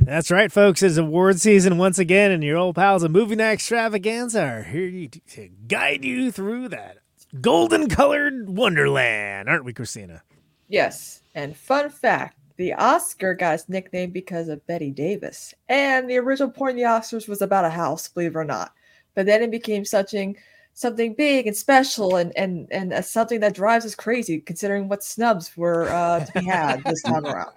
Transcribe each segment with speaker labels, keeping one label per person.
Speaker 1: That's right, folks. It's award season once again, and your old pals at Movie Night Extravaganza are here you- to guide you through that golden colored wonderland, aren't we, Christina?
Speaker 2: Yes. And fun fact the Oscar got its nickname because of Betty Davis. And the original point of the Oscars was about a house, believe it or not. But then it became such an- something big and special and, and, and uh, something that drives us crazy considering what snubs were uh, to be had this time around.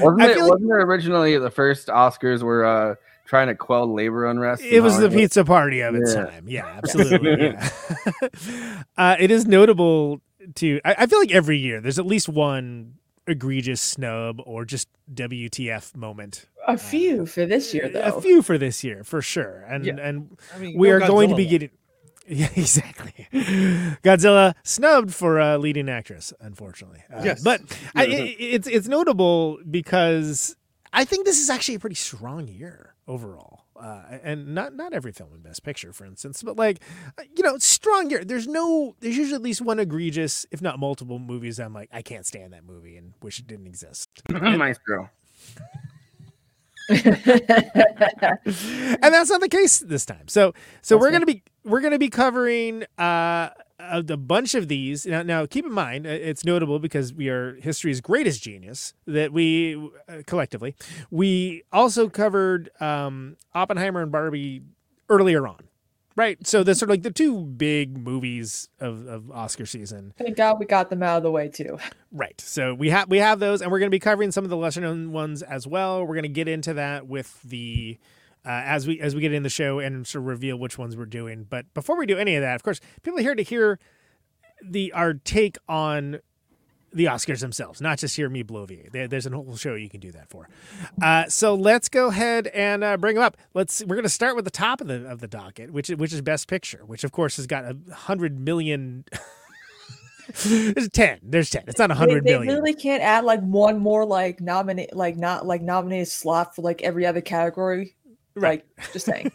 Speaker 3: Wasn't
Speaker 1: I
Speaker 3: it?
Speaker 1: feel like-
Speaker 3: Wasn't it originally the first Oscars were uh, trying to quell labor unrest? in
Speaker 1: It was the
Speaker 3: Hollywood?
Speaker 1: pizza party of its
Speaker 3: Yeah.
Speaker 1: time. Yeah, absolutely. yeah. uh, it is notable to. I, I feel like every year there's at least one egregious snub or just WTF moment.
Speaker 2: A few for this year, though.
Speaker 1: A few for this year, for sure. And
Speaker 4: Yeah.
Speaker 1: and
Speaker 4: I mean,
Speaker 1: we
Speaker 4: go
Speaker 1: are going to
Speaker 4: Godzilla
Speaker 1: be
Speaker 4: one.
Speaker 1: getting yeah exactly godzilla snubbed for uh, leading actress unfortunately Uh,
Speaker 4: Yes.
Speaker 1: but I, i it's it's notable because i think this is actually a pretty strong year overall uh, and not not every film in best picture for instance but like uh, you know strong year there's no there's usually at least one egregious if not multiple movies that i'm like i can't stand that movie and wish it didn't exist
Speaker 3: Maestro.
Speaker 1: and that's not the case this time. So so we're gonna be we're gonna be covering uh a, a bunch of these. Now, now keep in mind uh, it's notable because we are history's greatest genius that we uh, collectively we also covered um Oppenheimer and Barbie earlier on. Right, so that's sort of like the two big movies of, of Oscar season.
Speaker 2: Thank God we got them out of the way, too.
Speaker 1: Right. So we have we have those, and we're going to be covering some of the lesser known ones as well. We're going to get into that with the uh, as we as we get in the show and sort of reveal which ones we're doing. But before we do any of that, of course, people are here to hear the our take on the Oscars themselves, not just hear me bloviate. There, there's a whole show you can do that for. Uh, so let's go ahead and uh, bring them up. Let's we're going to start with the top of the of the docket, which is- which is Best Picture, which of course has got a hundred million. There's ten. There's ten. It's not a
Speaker 2: They-
Speaker 1: hundred
Speaker 2: they,
Speaker 1: million.
Speaker 2: literally can't add like one more like nominate like not like nominated slot for like every other category.
Speaker 1: Right.
Speaker 2: Like just saying.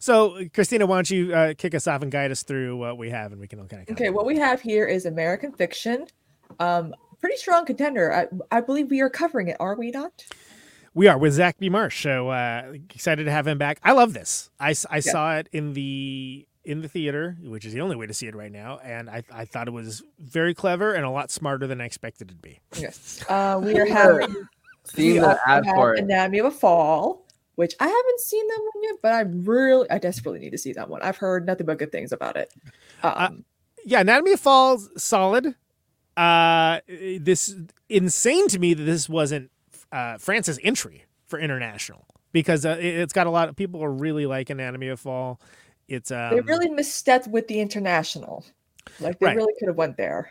Speaker 1: so, Christina, why don't you uh, kick us off and guide us through what we have, and we can all kind of
Speaker 2: okay, what we have here is American fiction. Um pretty strong contender. I, I believe we are covering it, are we not?
Speaker 1: we are with Zach B. Marsh. So uh, excited to have him back. I love this. I, s- I saw it in the in the theater, which is the only way to see it right now, and I I thought it was very clever and a lot smarter than I expected it to be.
Speaker 2: Yes. Uh, we are having
Speaker 3: Seen
Speaker 2: we
Speaker 3: the
Speaker 2: also
Speaker 3: ad
Speaker 2: have
Speaker 3: for it.
Speaker 2: Anatomy of a Fall, which I haven't seen that one yet, but I really I desperately need to see that one. I've heard nothing but good things about it. Um,
Speaker 1: Yeah, Anatomy of Falls solid. Uh, this insane to me that this wasn't uh, France's entry for international because uh, it, has got a lot of people are really like Anatomy of Fall. It's um,
Speaker 2: they really misstepped with the international. Like they
Speaker 1: Right.
Speaker 2: really could have went there.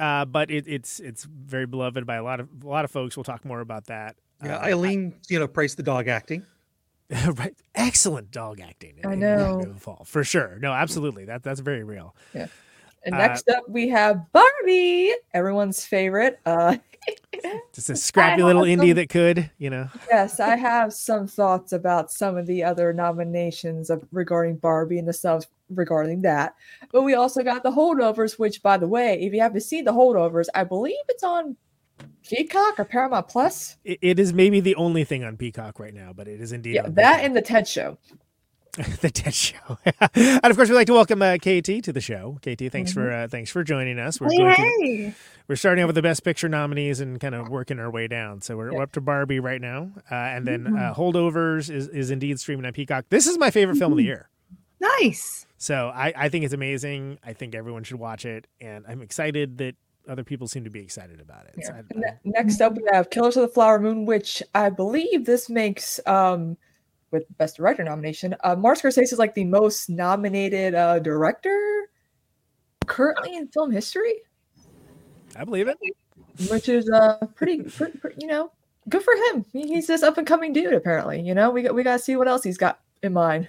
Speaker 1: uh, but it, it's it's very beloved by a lot of a lot of folks. We'll talk more about that.
Speaker 4: Yeah,
Speaker 1: Uh,
Speaker 4: Eileen, you know, praised the dog acting.
Speaker 1: right, excellent dog acting. in-
Speaker 2: I
Speaker 1: in Anatomy
Speaker 2: know.
Speaker 1: of a Fall for sure. No, absolutely. That that's very real.
Speaker 2: And
Speaker 1: Uh,
Speaker 2: next up, we have Barbie, everyone's favorite. Uh,
Speaker 1: Just a scrappy
Speaker 2: have
Speaker 1: little indie
Speaker 2: some-
Speaker 1: that could, you know.
Speaker 2: yes, I have some thoughts about some of the other nominations of, regarding Barbie and the stuff regarding that. But we also got the holdovers, which, by the way, if you haven't seen the holdovers, I believe it's on Peacock or Paramount Plus?
Speaker 1: It, it is maybe the only thing on Peacock right now, but it is indeed
Speaker 2: Yeah,
Speaker 1: on
Speaker 2: that
Speaker 1: Peacock.
Speaker 2: and the TED Show.
Speaker 1: the Ted Show. and of course, we'd like to welcome uh, KT to the show. KT, thanks for
Speaker 2: Mm-hmm.
Speaker 1: uh, thanks for joining us. We're going through-
Speaker 5: Hey,
Speaker 1: we're starting out with the best picture nominees and kind of working our way down. So we're,
Speaker 2: Yeah. Mm-hmm.
Speaker 1: we're up to Barbie right now, uh, and then uh, Holdovers is is indeed streaming on Peacock. This is my favorite film of the
Speaker 2: Mm-hmm.
Speaker 1: year.
Speaker 5: nice.
Speaker 1: So I, I think it's amazing. I think everyone should watch it, and I'm excited that other people seem to be excited about it. So
Speaker 2: Yeah.
Speaker 1: I-
Speaker 2: Ne- Next up, we have Killers of the Flower Moon, which I believe this makes um with Best Director nomination. Uh, Martin Scorsese is like the most nominated uh, director currently in film history,
Speaker 1: I, I believe it.
Speaker 2: which is uh pretty, pretty, pretty you know good for him. He- He's this up and coming dude apparently. You know we got we gotta see what else he's got in mind.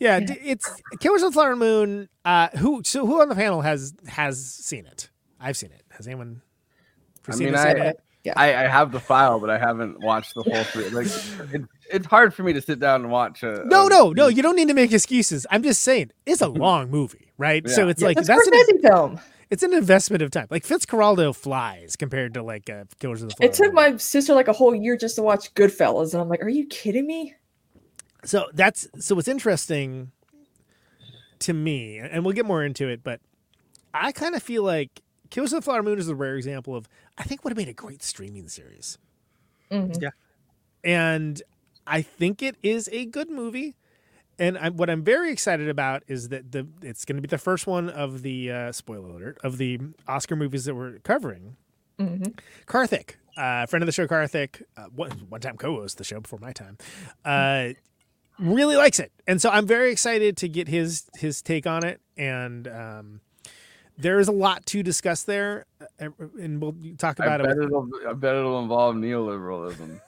Speaker 1: Yeah, d- it's Killers of the Flower Moon. Uh, who so who on the panel has has seen it? I've seen it. Has anyone?
Speaker 3: I
Speaker 1: Christina
Speaker 3: mean,
Speaker 1: seen
Speaker 3: I- uh,
Speaker 1: it?
Speaker 3: I, I have the file, but I haven't watched the whole thing. Like, it, it's hard for me to sit down and watch. A,
Speaker 1: no,
Speaker 3: a-
Speaker 1: no, no. You don't need to make excuses. I'm just saying it's a long movie, right? So
Speaker 3: Yeah.
Speaker 1: it's like
Speaker 2: it's a
Speaker 1: that's an,
Speaker 2: Scorsese film.
Speaker 1: it's an investment of time. Like Fitzcarraldo flies compared to like uh, Killers of the Flower.
Speaker 2: It took
Speaker 1: Moon.
Speaker 2: my sister like a whole year just to watch Goodfellas, and I'm like, are you kidding me?
Speaker 1: so that's so what's interesting to me and we'll get more into it but i kind of feel like killers of the flower moon is the rare example of i think would have made a great streaming series
Speaker 2: Mhm.
Speaker 1: and i think it is a good movie and I, what i'm very excited about is that the it's going to be the first one of the uh, spoiler alert of the oscar movies that we're covering
Speaker 2: Mhm.
Speaker 1: Karthik, uh, friend of the show, Karthik, uh, one, one time co-host the show before my time, uh, really likes it, and so I'm very excited to get his his take on it. And um, there is a lot to discuss there, uh, and we'll talk
Speaker 3: I
Speaker 1: about
Speaker 3: bet,
Speaker 1: it. with-
Speaker 3: it'll, I bet it'll involve neoliberalism.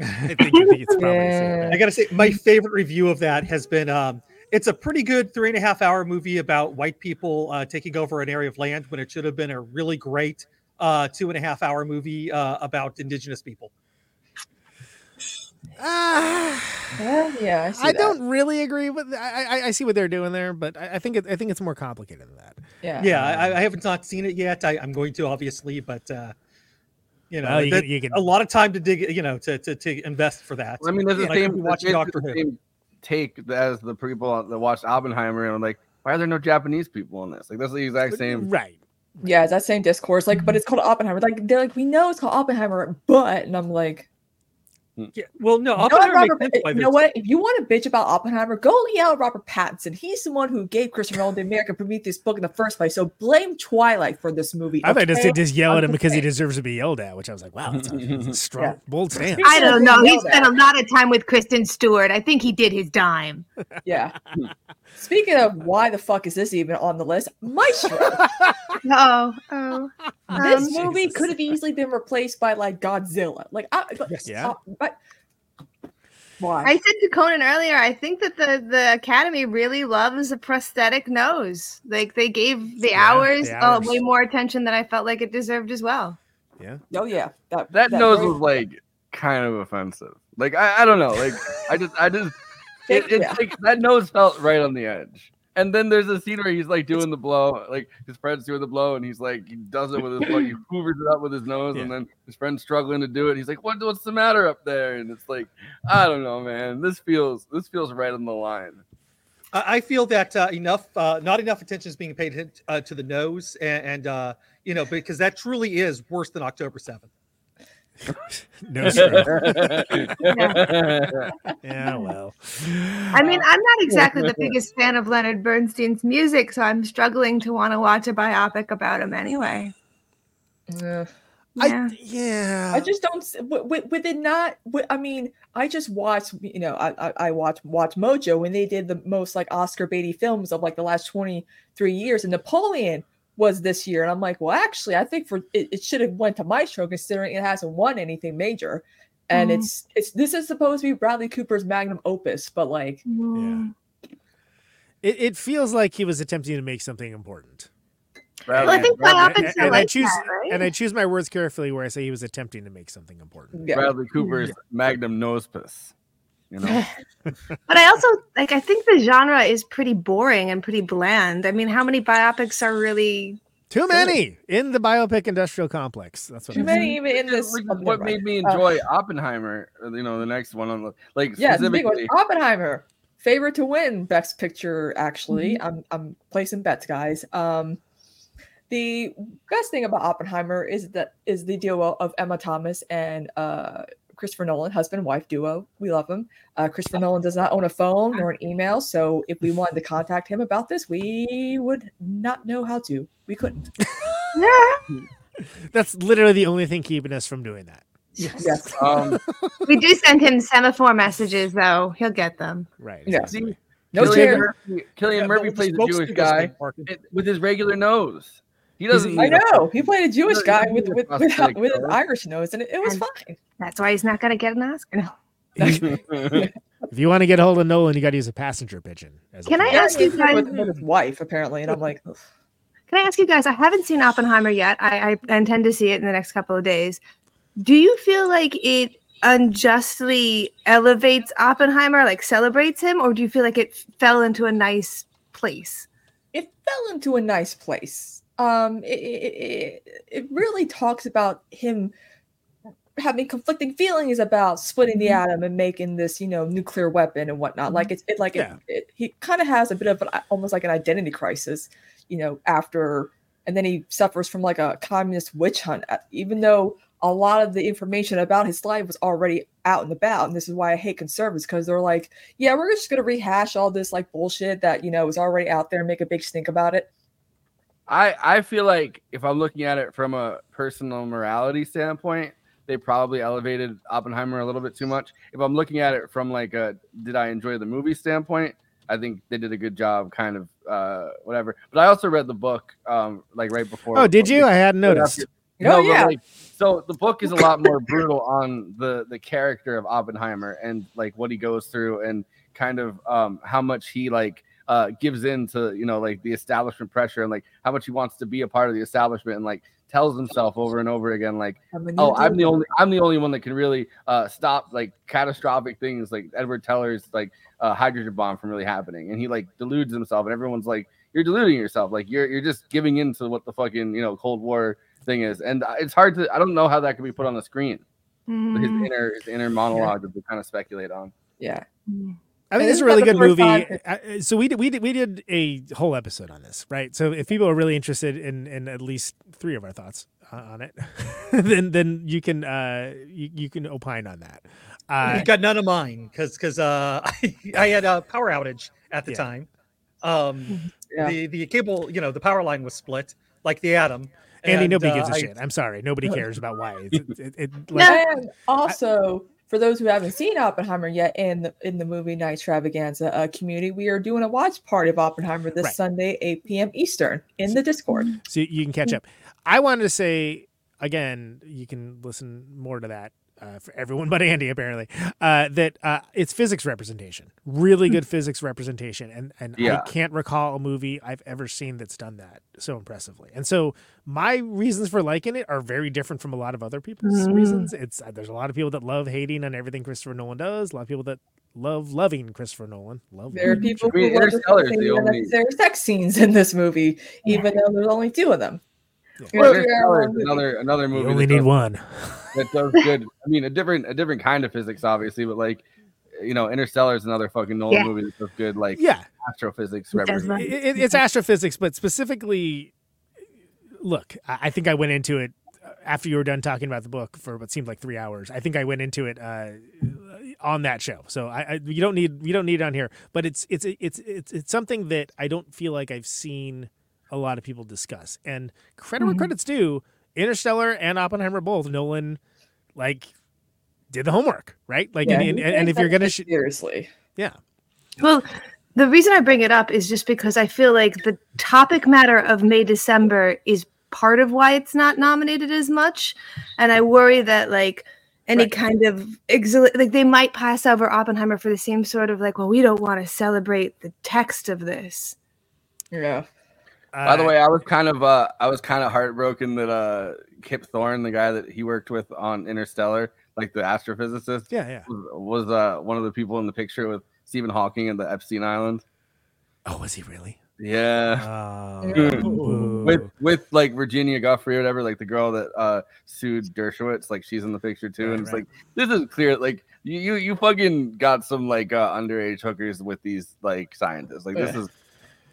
Speaker 1: I think, I think it's probably
Speaker 2: Yeah.
Speaker 4: I gotta say, my favorite review of that has been um, it's a pretty good three and a half hour movie about white people uh, taking over an area of land when it should have been a really great uh, two and a half hour movie uh, about indigenous people.
Speaker 1: Ah,
Speaker 2: Yeah, yeah. I, see
Speaker 1: I
Speaker 2: that.
Speaker 1: don't really agree with. I, I I see what they're doing there, but I, I think it, I think it's more complicated than that.
Speaker 2: Yeah.
Speaker 4: Yeah, I, I haven't not seen it yet. I, I'm going to obviously, but uh, you know,
Speaker 1: Well, you,
Speaker 4: that-
Speaker 1: can, you can
Speaker 4: a lot of time to dig, you know, to to, to invest for that.
Speaker 3: I mean, there's the
Speaker 4: Yeah.
Speaker 3: same,
Speaker 4: Like, watch
Speaker 3: there's
Speaker 4: Doctor
Speaker 3: the
Speaker 4: Who.
Speaker 3: same take as the people that watched Oppenheimer and were like, why are there no Japanese people in this? Like, that's the exact same.
Speaker 1: right.
Speaker 2: Yeah, it's that same discourse. Like, but it's called Oppenheimer. Like, they're like, we know it's called Oppenheimer, but, and I'm like,
Speaker 4: Yeah, well, no,
Speaker 2: you know, what,
Speaker 4: Oppenheimer makes
Speaker 2: Robert,
Speaker 4: sense why
Speaker 2: you know
Speaker 4: there's-
Speaker 2: what? If you want to bitch about Oppenheimer, go yell at Robert Pattinson. He's the one who gave Christopher Nolan the American Prometheus book in the first place. So blame Twilight for this movie.
Speaker 1: I might just
Speaker 2: okay?
Speaker 1: say just yell at him
Speaker 2: I'm
Speaker 1: because he
Speaker 2: saying.
Speaker 1: deserves to be yelled at, which I was like, wow, that's a, that's a strong,
Speaker 2: Yeah.
Speaker 1: bold stance.
Speaker 5: I don't know.
Speaker 2: Yeah.
Speaker 5: He spent a lot of time with Kristen Stewart. I think he did his dime.
Speaker 2: yeah. Hmm. Speaking of why the fuck is this even on the list? Maestro.
Speaker 5: Oh, oh.
Speaker 2: this
Speaker 1: Um,
Speaker 2: movie
Speaker 1: Jesus.
Speaker 2: could have easily been replaced by like Godzilla. Like, I, but,
Speaker 4: Yes.
Speaker 1: Yeah.
Speaker 2: uh, but why?
Speaker 5: I said to Conan earlier, I think that the the Academy really loves a prosthetic nose. Like they gave the
Speaker 1: Yeah,
Speaker 5: hours,
Speaker 1: the
Speaker 5: uh,
Speaker 1: hours.
Speaker 5: way more attention than I felt like it deserved as well.
Speaker 2: oh yeah, that
Speaker 3: That nose
Speaker 2: very-
Speaker 3: was like kind of offensive. Like, I, I don't know. Like, I just, I just, it,
Speaker 2: Thank
Speaker 3: it's
Speaker 2: you.
Speaker 3: like that nose felt right on the edge. And then there's a scene where he's like doing the blow, like his friend's doing the blow, and he's like he does it with his like he hoovers it up with his nose, and then his friend's struggling to do it. He's like, "What? What's the matter up there?" And it's like, I don't know, man. This feels this feels right on the line.
Speaker 4: I I feel that uh, enough, uh, not enough attention is being paid hit- uh, to the nose, and, and uh, you know, because that truly is worse than October seventh.
Speaker 1: no, sir.
Speaker 3: yeah.
Speaker 1: yeah, well.
Speaker 5: I mean, I'm not exactly the biggest fan of Leonard Bernstein's music, so I'm struggling to want to watch a biopic about him anyway.
Speaker 2: Yeah.
Speaker 5: Yeah.
Speaker 1: I, yeah.
Speaker 2: I just don't. s- Would, would, would it not? Would, I mean, I just watched. You know, I I, I watched Watch Mojo when they did the most like Oscar baity films of like the last twenty three years, and Napoleon was this year, and I'm like, well, actually, I think for it, it should have went to Maestro considering it hasn't won anything major, and
Speaker 5: Mhm.
Speaker 3: Mm-hmm.
Speaker 2: it's it's this is supposed to be Bradley Cooper's magnum opus, but like,
Speaker 5: Mm.
Speaker 1: it, it feels like he was attempting to make something important.
Speaker 5: Well, I think
Speaker 3: Bradley,
Speaker 1: And,
Speaker 5: biopics are
Speaker 1: and I
Speaker 5: like
Speaker 1: choose
Speaker 5: that, right?
Speaker 1: and I choose my words carefully where I say he was attempting to make something important.
Speaker 2: yeah,
Speaker 3: Bradley Cooper's magnum nose piss. You know,
Speaker 5: But I also like I think the genre is pretty boring and pretty bland. I mean, how many biopics are really
Speaker 1: Too many in the biopic industrial complex. That's what
Speaker 2: Too
Speaker 1: I'm
Speaker 2: many
Speaker 1: saying.
Speaker 2: even in
Speaker 3: Which is-
Speaker 2: this.
Speaker 3: which is
Speaker 2: oh, never
Speaker 3: what
Speaker 2: mind.
Speaker 3: made me enjoy Oppenheimer, uh, you know, the next one on the like
Speaker 2: Yeah, the big one.
Speaker 3: specifically.
Speaker 2: Oppenheimer, favorite to win Best Picture. Actually,
Speaker 3: Mm-hmm.
Speaker 2: I'm I'm placing bets, guys. Um, the best thing about Oppenheimer is that is the duo of Emma Thomas and uh Christopher Nolan, husband and wife duo. We love them. Uh, Christopher Nolan does not own a phone nor an email, so if we wanted to contact him about this, we would not know how to. We couldn't.
Speaker 1: That's literally the only thing keeping us from doing that.
Speaker 2: Yes.
Speaker 3: Um,
Speaker 5: we do send him semaphore messages, though. He'll get them.
Speaker 1: Right.
Speaker 2: Yeah.
Speaker 1: exactly.
Speaker 2: No
Speaker 3: Killian
Speaker 2: chair.
Speaker 3: Murphy, Killian
Speaker 4: Yeah,
Speaker 3: Murphy
Speaker 4: the- the
Speaker 3: plays a
Speaker 4: spokes
Speaker 3: Jewish
Speaker 4: thing
Speaker 3: guy
Speaker 4: was Mark.
Speaker 3: it- with his regular nose. He
Speaker 1: He's-
Speaker 3: doesn't.
Speaker 2: I
Speaker 3: need a-
Speaker 2: know he played a Jewish
Speaker 3: No,
Speaker 2: guy
Speaker 3: you
Speaker 2: with
Speaker 3: need a
Speaker 2: with with,
Speaker 3: prosthetic
Speaker 2: with an
Speaker 3: nose.
Speaker 2: Irish nose, and it, it was
Speaker 5: And-
Speaker 2: fine.
Speaker 5: That's why he's not going to get an Oscar.
Speaker 1: If you want to get a hold of Nolan, you got to use a passenger pigeon. as a
Speaker 5: Can I
Speaker 1: plug.
Speaker 2: Yeah,
Speaker 5: ask
Speaker 2: he
Speaker 5: you
Speaker 2: was
Speaker 5: guys-
Speaker 2: with, with his wife apparently, and I'm like, "Ugh."
Speaker 5: Can I ask you guys? I haven't seen Oppenheimer yet. I, I intend to see it in the next couple of days. Do you feel like it unjustly elevates Oppenheimer, like celebrates him, or do you feel like it fell into a nice place?
Speaker 2: it fell into a nice place. Um, it, it, it, it really talks about him having conflicting feelings about splitting the atom and making this, you know, nuclear weapon and whatnot. Like it's it, like
Speaker 1: Yeah.
Speaker 2: it, it, he kind of has a bit of an, almost like an identity crisis, you know, after and then he suffers from like a communist witch hunt, uh, even though a lot of the information about his life was already out and about. And this is why I hate conservatives because they're like, yeah, we're just going to rehash all this like bullshit that, you know, is already out there and make a big stink about it.
Speaker 3: I I feel like if I'm looking at it from a personal morality standpoint, they probably elevated Oppenheimer a little bit too much. If I'm looking at it from like a did I enjoy the movie standpoint, I think they did a good job, kind of uh, whatever. But I also read the book um, like right before.
Speaker 1: Oh, did you? I hadn't
Speaker 3: Right after-
Speaker 1: noticed.
Speaker 2: Oh,
Speaker 3: No, but,
Speaker 2: yeah.
Speaker 3: like, so the book is a lot more brutal on the the character of Oppenheimer and like what he goes through and kind of um how much he like uh gives in to you know like the establishment pressure and like how much he wants to be a part of the establishment and like tells himself over and over again like
Speaker 2: I'm an
Speaker 3: oh i'm
Speaker 2: idiot.
Speaker 3: the only i'm the only one that can really uh stop like catastrophic things like edward teller's like uh hydrogen bomb from really happening and he like deludes himself and everyone's like you're deluding yourself like you're you're just giving in to what the fucking you know cold war thing is and I- it's hard to i don't know how that could be put on the screen but his
Speaker 5: Mm.
Speaker 3: inner his inner monologue that we kind of speculate on
Speaker 2: Yeah.
Speaker 1: I think
Speaker 2: And
Speaker 1: it's a
Speaker 2: isn't
Speaker 1: really
Speaker 2: that
Speaker 1: good
Speaker 2: the
Speaker 1: movie.
Speaker 2: first
Speaker 1: Uh, So we did, we did we did a whole episode on this, right? So if people are really interested in in at least three of our thoughts uh, on it, then then you can uh you, you can opine on that. Uh,
Speaker 4: You got none of mine because because uh, I, I had a power outage at the
Speaker 1: Yeah.
Speaker 4: time. Um,
Speaker 2: Yeah.
Speaker 4: the the cable, you know, the power line was split like the atom.
Speaker 1: Andy,
Speaker 4: and,
Speaker 1: nobody
Speaker 4: uh,
Speaker 1: gives a
Speaker 4: I-
Speaker 1: shit. I'm sorry, nobody cares about why. It's- It, it, it-
Speaker 5: No.
Speaker 1: like,
Speaker 2: and also for those who haven't seen Oppenheimer yet in the, in the movie Night Travaganza uh, community, we are doing a watch party of Oppenheimer this
Speaker 1: Right.
Speaker 2: Sunday, 8 p.m. Eastern in the Discord.
Speaker 1: so you can catch up. I wanted to say again, you can listen more to that uh, for everyone but Andy apparently. Uh, that uh, it's physics representation, really good physics representation, and and
Speaker 3: Yeah.
Speaker 1: I can't recall a movie I've ever seen that's done that so impressively. And so my reasons for liking it are very different from a lot of other people's
Speaker 5: Mm.
Speaker 1: reasons. It's uh, there's a lot of people that love hating on everything Christopher Nolan does. A lot of people that love loving Christopher Nolan. Love
Speaker 2: There are
Speaker 1: loving
Speaker 2: people
Speaker 3: I mean,
Speaker 2: who love the
Speaker 3: Interstellar is
Speaker 2: same
Speaker 3: the only-
Speaker 2: unnecessary sex scenes in this movie, even though there's only two of them.
Speaker 1: Yeah.
Speaker 2: You know, three hour
Speaker 3: Interstellar is
Speaker 2: movie.
Speaker 3: another another
Speaker 1: You
Speaker 3: movie
Speaker 1: only
Speaker 3: that
Speaker 1: need
Speaker 3: does-
Speaker 1: one.
Speaker 3: that does good. I mean, a different a different kind of physics, obviously, but like you know, Interstellar is another fucking Nolan
Speaker 5: Yeah.
Speaker 3: movie that does good like
Speaker 1: Yeah,
Speaker 3: astrophysics.
Speaker 5: It does
Speaker 3: representation.
Speaker 5: that.
Speaker 1: it, it- it's astrophysics, but specifically, look, I, I think I went into it uh, after you were done talking about the book for what seemed like three hours. I think I went into it uh, on that show, so I, I you don't need you don't need it on here, but it's it's it's it's it's something that I don't feel like I've seen a lot of people discuss. And credit where
Speaker 5: Mhm.
Speaker 1: credit's due, Interstellar and Oppenheimer both Nolan like did the homework, right? Like,
Speaker 2: Yeah,
Speaker 1: and,
Speaker 2: he
Speaker 1: and, and
Speaker 2: takes
Speaker 1: if you're
Speaker 2: that
Speaker 1: gonna
Speaker 2: shit
Speaker 1: sh-
Speaker 2: seriously,
Speaker 5: Well, the reason I bring it up is just because I feel like the topic matter of May December is part of why it's not nominated as much, and I worry that like any
Speaker 1: Right.
Speaker 5: kind of exil- like they might pass over Oppenheimer for the same sort of like, well, we don't want to celebrate the text of this.
Speaker 2: yeah.
Speaker 3: By the
Speaker 1: uh,
Speaker 3: way, I was kind of uh I was kind of heartbroken that uh Kip Thorne, the guy that he worked with on Interstellar, like the astrophysicist,
Speaker 1: yeah, yeah.
Speaker 3: was, was uh one of the people in the picture with Stephen Hawking and the Epstein Island.
Speaker 1: Oh, was he really?
Speaker 3: Yeah.
Speaker 4: Uh,
Speaker 1: Oh, Boo.
Speaker 3: With with like Virginia Goffrey or whatever, like the girl that uh sued Dershowitz, like she's in the picture too.
Speaker 1: Right,
Speaker 3: and it's
Speaker 1: right.
Speaker 3: like this is clear, like you you you fucking got some like uh underage hookers with these like scientists. Like this
Speaker 2: Yeah.
Speaker 3: is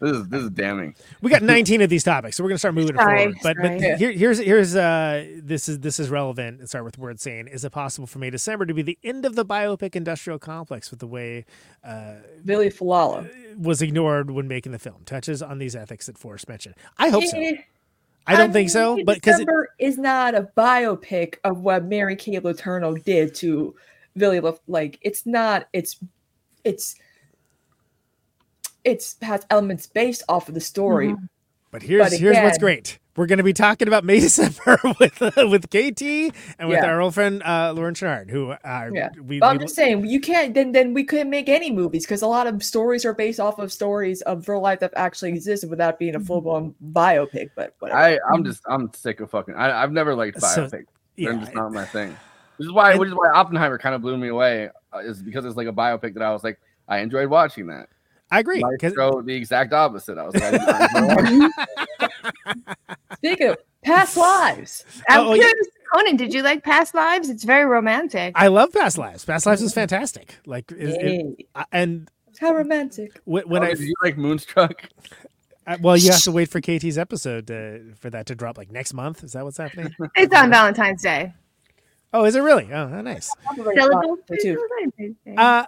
Speaker 3: this is this is damning.
Speaker 1: we got 19 of these topics, so we're gonna start moving it
Speaker 5: Sorry,
Speaker 1: forward. But, but
Speaker 5: sorry.
Speaker 1: here, here's here's uh this is this is relevant. and start with word saying, is it possible for May December to be the end of the biopic industrial complex with the way uh,
Speaker 2: Billy Falala.
Speaker 1: was ignored when making the film? Touches on these ethics that Forrest mentioned. I hope so.
Speaker 2: Eh,
Speaker 1: I don't
Speaker 2: mean,
Speaker 1: think so, but because it,
Speaker 2: December is not a biopic of what Mary Kay Letourneau did to Billy. Le- like it's not. It's it's it's has elements based off of the story.
Speaker 1: Mm-hmm. But here's
Speaker 2: But
Speaker 1: here's what's
Speaker 2: again-
Speaker 1: great. We're going to be talking about May December with uh, with KT and with
Speaker 2: Yeah.
Speaker 1: our old friend uh, Lauren Chenard, who uh,
Speaker 2: Yeah.
Speaker 1: we,
Speaker 2: But
Speaker 1: we-
Speaker 2: I'm just saying you can't. Then then we couldn't make any movies because a lot of stories are based off of stories of real life that actually existed without being a
Speaker 1: Mm-hmm.
Speaker 2: full blown biopic. But whatever.
Speaker 3: I I'm just I'm sick of fucking. I I've never liked
Speaker 1: mm. So-
Speaker 3: biopics.
Speaker 1: yeah,
Speaker 3: They're just not my thing. Which is why
Speaker 1: And-
Speaker 3: which is why Oppenheimer kind of blew me away. Uh, is because it's like a biopic that I was like I enjoyed watching that.
Speaker 1: I agree. 'cause-
Speaker 3: Maestro, the exact opposite. I was like, I enjoyed watching
Speaker 2: Speaking of past lives,
Speaker 5: I'm
Speaker 1: Oh, oh, yeah.
Speaker 5: curious, Um, Conan, did you like Past Lives? It's very romantic.
Speaker 1: I love Past Lives. Past Lives is fantastic. Like, is, it,
Speaker 2: Yay.
Speaker 1: I- and
Speaker 2: how romantic!
Speaker 1: wh- when
Speaker 3: Oh,
Speaker 1: I,
Speaker 3: did you like Moonstruck?
Speaker 1: I- well, you have to wait for KT's episode to, for that to drop like next month. Is that what's happening?
Speaker 5: It's on Valentine's Day.
Speaker 1: oh, is it really? Oh, how nice.
Speaker 5: Celebrate
Speaker 2: Me too.
Speaker 5: Valentine's Day.
Speaker 1: Uh,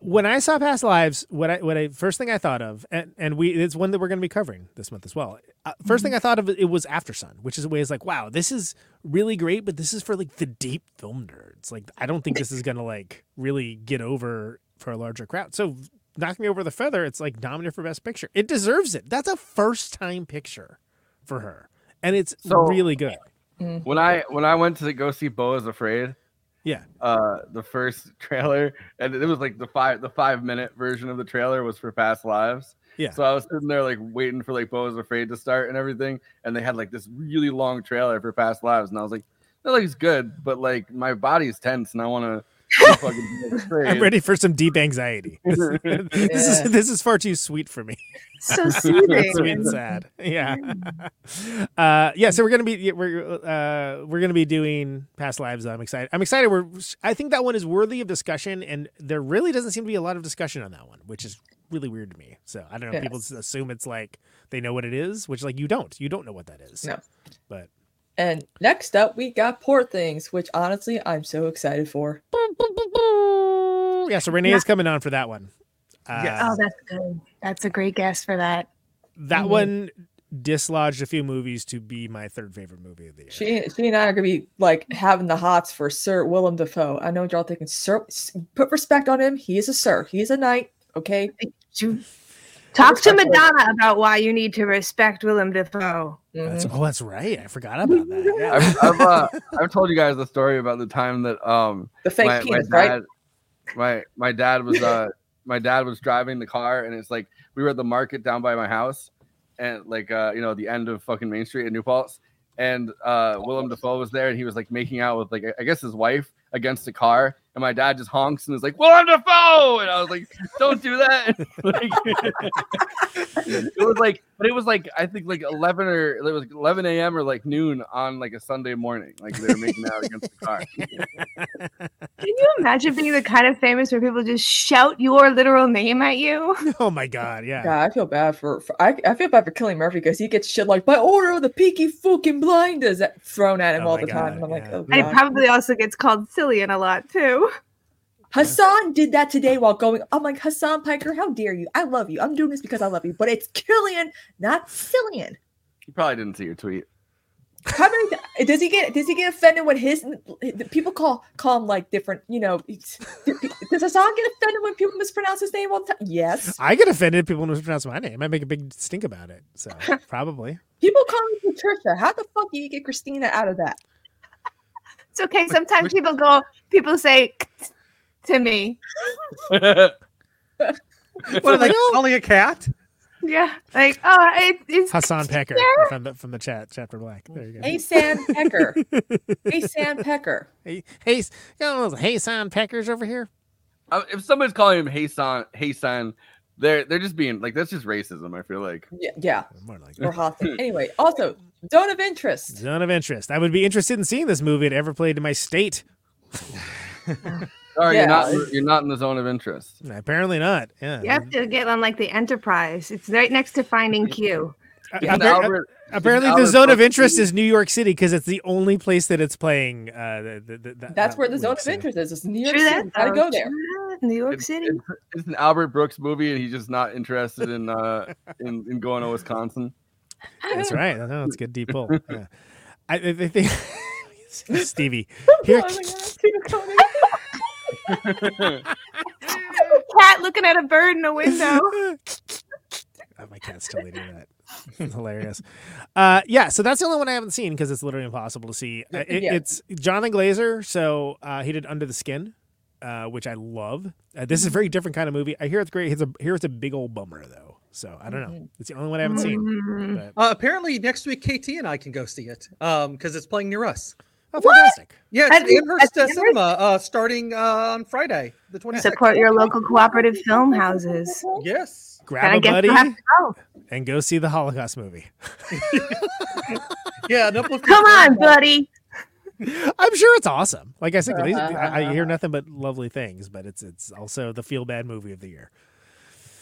Speaker 1: when I saw Past Lives, what I what I first thing I thought of, and, and we it's one that we're going to be covering this month as well. Uh, 1st thing I thought of it was After Sun, which is a way is like, wow, this is really great, but this is for like the deep film nerds. Like, I don't think this is going to like really get over for a larger crowd. So, knocking me over the feather, it's like nominated for Best Picture. It deserves it. That's a first time picture for her, and it's
Speaker 3: So-
Speaker 1: really good.
Speaker 3: When I when I went to go see Bo is Afraid,
Speaker 1: Yeah.
Speaker 3: uh, the first trailer, and it was like the five the five minute version of the trailer was for Past Lives.
Speaker 1: Yeah.
Speaker 3: So I was sitting there like waiting for like Bo is Afraid to start and everything, and they had like this really long trailer for Past Lives, and I was like, that looks good, but like my body's tense and I want to fucking be
Speaker 1: I'm
Speaker 3: afraid.
Speaker 1: ready for some deep anxiety. This, this
Speaker 2: Yeah.
Speaker 1: is this is far too sweet for me.
Speaker 5: so soothing.
Speaker 1: sweet and sad. Yeah. Uh, yeah. So we're gonna be yeah, we're uh, we're gonna be doing past lives. I'm excited. I'm excited. We're I think that one is worthy of discussion, and there really doesn't seem to be a lot of discussion on that one, which is really weird to me. So I don't know. People just assume it's like they know what it is, which like you don't. You don't know what that is.
Speaker 2: No.
Speaker 1: But
Speaker 2: And next up, we got Poor Things, which honestly, I'm so excited for.
Speaker 1: yeah. So Renee is coming on for that one. Uh,
Speaker 4: Yes.
Speaker 5: Oh, that's good. That's a great guess for that.
Speaker 1: That
Speaker 2: Mhm.
Speaker 1: one dislodged a few movies to be my third favorite movie of the year.
Speaker 2: She, she and I are gonna be like having the hots for Sir Willem Dafoe. I know what y'all thinking, Sir, s- put respect on him. He is a sir. He is a knight. Okay.
Speaker 5: You- Talk to Madonna about why you need to respect Willem Dafoe.
Speaker 1: That's,
Speaker 2: Mhm.
Speaker 1: oh, that's right. I forgot about that. Yeah.
Speaker 3: I've I've, uh, I've told you guys the story about the time that um
Speaker 2: The fake
Speaker 3: my,
Speaker 2: penis,
Speaker 3: my dad,
Speaker 2: right?
Speaker 3: My my dad was uh my dad was driving the car and it's like we were at the market down by my house and like uh you know the end of fucking Main Street in New Paltz and uh Willem Dafoe was there and he was like making out with like I guess his wife against the car and my dad just honks and is like Willem Dafoe and I was like don't do that like, it was like but it was like I think like 11 or it was like 11 a.m. or like noon on like a Sunday morning like they were making out against the car
Speaker 5: Can you imagine being the kind of famous where people just shout your literal name at you?
Speaker 1: Oh my god, yeah.
Speaker 2: Yeah, I feel bad for, for I, I feel bad for Killing Murphy because he gets shit like by order of the Peaky fucking blinders that thrown at him
Speaker 1: Oh
Speaker 2: all
Speaker 1: my
Speaker 2: the time, and
Speaker 1: God,
Speaker 2: I'm like,
Speaker 1: yeah.
Speaker 2: oh
Speaker 5: And it
Speaker 2: god.
Speaker 5: probably also gets called silly in a lot too.
Speaker 2: Hassan did that today while going. I'm like, Hassan Piker, how dare you? I love you. I'm doing this because I love you, but it's Killian, not Cillian.
Speaker 3: you probably didn't see your tweet
Speaker 2: How many th- does he get? Does he get offended when his people call call him like different? You know, it's- does Hassan get offended when people mispronounce his name all the time? Yes,
Speaker 1: I get offended if people mispronounce my name. I make a big stink about it. So probably.
Speaker 2: people call me Patricia. How the fuck do you get Christina out of that?
Speaker 5: It's okay. Sometimes people go, people say to me.
Speaker 4: what are they calling a cat?
Speaker 5: Yeah. Like, oh, it, it's
Speaker 1: Hassan Pecker from the from the chat chapter black. There you go.
Speaker 2: Hey, Sam Pecker. hey, Sam Pecker.
Speaker 1: Hey, hey, got one of those hey sign Peckers over here.
Speaker 3: Uh, if somebody's calling him Hassan, Hassan, they're they're just being like that's just racism. I feel like
Speaker 2: Yeah, yeah,
Speaker 1: More like
Speaker 2: or hostile. anyway, also zone of interest.
Speaker 1: Zone of interest. I would be interested in seeing this movie it ever played in my state.
Speaker 3: sorry,
Speaker 2: Yeah.
Speaker 3: you're not you're not in the zone of interest.
Speaker 1: Apparently not. Yeah. Um,
Speaker 5: You have to get on like the Enterprise. It's right next to Finding Q.
Speaker 1: A-
Speaker 3: Isn't
Speaker 1: appar-
Speaker 3: Albert-
Speaker 1: apparently,
Speaker 3: isn't
Speaker 1: the
Speaker 3: Albert
Speaker 1: zone of
Speaker 3: Brooks-
Speaker 1: interest is New York City because it's the only place that it's playing. Uh, the, the, the, that-
Speaker 2: That's
Speaker 1: that
Speaker 2: where the zone
Speaker 1: week,
Speaker 2: of
Speaker 1: so-
Speaker 2: interest is. It's New York
Speaker 5: True
Speaker 2: City.
Speaker 5: that.
Speaker 2: You Gotta
Speaker 5: though.
Speaker 2: go there.
Speaker 5: True that. New York
Speaker 3: It's-
Speaker 5: City.
Speaker 3: It's, it's an Albert Brooks movie, and he's just not interested in uh in, in going to Wisconsin.
Speaker 1: That's right. I know it's a good deep pull. Yeah. I, I I think Stevie here.
Speaker 2: Oh my God, keep going.
Speaker 5: It's a cat looking at a bird in a window.
Speaker 1: Oh, my cat's totally doing that. Hilarious. Uh, yeah, so that's the only one I haven't seen because it's literally impossible to see. Uh, it-
Speaker 2: Yeah.
Speaker 1: It's Jonathan Glazer. So uh, he did Under the Skin, uh, which I love. Uh, this is a very different kind of movie. I hear it's great. It's a, here it's a big old bummer though. So I don't know. It's the only one I haven't seen.
Speaker 5: Mm.
Speaker 1: But,
Speaker 4: Uh, apparently next week KT and I can go see it um because it's playing near us.
Speaker 1: oh, fantastic!
Speaker 4: Yeah, it's
Speaker 5: At the- at
Speaker 4: Amherst
Speaker 5: the
Speaker 4: uh,
Speaker 5: Amherst?
Speaker 4: Cinema uh, starting uh, on Friday the 26th.
Speaker 5: Support your local cooperative film houses.
Speaker 4: Yes.
Speaker 1: Grab
Speaker 5: And I
Speaker 1: a
Speaker 5: guess
Speaker 1: buddy
Speaker 5: you have to go.
Speaker 1: and go see the Holocaust movie.
Speaker 4: Yeah. No, Come
Speaker 5: Come on, buddy.
Speaker 1: I'm sure it's awesome. Like I said, these- I, I
Speaker 2: Uh-huh.
Speaker 1: hear nothing but lovely things, but it's it's also the feel bad movie of the year.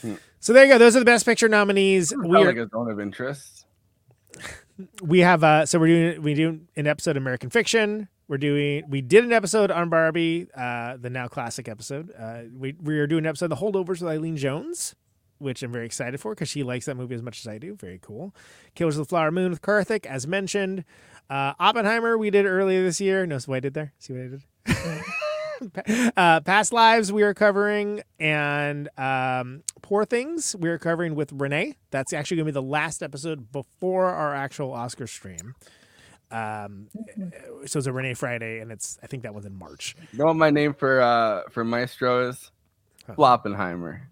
Speaker 3: Hmm.
Speaker 1: So there you go. Those are the best picture nominees. We
Speaker 3: Not like
Speaker 1: are,
Speaker 3: a zone of interest.
Speaker 1: we have uh so we're doing we do an episode of American Fiction. We're doing we did an episode on Barbie, uh the now classic episode. Uh we we are doing an episode of The Holdovers with Eileen Jones, which I'm very excited for because she likes that movie as much as I do. Very cool. Killers of the Flower Moon with Karthik, as mentioned. Uh Oppenheimer we did earlier this year. Notice what I did there? See what I did? uh, past lives we are covering and um, poor things we are covering with renee that's actually going to be the last episode before our actual oscar stream um, so it's a renee friday and it's i think that was in march
Speaker 3: You know what my name for uh for Maestro is?
Speaker 1: Huh.
Speaker 3: Floppenheimer.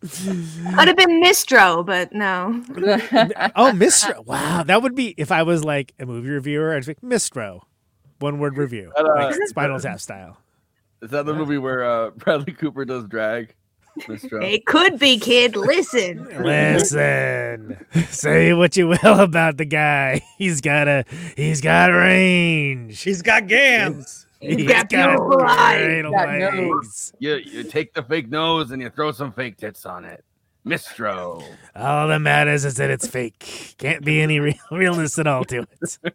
Speaker 5: Could have been Mistro, but no.
Speaker 1: oh mistro wow that would be if i was like a movie reviewer i'd be like mistro one word review
Speaker 3: But, uh,
Speaker 1: like spinal tap style
Speaker 3: Is that the
Speaker 1: Yeah.
Speaker 3: movie where uh Bradley Cooper does drag? Maestro.
Speaker 5: It could be, kid. Listen.
Speaker 1: Listen, say what you will about the guy. He's got a he's got range.
Speaker 4: She's got gams.
Speaker 5: He's got beautiful eyes.
Speaker 1: great
Speaker 2: Got nose.
Speaker 1: legs.
Speaker 3: You you take the fake nose and you throw some fake tits on it. Mistro.
Speaker 1: All that matters is that it's fake. Can't be any real realness at all to it.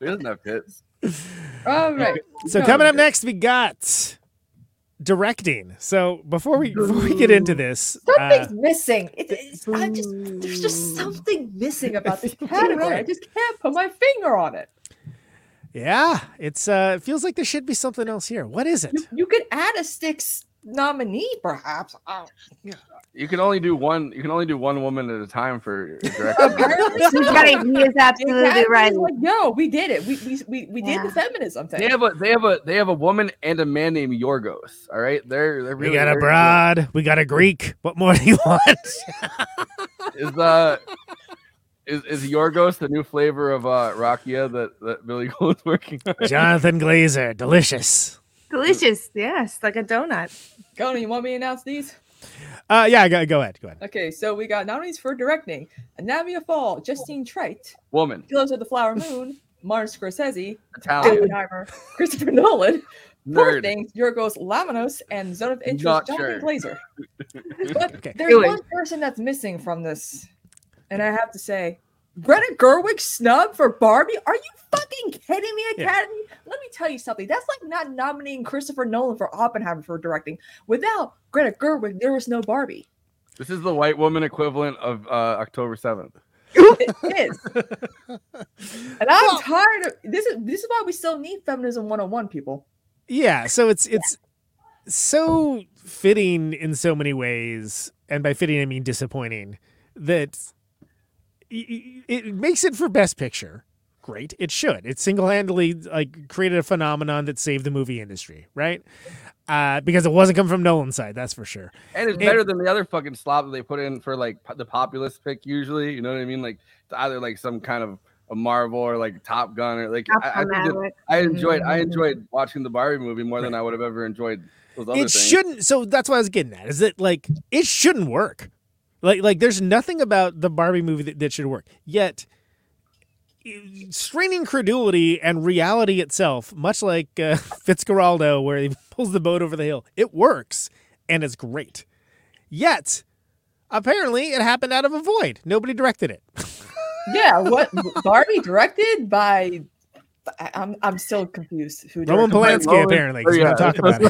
Speaker 3: He doesn't have tits.
Speaker 2: All right.
Speaker 1: So
Speaker 2: No.
Speaker 1: coming up next, we got directing. So before we before we get into this, uh,
Speaker 3: Ah.
Speaker 2: Something's missing. It, it's, I just there's just something missing about this category. I
Speaker 1: right.
Speaker 2: just can't put my finger on it.
Speaker 1: yeah, it's uh, it feels like there should be something else here. What is it?
Speaker 2: You, you could add a sticks nominee, perhaps. Oh,
Speaker 3: You can only do one you can only do one woman at a time for
Speaker 2: Apparently
Speaker 3: directing.
Speaker 5: He's right. He is absolutely
Speaker 2: Exactly.
Speaker 5: right.
Speaker 2: Like, yo, we did it. We we we, we did
Speaker 5: Yeah.
Speaker 2: the feminism
Speaker 3: They
Speaker 2: thing.
Speaker 3: have a they have a they have a woman and a man named Yorgos. All right, they're they're
Speaker 1: We
Speaker 3: really
Speaker 1: got a
Speaker 3: they're-
Speaker 1: broad. We got a Greek. What more do you want?
Speaker 3: Is uh is is Yorgos the new flavor of uh Rakia that that Billy Gold's working on?
Speaker 1: Jonathan Glazer, delicious.
Speaker 5: Delicious. Yes, like a donut.
Speaker 2: Conan, you want me to announce these?
Speaker 1: Uh, yeah, go, go ahead. Go ahead.
Speaker 2: Okay, so we got nominees for directing: Anatomy of Fall, Justine Trite,
Speaker 3: Woman,
Speaker 2: Killers of the Flower Moon, Martin Scorsese,
Speaker 3: Italian,
Speaker 2: Oppenheimer, Christopher Nolan, Poor
Speaker 3: Oh. nerd.
Speaker 2: Things, Yorgos Lamanos, and Zone of Interest,
Speaker 3: Not
Speaker 2: Jonathan
Speaker 3: sure.
Speaker 2: Glazer. But
Speaker 1: Okay.
Speaker 2: there's
Speaker 5: Really?
Speaker 2: one person that's missing from this, and I have to say, Greta Gerwig snub for Barbie? Are you fucking kidding me,
Speaker 1: Yeah.
Speaker 2: Academy? Let me tell you something. That's like not nominating Christopher Nolan for Oppenheimer for directing. Without Greta Gerwig, there was no Barbie.
Speaker 3: This is the white woman equivalent of uh October seventh.
Speaker 2: It is. and I'm tired of this. Is this is why we still need feminism 101, people?
Speaker 1: Yeah, so it's it's so fitting in so many ways, and by fitting I mean disappointing that y- y- it makes it for best picture. Great, it should. It single-handedly like created a phenomenon that saved the movie industry, right? Uh, because it wasn't coming from Nolan's side, that's for sure.
Speaker 3: And it's
Speaker 1: Yeah.
Speaker 3: better than the other fucking slop that they put in for like po- the populist pick usually. You know what I mean? Like it's either like some kind of a Marvel or like Top Gun or like
Speaker 5: Top
Speaker 3: I, I,
Speaker 5: Gun
Speaker 3: think that
Speaker 5: Maverick.
Speaker 3: I enjoyed I
Speaker 5: Mm-hmm.
Speaker 3: enjoyed watching the Barbie movie more than I would have ever enjoyed those other
Speaker 1: it
Speaker 3: things.
Speaker 1: shouldn't so that's what i was getting at is that like it shouldn't work like like there's nothing about the barbie movie that, that should work yet i- straining credulity and reality itself much like uh, fitzgeraldo where he pulls the boat over the hill it works and it's great yet apparently it happened out of a void nobody directed it
Speaker 2: Yeah, what Barbie directed by? I, I'm I'm still confused. Who
Speaker 1: roman
Speaker 2: directed-
Speaker 3: Polanski.
Speaker 1: polanski apparently 'cause we don't talk about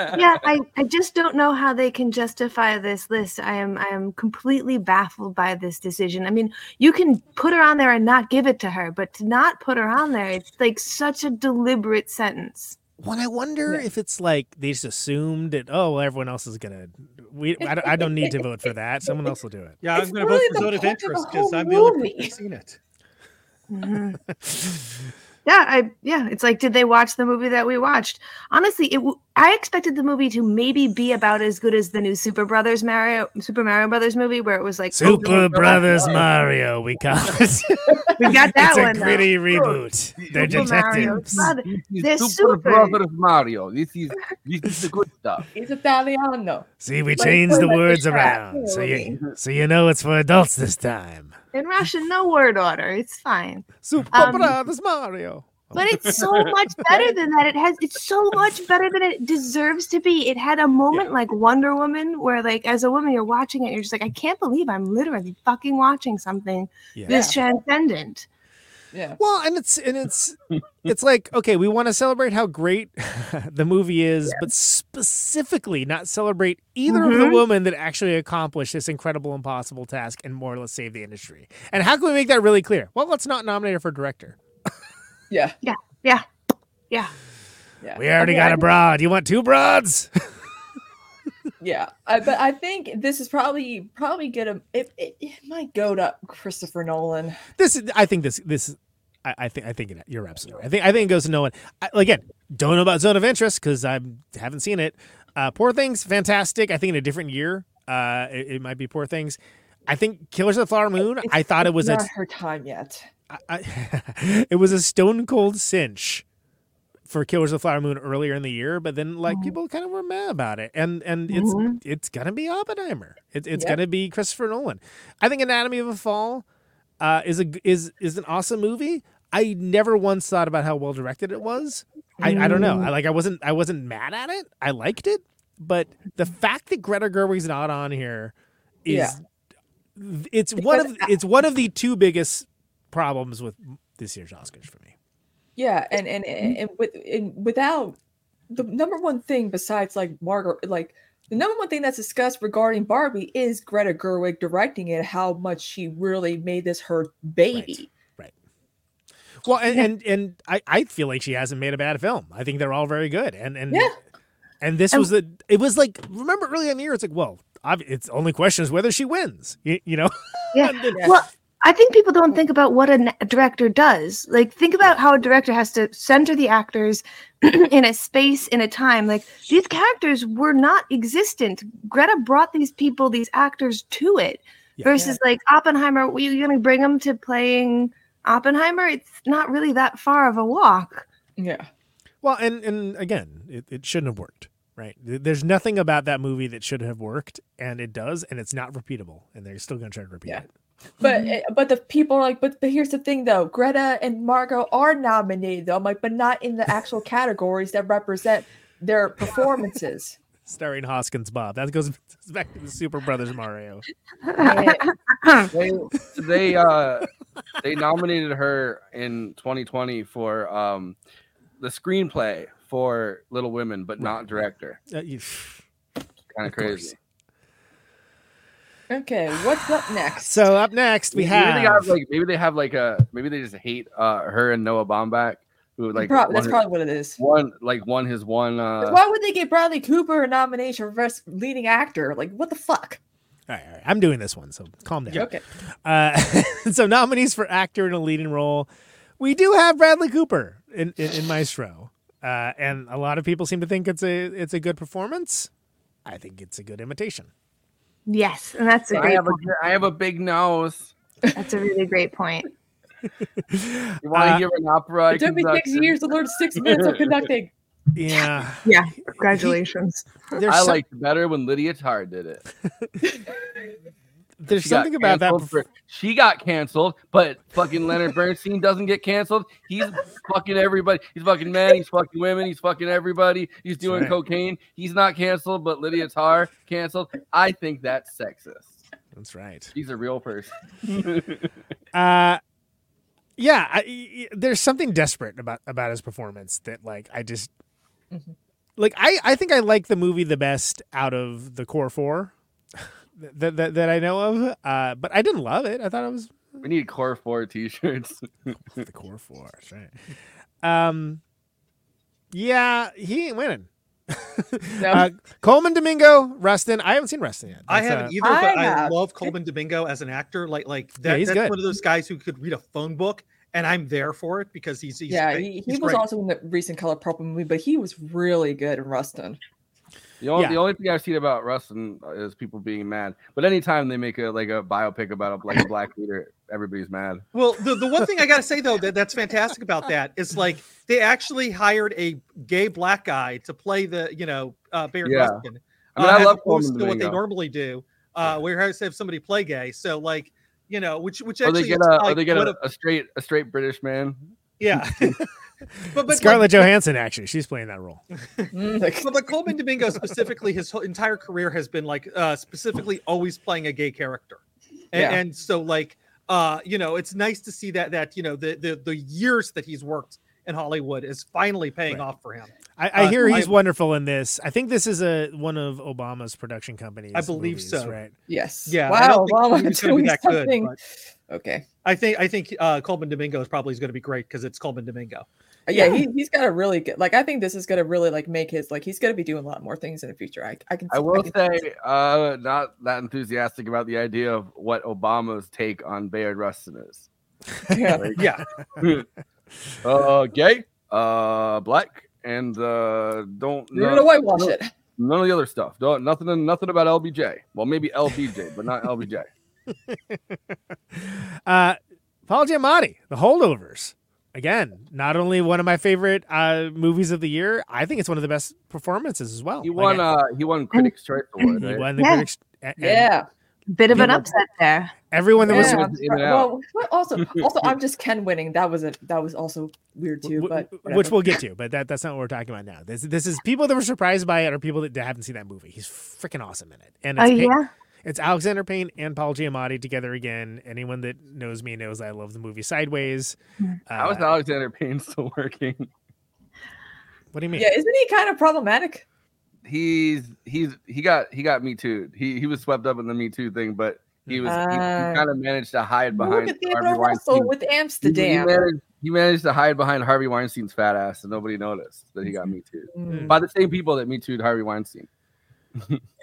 Speaker 1: it
Speaker 5: yeah, I, I just don't know how they can justify this list. I am I am completely baffled by this decision. I mean, you can put her on there and not give it to her, but to not put her on there, it's like such a deliberate sentence.
Speaker 1: Well, I wonder
Speaker 2: Yeah.
Speaker 1: if it's like they just assumed that oh well, everyone else is gonna we I don't, I don't need to vote for that someone else will do it.
Speaker 4: Yeah,
Speaker 2: It's
Speaker 4: I'm going to vote
Speaker 2: really
Speaker 4: for
Speaker 2: the
Speaker 4: Zone
Speaker 2: point of
Speaker 4: of
Speaker 2: the
Speaker 4: Interest
Speaker 2: whole
Speaker 4: because I'm the only
Speaker 2: movie.
Speaker 4: person who's seen it.
Speaker 5: Mhm. yeah, I yeah, it's like did they watch the movie that we watched? Honestly, it w- I expected the movie to maybe be about as good as the new Super Brothers Mario Super Mario Brothers movie where it was like oh,
Speaker 1: Super Brothers Mario, we call it.
Speaker 5: we got that
Speaker 1: it's a
Speaker 5: one. though.
Speaker 1: gritty reboot. They're
Speaker 3: Super
Speaker 1: detectives.
Speaker 5: Brothers.
Speaker 3: This
Speaker 5: They're
Speaker 3: is
Speaker 5: super.
Speaker 3: Super Brothers Mario. This is this is the good stuff.
Speaker 2: It's Italiano.
Speaker 1: See, we
Speaker 2: Like,
Speaker 1: changed the
Speaker 2: like a
Speaker 1: words
Speaker 2: trap,
Speaker 1: around, so you so you know it's for adults this time.
Speaker 5: In Russian, no word order. It's fine.
Speaker 1: Super
Speaker 5: Um,
Speaker 1: Brothers Mario.
Speaker 5: But it's so much better than that. It has it's so much better than it deserves to be. It had a moment like Wonder Woman where like as a woman you're watching it, you're just like, I can't believe I'm literally fucking watching something
Speaker 1: Yeah.
Speaker 5: this transcendent.
Speaker 2: Yeah.
Speaker 1: Well, and it's and it's it's like okay, we want to celebrate how great the movie is, but specifically not celebrate either of the
Speaker 5: Mhm.
Speaker 1: women that actually accomplished this incredible, impossible task and more or less save the industry. And how can we make that really clear? Well, let's not nominate her for director.
Speaker 2: Yeah. Yeah.
Speaker 1: We already
Speaker 2: I mean, I
Speaker 1: got a broad. You want two broads?
Speaker 2: Yeah, I, but I think this is probably probably gonna it, it, it might go to Christopher Nolan.
Speaker 1: this is. I think this this. I, I think I think it, you're absolutely. Right. I think I think it goes to no one. I, again, don't know about Zone of Interest because I haven't seen it. Uh, Poor Things, fantastic. I think in a different year, uh, it, it might be Poor Things. I think Killers of the Flower Moon. I thought it was a
Speaker 2: Not her time yet.
Speaker 1: I, I- it was a stone cold cinch for Killers of the Flower Moon earlier in the year, but then like
Speaker 2: Mm-hmm.
Speaker 5: Mhm.
Speaker 1: people kind of were mad about it, and and it's
Speaker 5: Mhm.
Speaker 1: it's gonna be Oppenheimer. It, it's
Speaker 2: Yep.
Speaker 1: gonna be Christopher Nolan. I think Anatomy of a Fall uh, is a g- is is an awesome movie. I never once thought about how well directed it was. I, I don't
Speaker 2: Mm.
Speaker 1: know. I like I wasn't I wasn't mad at it. I liked it, but the fact that Greta Gerwig's not on here is
Speaker 2: Yeah.
Speaker 1: it's one of
Speaker 2: Because I-
Speaker 1: it's one of the two biggest problems with this year's Oscars for me.
Speaker 2: Yeah, and and and, and with and without the number one thing besides like Margaret, like the number one thing that's discussed regarding Barbie is Greta Gerwig directing it. How much she really made this her baby.
Speaker 1: Well, and and, and I, I feel like she hasn't made a bad film. I think they're all very good. And and
Speaker 2: Yeah.
Speaker 1: and this
Speaker 5: And-
Speaker 1: was the it was like remember earlier in the year it's like well ob- it's only question is whether she wins. You, you know.
Speaker 5: Yeah.
Speaker 1: And then-
Speaker 2: Yeah.
Speaker 5: Well, I think people don't think about what a n- a director does. Like, think about how a director has to center the actors in a space, in a time. Like, these characters were not existent. Greta brought these people, these actors, to it.
Speaker 1: Yeah.
Speaker 5: Versus, like, Oppenheimer, we- you're going to bring them to playing Oppenheimer? It's not really that far of a walk.
Speaker 2: Yeah,
Speaker 1: Well, and and again, it, it shouldn't have worked. Right. Th- There's nothing about that movie that should have worked, and it does, and it's not repeatable, and they're still gonna try to repeat
Speaker 2: Yeah.
Speaker 1: it.
Speaker 2: but uh, but the people are like, but but here's the thing though, Greta and Margot are nominated though, I'm like, but not in the actual categories that represent their performances.
Speaker 1: Starring Hoskins Bob. That goes back to the Super Brothers Mario.
Speaker 3: They they uh they nominated her in 2020 for um the screenplay for Little Women, but not director.
Speaker 1: Uh, you-
Speaker 3: Kind of
Speaker 1: Of course.
Speaker 3: crazy.
Speaker 2: Okay, what's up next?
Speaker 1: So up next we
Speaker 3: maybe
Speaker 1: have,
Speaker 3: they have like maybe they have like a maybe they just hate uh her and Noah Baumbach who like
Speaker 2: Prob- that's
Speaker 3: won-
Speaker 2: probably what it is.
Speaker 3: one like won his one uh
Speaker 2: Why would they give Bradley Cooper a nomination for best leading actor? Like, what the fuck?
Speaker 1: All right, all right. I'm doing this one, so calm down.
Speaker 2: Okay.
Speaker 1: Uh, so nominees for actor in a leading role, we do have Bradley Cooper in in, in Maestro, uh, and a lot of people seem to think it's a it's a good performance. I think it's a good imitation.
Speaker 5: yes, and that's a
Speaker 3: I
Speaker 5: great.
Speaker 3: have a I have a big nose.
Speaker 5: That's a really great point.
Speaker 3: You want to
Speaker 1: Uh,
Speaker 3: hear an opera? I
Speaker 2: It took me six
Speaker 3: conducted?
Speaker 2: years to learn six minutes of conducting.
Speaker 1: Yeah.
Speaker 5: Congratulations.
Speaker 1: There's,
Speaker 3: I
Speaker 1: some-
Speaker 3: liked it better when Lydia Tarr did it.
Speaker 1: there's
Speaker 3: She got
Speaker 1: something about that.
Speaker 3: canceled for- she got canceled, but fucking Leonard Bernstein doesn't get canceled. He's fucking everybody. He's fucking men. He's fucking women. He's fucking everybody. He's doing
Speaker 1: right.
Speaker 3: cocaine. He's not canceled, but Lydia Tarr canceled. I think that's sexist.
Speaker 1: That's right.
Speaker 3: She's a real person.
Speaker 1: Uh, yeah, I- I, there's something desperate about about his performance that like I just
Speaker 2: Mhm.
Speaker 1: like I I think I like the movie the best out of the core four that that, that I know of. Uh, but I didn't love it. I thought it was
Speaker 3: we need core four t-shirts.
Speaker 1: the core four. That's right. Um, yeah, he ain't winning.
Speaker 2: No.
Speaker 1: uh, Coleman Domingo, Rustin. I haven't seen Rustin yet.
Speaker 4: I
Speaker 1: That's,
Speaker 4: haven't
Speaker 1: uh,
Speaker 4: either, but
Speaker 2: I
Speaker 4: I,
Speaker 2: have.
Speaker 4: love Coleman Domingo as an actor. Like, like
Speaker 1: Yeah,
Speaker 4: that,
Speaker 1: he's
Speaker 4: that's
Speaker 1: good.
Speaker 4: one of those guys who could read a phone book, and I'm there for it because he's, he's
Speaker 2: yeah,
Speaker 4: great.
Speaker 2: he, he
Speaker 4: He's
Speaker 2: was
Speaker 4: great.
Speaker 2: also in the recent Color Purple movie, but he was really good in Rustin.
Speaker 3: The only,
Speaker 1: Yeah.
Speaker 3: the only thing I've seen about Rustin is people being mad. But anytime they make a like a biopic about a like a black leader, everybody's mad.
Speaker 4: Well, the, the one thing I gotta say though that, that's fantastic about that is like they actually hired a gay black guy to play the you know uh, Baron
Speaker 3: Yeah.
Speaker 4: Ruskin.
Speaker 3: I mean,
Speaker 4: uh,
Speaker 3: I
Speaker 4: as
Speaker 3: love
Speaker 4: opposed
Speaker 3: Coleman
Speaker 4: to what they
Speaker 3: Domingo.
Speaker 4: normally do, uh, where they have somebody play gay. So like you know, which which
Speaker 3: Or
Speaker 4: actually
Speaker 3: they get
Speaker 4: is,
Speaker 3: a, or
Speaker 4: like,
Speaker 3: they get
Speaker 4: what
Speaker 3: a, a straight a straight British man.
Speaker 4: yeah. but but like,
Speaker 1: Scarlett Johansson actually, she's playing that role.
Speaker 2: Mm, like,
Speaker 4: but, but Coleman Domingo specifically, his whole entire career has been like uh, specifically always playing a gay character, and,
Speaker 2: Yeah.
Speaker 4: and so like uh, you know, it's nice to see that that you know the the, the years that he's worked in Hollywood is finally paying
Speaker 1: Right.
Speaker 4: off for him.
Speaker 1: I, I
Speaker 4: Uh,
Speaker 1: hear
Speaker 4: so
Speaker 1: he's
Speaker 4: I-
Speaker 1: wonderful in this. I think this is a one of Obama's production companies.
Speaker 4: I believe
Speaker 1: movies,
Speaker 4: so.
Speaker 1: Right?
Speaker 2: yes.
Speaker 4: Yeah,
Speaker 2: Wow.
Speaker 4: I don't think
Speaker 2: Obama
Speaker 4: he's gonna be
Speaker 2: doing
Speaker 4: that good,
Speaker 2: something.
Speaker 4: but-
Speaker 2: okay.
Speaker 4: I think I think uh, Coleman Domingo is probably going to be great because it's Coleman Domingo.
Speaker 2: Yeah, He, he's got a really good. Like, I think this is gonna really like make his like he's gonna be doing a lot more things in the future. I I can.
Speaker 3: I will
Speaker 2: can-
Speaker 3: say, uh, not that enthusiastic about the idea of what Obama's take on Bayard Rustin is.
Speaker 2: Yeah.
Speaker 3: Like,
Speaker 4: Yeah,
Speaker 3: uh, gay, uh, black, and uh, don't
Speaker 2: You're gonna whitewash
Speaker 3: no-
Speaker 2: it.
Speaker 3: none of the other stuff. Don't nothing, nothing about LBJ. Well, maybe LBJ, but not LBJ.
Speaker 1: Uh, Paul Giamatti, The Holdovers. Again, not only one of my favorite uh, movies of the year, I think it's one of the best performances as
Speaker 4: Oh,
Speaker 1: well.
Speaker 3: He
Speaker 1: Like,
Speaker 3: won.
Speaker 1: I-
Speaker 3: Uh, he won Critics' Choice Award.
Speaker 1: he
Speaker 3: Right?
Speaker 1: won the
Speaker 5: Yeah.
Speaker 1: critics. and- and
Speaker 2: Yeah.
Speaker 5: Bit of an
Speaker 1: Yeah.
Speaker 5: upset there.
Speaker 1: Everyone that was
Speaker 3: Yeah.
Speaker 2: that's
Speaker 3: in
Speaker 2: right.
Speaker 3: and out.
Speaker 2: Well, what also, also, I'm just Ken winning. That was a that was also weird too.
Speaker 1: w-
Speaker 2: But
Speaker 1: w-
Speaker 2: whatever.
Speaker 1: which we'll get to, but that, that's not what we're talking about now. This this is people that were surprised by it or people that haven't seen that movie. He's freaking awesome in it, and
Speaker 5: Oh
Speaker 1: it's, Pay-
Speaker 5: yeah.
Speaker 1: it's Alexander Payne and Paul Giamatti together again. Anyone that knows me knows I love the movie Sideways.
Speaker 5: Mm.
Speaker 1: Uh,
Speaker 3: How is Alexander Payne still working?
Speaker 1: what do you mean?
Speaker 2: yeah, isn't he kind of problematic?
Speaker 3: He's he's he got he got me too. He he was swept up in the Me Too thing, but he was he,
Speaker 2: Ah.
Speaker 3: kind of managed to hide behind
Speaker 2: Look at David
Speaker 3: Harvey
Speaker 2: Russell
Speaker 3: Weinstein.
Speaker 2: with
Speaker 3: He- He,
Speaker 2: Amsterdam.
Speaker 3: managed, he managed to hide behind Harvey Weinstein's fat ass, and nobody noticed that he got me too
Speaker 2: Mm.
Speaker 3: by the same people that me too Harvey Weinstein.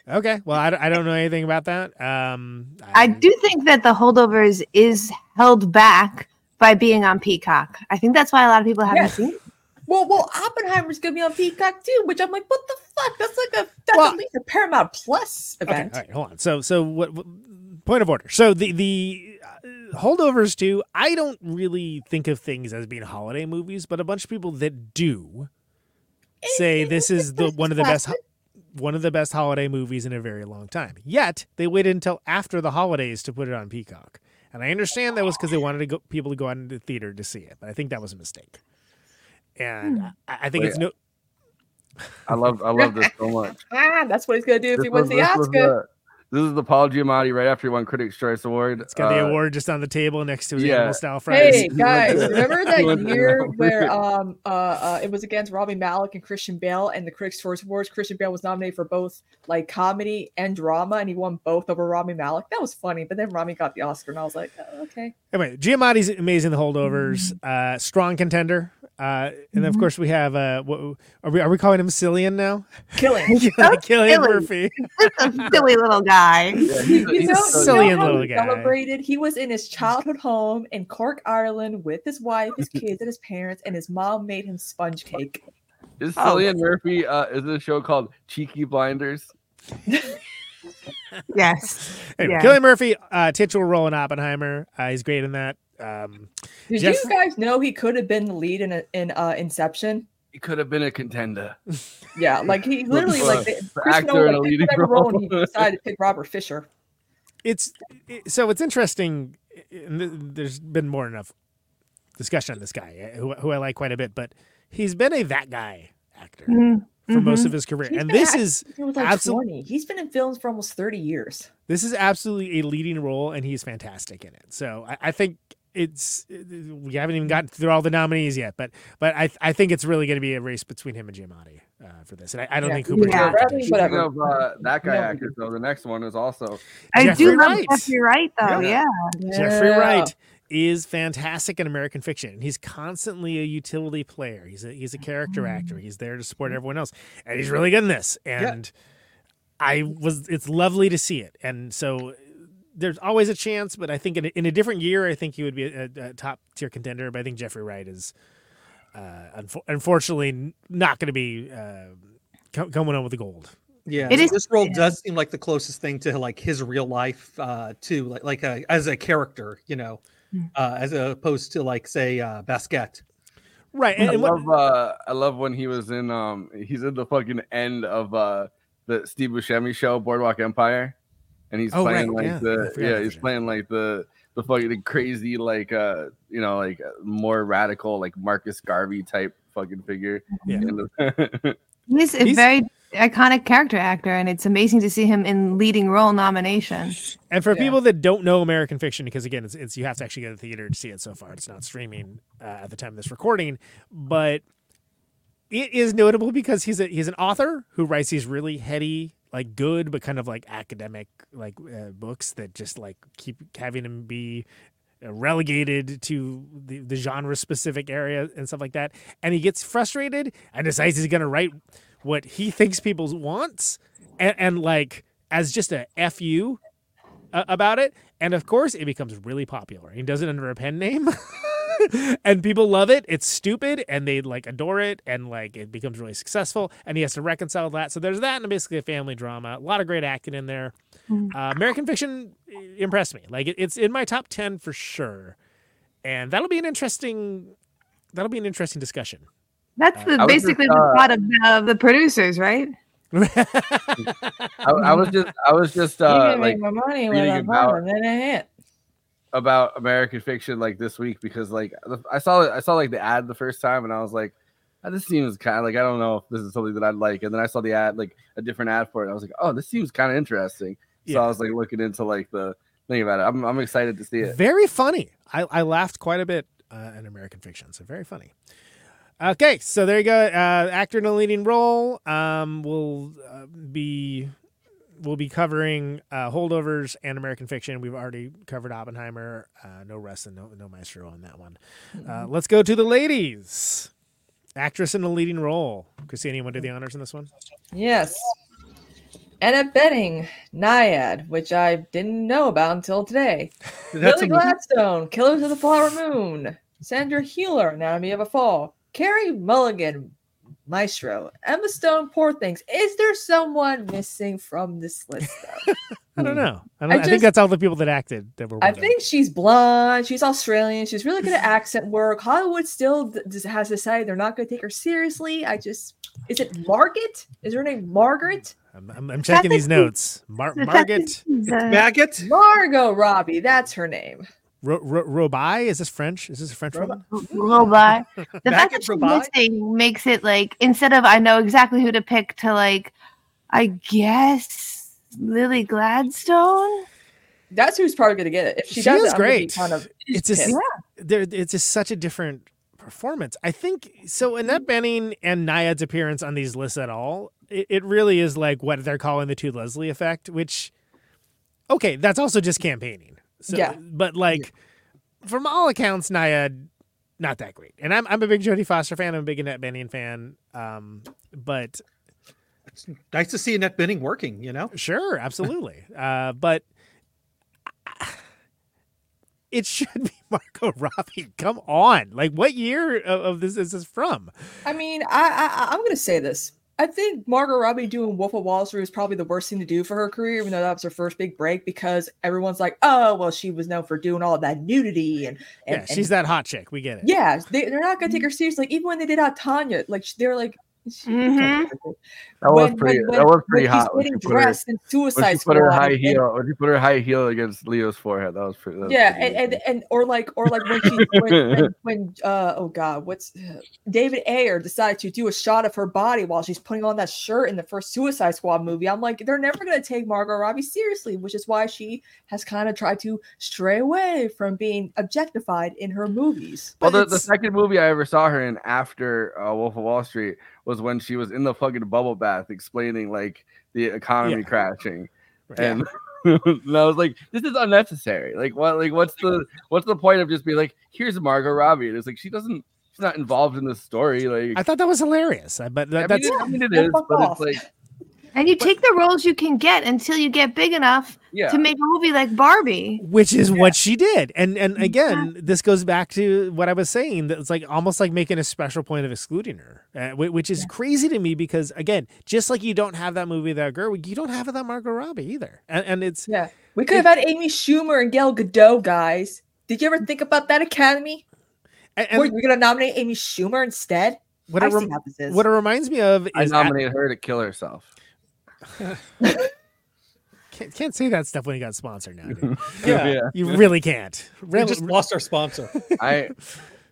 Speaker 1: Okay. Well, I, d- I don't know anything about that. Um,
Speaker 5: I do think that the holdovers is held back by being on Peacock. I think that's why a lot of people haven't
Speaker 2: Yeah.
Speaker 5: seen it.
Speaker 2: Well, well, Oppenheimer's gonna be on Peacock too, which I'm like, what the fuck? That's like a that's
Speaker 1: Well-
Speaker 2: at least a Paramount Plus
Speaker 1: Okay.
Speaker 2: event.
Speaker 1: All right. Hold on. So so what, what point of order? So the the uh, holdovers too. I don't really think of things as being holiday movies, but a bunch of people that do say this is the one of the best ho- one of the best holiday movies in a very long time. Yet they waited until after the holidays to put it on Peacock. And I understand that was because they wanted to go, people to go out into the theater to see it, but I think that was a mistake. And I, I think
Speaker 3: Wait,
Speaker 1: it's no.
Speaker 3: I love I love this so much.
Speaker 2: Ah, that's what he's gonna do if he wins the
Speaker 3: was
Speaker 2: Oscar.
Speaker 3: the- this is the Paul Giamatti right after he won Critics' Choice Award.
Speaker 1: It's got the
Speaker 3: Uh,
Speaker 1: award just on the table next to his
Speaker 3: yeah.
Speaker 1: animal style fries.
Speaker 2: Hey guys, remember
Speaker 3: He went
Speaker 2: that
Speaker 3: to
Speaker 2: year
Speaker 3: Melbourne.
Speaker 2: where um uh, uh it was against Robbie Malik and Christian Bale and the Critics' Choice Awards? Christian Bale was nominated for both like comedy and drama, and he won both over Robbie Malik. That was funny, but then Robbie got the Oscar, and I was like, oh, okay.
Speaker 1: Anyway, Giamatti's amazing. The holdovers, uh, strong contender, uh, and then of
Speaker 5: Mhm.
Speaker 1: course we have. Uh, what, are we are we calling him Cillian now?
Speaker 2: Killing.
Speaker 1: Killian,
Speaker 5: Cillian.
Speaker 1: Murphy.
Speaker 5: It's a silly little guy.
Speaker 3: yeah, he's a-
Speaker 2: You
Speaker 3: he's
Speaker 2: know,
Speaker 3: a-
Speaker 1: so-
Speaker 2: you know
Speaker 1: silly
Speaker 2: how
Speaker 1: little
Speaker 2: he
Speaker 1: guy.
Speaker 2: celebrated. He was in his childhood home in Cork, Ireland, with his wife, his kids, and his parents, and his mom made him sponge cake.
Speaker 3: Is
Speaker 5: Oh.
Speaker 3: Cillian Murphy? Uh, is this show called Cheeky Blinders?
Speaker 5: Yes.
Speaker 1: Anyway,
Speaker 5: Yeah.
Speaker 1: Cillian Murphy, uh, titular role in Oppenheimer. Uh, he's great in that. um,
Speaker 2: Did
Speaker 1: Jeff-
Speaker 2: you guys know he could have been the lead in a, in uh, Inception?
Speaker 3: He could have been a contender.
Speaker 2: Yeah, like he literally
Speaker 3: Well,
Speaker 2: like they,
Speaker 3: the
Speaker 2: Chris
Speaker 3: actor
Speaker 2: Nolan
Speaker 3: in a
Speaker 2: like,
Speaker 3: leading
Speaker 2: picked whatever role. and
Speaker 3: role.
Speaker 2: he decided to pick Robert Fisher.
Speaker 1: it's it- so it's interesting. And th- there's been more than enough discussion on this guy, uh, who, who I like quite a bit, but he's been a that guy actor
Speaker 5: Mm,
Speaker 1: for most
Speaker 5: mhm.
Speaker 1: of his career, and
Speaker 2: Mm-hmm. He's been
Speaker 1: this
Speaker 2: act-
Speaker 1: is
Speaker 2: He was like
Speaker 1: Absol-
Speaker 2: 20. He's been in films for almost 30 years.
Speaker 1: this is absolutely a leading role, and he's fantastic in it. So I, I think it's we haven't even gotten through all the nominees yet, but but I I think it's really going to be a race between him and Giamatti uh, for this, and I, I don't
Speaker 2: Yeah.
Speaker 1: think Hooper.
Speaker 5: Yeah.
Speaker 2: Whatever.
Speaker 3: Speaking of uh, that guy
Speaker 2: Yeah.
Speaker 3: actor, though, the next one is also
Speaker 5: I
Speaker 1: Jeffrey
Speaker 5: do love
Speaker 1: Wright.
Speaker 5: Jeffrey Wright though.
Speaker 3: Yeah.
Speaker 5: Yeah.
Speaker 1: Jeffrey
Speaker 2: Yeah.
Speaker 1: Wright is fantastic in American fiction. He's constantly a utility player. He's a he's a character actor. He's there to support everyone else, and he's really good in this.
Speaker 4: Yeah.
Speaker 1: And I was it's lovely to see it. And so uh, there's always a chance, but I think in a, in a different year, I think he would be a, a top tier contender. But I think Jeffrey Wright is uh, unfo- unfortunately n- not going to be uh, co- coming on with the gold.
Speaker 4: Yeah,
Speaker 5: It is-
Speaker 4: this role does seem like the closest thing to like his real life, uh, too, like like a, as a character, you know,
Speaker 5: Mm.
Speaker 4: uh, as opposed to like say uh, Basquette.
Speaker 1: Right. And,
Speaker 3: I
Speaker 1: and what-
Speaker 3: love uh, I love when he was in um he's in the fucking end of uh the Steve Buscemi show Boardwalk Empire, and he's
Speaker 1: Oh,
Speaker 3: playing
Speaker 1: right,
Speaker 3: like
Speaker 1: yeah. I
Speaker 3: the
Speaker 1: forgot
Speaker 3: yeah
Speaker 1: about
Speaker 3: he's
Speaker 1: that.
Speaker 3: playing like the the fucking crazy like uh you know like uh, more radical like Marcus Garvey type fucking figure.
Speaker 1: Yeah.
Speaker 3: And-
Speaker 5: He's a
Speaker 1: He's-
Speaker 5: very iconic character actor, and it's amazing to see him in leading role nomination.
Speaker 1: And for
Speaker 2: Yeah.
Speaker 1: people that don't know American Fiction, because again, it's, it's you have to actually go to the theater to see it. So far, it's not streaming uh, at the time of this recording, but it is notable because he's a he's an author who writes these really heady, like good but kind of like academic like uh, books that just like keep having him be uh, relegated to the, the genre specific area and stuff like that. And he gets frustrated and decides he's going to write what he thinks people wants and, and like as just a F you uh, about it. And of course, it becomes really popular. He does it under a pen name. and people love it. It's stupid and they like adore it and like it becomes really successful and he has to reconcile that. So there's that and basically a family drama. A lot of great acting in there.
Speaker 5: Mhm.
Speaker 1: Uh, American Fiction impressed me. Like it, it's in my top 10 for sure. And that'll be an interesting that'll be an interesting discussion.
Speaker 5: That's
Speaker 1: Uh,
Speaker 5: the,
Speaker 3: I was just,
Speaker 5: basically
Speaker 3: uh,
Speaker 5: the plot of the, the producers, right?
Speaker 3: I, I was just I was just uh
Speaker 2: he didn't
Speaker 3: like
Speaker 2: make my money
Speaker 3: reading
Speaker 2: with a
Speaker 3: about-
Speaker 2: bottom in a hand.
Speaker 3: about American fiction like this week because like the- I saw it, I saw like the ad the first time and I was like, "Oh, this seems kind of like I don't know if this is something that I'd like. And then I saw the ad like a different ad for it. And I was like, oh, this seems kind of interesting. So
Speaker 1: Yeah.
Speaker 3: I was like looking into like the thing about it. I'm I'm excited to see it.
Speaker 1: Very funny. I, I laughed quite a bit uh, in American Fiction, so very funny. Okay, so there you go. Uh, actor in a leading role. Um, we'll uh, be we'll be covering uh, holdovers and American Fiction. We've already covered Oppenheimer. Uh, no rest and no no maestro on that one.
Speaker 3: Mm-hmm.
Speaker 1: Uh, let's go to the ladies. Actress in a leading role. Christina, you want to do the honors in this one?
Speaker 2: Yes. And a betting Naiad, which I didn't know about until today.
Speaker 4: That's
Speaker 2: Billy
Speaker 4: a-
Speaker 2: Gladstone, Killers of the Flower Moon, Sandra Healer, Anatomy of a Fall, Carrie Mulligan, Maestro, Emma Stone, Poor Things. Is there someone missing from this list? Though?
Speaker 1: I don't know. I, don't, I,
Speaker 2: I
Speaker 1: think
Speaker 2: just-
Speaker 1: that's all the people that acted that were.
Speaker 2: I
Speaker 1: women.
Speaker 2: think she's blonde. She's Australian. She's really good at accent work. Hollywood still d- d- has decided they're not going to take her seriously. I just, is it Margaret? Is her name Margaret?
Speaker 1: I'm, I'm, I'm checking these
Speaker 5: Kathy-
Speaker 1: notes. Mar- Margaret.
Speaker 5: The-
Speaker 4: Maggot.
Speaker 2: Margot Robbie. That's her name.
Speaker 1: Ro- ro- Robai? Is this French? Is this a French
Speaker 2: Robi-
Speaker 1: one?
Speaker 5: Robot. The
Speaker 4: Back
Speaker 5: fact
Speaker 4: at
Speaker 5: that she's
Speaker 4: Robot?
Speaker 5: missing makes it like instead of I know exactly who to pick to like, I guess Lily Gladstone.
Speaker 2: That's who's probably going to get it. If
Speaker 1: She
Speaker 2: she, does
Speaker 1: is
Speaker 2: it, I'm gonna be
Speaker 1: great.
Speaker 2: Kind of
Speaker 1: It's just
Speaker 2: pissed.
Speaker 1: there. It's just such a different performance. I think so. Annette Benning and Naiad's appearance on these lists at all, it, it really is like what they're calling the two Leslie effect. Which, okay, that's also just campaigning. So,
Speaker 2: Yeah.
Speaker 1: But like, from all accounts, Naiad not that great. And I'm I'm a big Jodie Foster fan. I'm a big Annette Benning fan. Um, but
Speaker 4: It's nice to see Annette Benning working. You know,
Speaker 1: Sure, absolutely. uh, but it should be Marco Robbie. Come on, like what year of, of this is this from?
Speaker 2: I mean, I, I I- I'm gonna say this. I think Margot Robbie doing Wolf of Wall Street is probably the worst thing to do for her career, even though that was her first big break because everyone's like, oh, well, she was known for doing all that nudity and, and
Speaker 1: yeah, she's
Speaker 2: and,
Speaker 1: that hot chick. We get it.
Speaker 2: yeah, they, they're not gonna
Speaker 3: Mm-hmm.
Speaker 2: take her seriously. Like, even when they did out Tanya, like they're like, she-
Speaker 5: Mhm.
Speaker 3: Mm-hmm. That was pretty. that was pretty
Speaker 2: when
Speaker 3: hot.
Speaker 2: She's
Speaker 3: When she
Speaker 2: getting
Speaker 3: put her,
Speaker 2: dressed in
Speaker 3: when
Speaker 2: Suicide
Speaker 3: she put her
Speaker 2: Squad
Speaker 3: high
Speaker 2: and-
Speaker 3: heel. When she put her high heel against Leo's forehead. That was pretty. That was
Speaker 2: yeah,
Speaker 3: pretty
Speaker 2: and, and
Speaker 3: amazing.
Speaker 2: and or like or like when she when, when, when uh oh god, what's David Ayer decided to do a shot of her body while she's putting on that shirt in the first Suicide Squad movie. I'm like, they're never gonna take Margot Robbie seriously, which is why she has kind of tried to stray away from being objectified in her movies.
Speaker 3: well,
Speaker 1: but
Speaker 3: the, the
Speaker 1: it's-
Speaker 3: second movie I ever saw her in after uh, Wolf of Wall Street was when she was in the fucking bubble bath explaining like the economy
Speaker 1: Yeah.
Speaker 3: crashing,
Speaker 1: Right.
Speaker 3: and, and I was like, this is unnecessary. Like what? Like what's the what's the point of just being like, here's Margot Robbie? And it's like she doesn't. She's not involved in the story. Like
Speaker 1: I thought that was hilarious. I but
Speaker 3: I
Speaker 1: that,
Speaker 3: mean,
Speaker 1: that's
Speaker 3: it- I mean, it
Speaker 2: Yeah,
Speaker 3: is,
Speaker 2: fuck
Speaker 3: but
Speaker 2: off.
Speaker 3: it's like
Speaker 5: And you take the roles you can get until you get big enough
Speaker 3: yeah.
Speaker 5: to make a movie like Barbie.
Speaker 1: which is what she did and and again this goes back to what i was saying that it's like almost like making a special point of excluding her uh, whi- which is crazy to me because again just like you don't have that movie that girl you don't have it that margot robbie either and, and it's
Speaker 2: Yeah, we could have had Amy Schumer and Gail Godot, guys. Did you ever think about that Academy?
Speaker 1: and, Mm. and
Speaker 2: Were you gonna nominate Amy Schumer instead?
Speaker 1: what,
Speaker 2: I
Speaker 1: it
Speaker 2: see
Speaker 1: rem-
Speaker 2: how this is.
Speaker 1: what it reminds me of
Speaker 3: I
Speaker 1: is at-
Speaker 3: nominate her to kill herself.
Speaker 1: can't, can't say that stuff when you got sponsored now dude.
Speaker 4: Yeah.
Speaker 1: you really can't
Speaker 4: We
Speaker 1: really,
Speaker 4: just lost our sponsor.
Speaker 3: I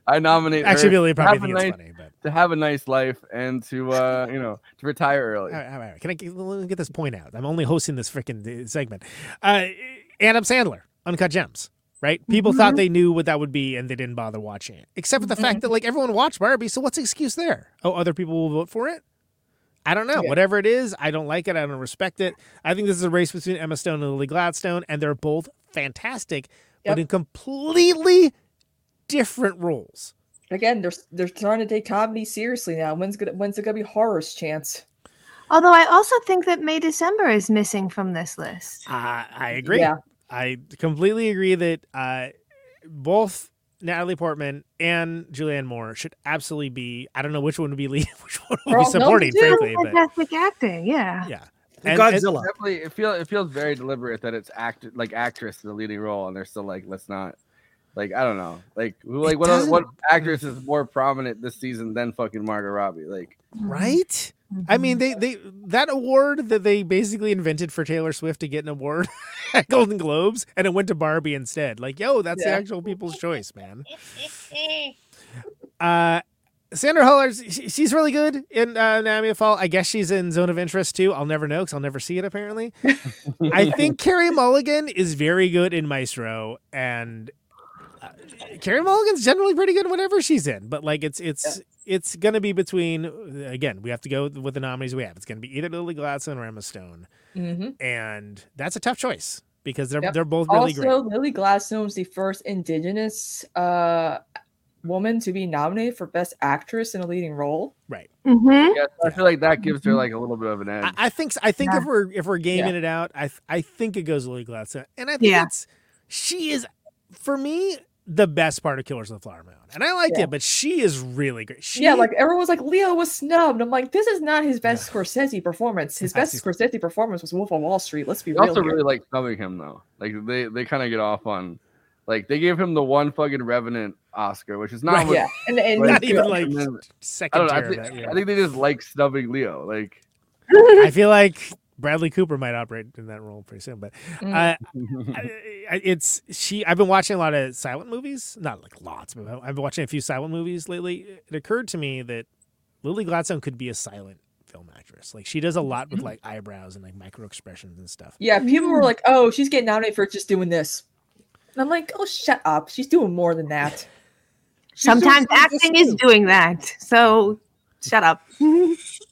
Speaker 3: I nominate
Speaker 1: actually
Speaker 3: her
Speaker 1: really probably
Speaker 3: Have a
Speaker 1: think it's
Speaker 3: nice-
Speaker 1: funny but
Speaker 3: to have a nice life and to uh you know to retire early.
Speaker 1: All right, all right, all right. Can I get, let me get this point out? I'm only hosting this freaking segment. Uh, Adam Sandler, Uncut Gems, right? People thought they knew what that would be and they didn't bother watching it, except for the fact that like everyone watched Barbie. So what's the excuse there? Oh, other people will vote for it. I don't know.
Speaker 2: Yeah.
Speaker 1: Whatever it is, I don't like it. I don't respect it. I think this is a race between Emma Stone and Lily Gladstone, and they're both fantastic,
Speaker 2: Yep.
Speaker 1: but in completely different roles.
Speaker 2: Again, they're they're starting to take comedy seriously now. When's gonna when's it gonna be horror's chance?
Speaker 5: Although I also think that May December is missing from this
Speaker 4: Uh,
Speaker 5: list.
Speaker 1: I I agree.
Speaker 2: Yeah.
Speaker 1: I completely agree that uh, both Natalie Portman and Julianne Moore should absolutely be. I don't know which one would be lead, which one would
Speaker 2: They're all
Speaker 1: be supporting,
Speaker 2: nominated.
Speaker 1: frankly. But
Speaker 5: Fantastic acting, yeah.
Speaker 1: yeah, And- and-
Speaker 4: Godzilla.
Speaker 3: Definitely, it feels it feels very deliberate that it's act like actress in the leading role, and they're still like, let's not, like I don't know, like who, like what other- what actress is more prominent this season than fucking Margot Robbie? Like
Speaker 1: right. I mean, they they that award that they basically invented for Taylor Swift to get an award at Golden Globes, and it went to Barbie instead. Like, yo, that's the
Speaker 2: Yeah.
Speaker 1: actual people's choice, man. Uh, Sandra Hullers, she- she's really good in uh, Naomi of Fall. I guess she's in Zone of Interest too. I'll never know because I'll never see it. Apparently, I think Carrie Mulligan is very good in Maestro, and uh, Carrie Mulligan's generally pretty good in whatever she's in. But like, it's it's it's gonna be between uh, again. We have to go with the nominees we have. It's gonna be either Lily Gladstone or Emma Stone,
Speaker 2: Mm-hmm.
Speaker 1: and that's a tough choice because they're
Speaker 2: Yep.
Speaker 1: they're both really
Speaker 2: also,
Speaker 1: great.
Speaker 2: Lily Gladstone was the first Indigenous uh, woman to be nominated for Best Actress in a Leading Role.
Speaker 5: hmm
Speaker 3: yeah, so I feel like that gives her like a little bit of an edge.
Speaker 1: I, I think I think
Speaker 5: Yeah.
Speaker 1: if we're if we're gaming it out, I th- I think it goes Lily Gladstone, and I think
Speaker 5: Yeah.
Speaker 1: it's she is for me the best part of Killers of the Flower Moon, and I liked
Speaker 2: Yeah.
Speaker 1: it, but she is really great. She,
Speaker 2: yeah, like everyone was like Leo was snubbed. I'm like, this is not his best
Speaker 1: Yeah.
Speaker 2: Scorsese performance. His
Speaker 1: I
Speaker 2: best
Speaker 1: see.
Speaker 2: Scorsese performance was Wolf of Wall Street. Let's be
Speaker 3: They
Speaker 2: real.
Speaker 3: also
Speaker 2: here.
Speaker 3: really like snubbing him though. Like they they kind of get off on, like they gave him the one fucking Revenant Oscar, which is not
Speaker 1: Right,
Speaker 3: what-
Speaker 2: yeah, and, and
Speaker 3: Like,
Speaker 1: not even
Speaker 3: yeah.
Speaker 1: like
Speaker 3: And then- I
Speaker 1: second
Speaker 3: don't know. I
Speaker 1: tier of
Speaker 3: think,
Speaker 1: that.
Speaker 3: I
Speaker 1: Yeah.
Speaker 3: think they just like snubbing Leo. Like
Speaker 1: I feel like Bradley Cooper might operate in that role pretty soon, but
Speaker 2: Mm.
Speaker 1: uh, I, I- it's she. I've been watching a lot of silent movies, not like lots, but I've been watching a few silent movies lately. It occurred to me that Lily Gladstone could be a silent film actress. Like she does a lot with like eyebrows and like micro expressions and stuff.
Speaker 2: yeah, people
Speaker 1: Mm.
Speaker 2: were like, oh, she's getting nominated for just doing this. And I'm like, oh, shut up. She's doing more than that.
Speaker 4: She's doing
Speaker 5: Sometimes
Speaker 4: something just
Speaker 5: acting is
Speaker 4: new. Mm-hmm.
Speaker 5: doing that. So shut up.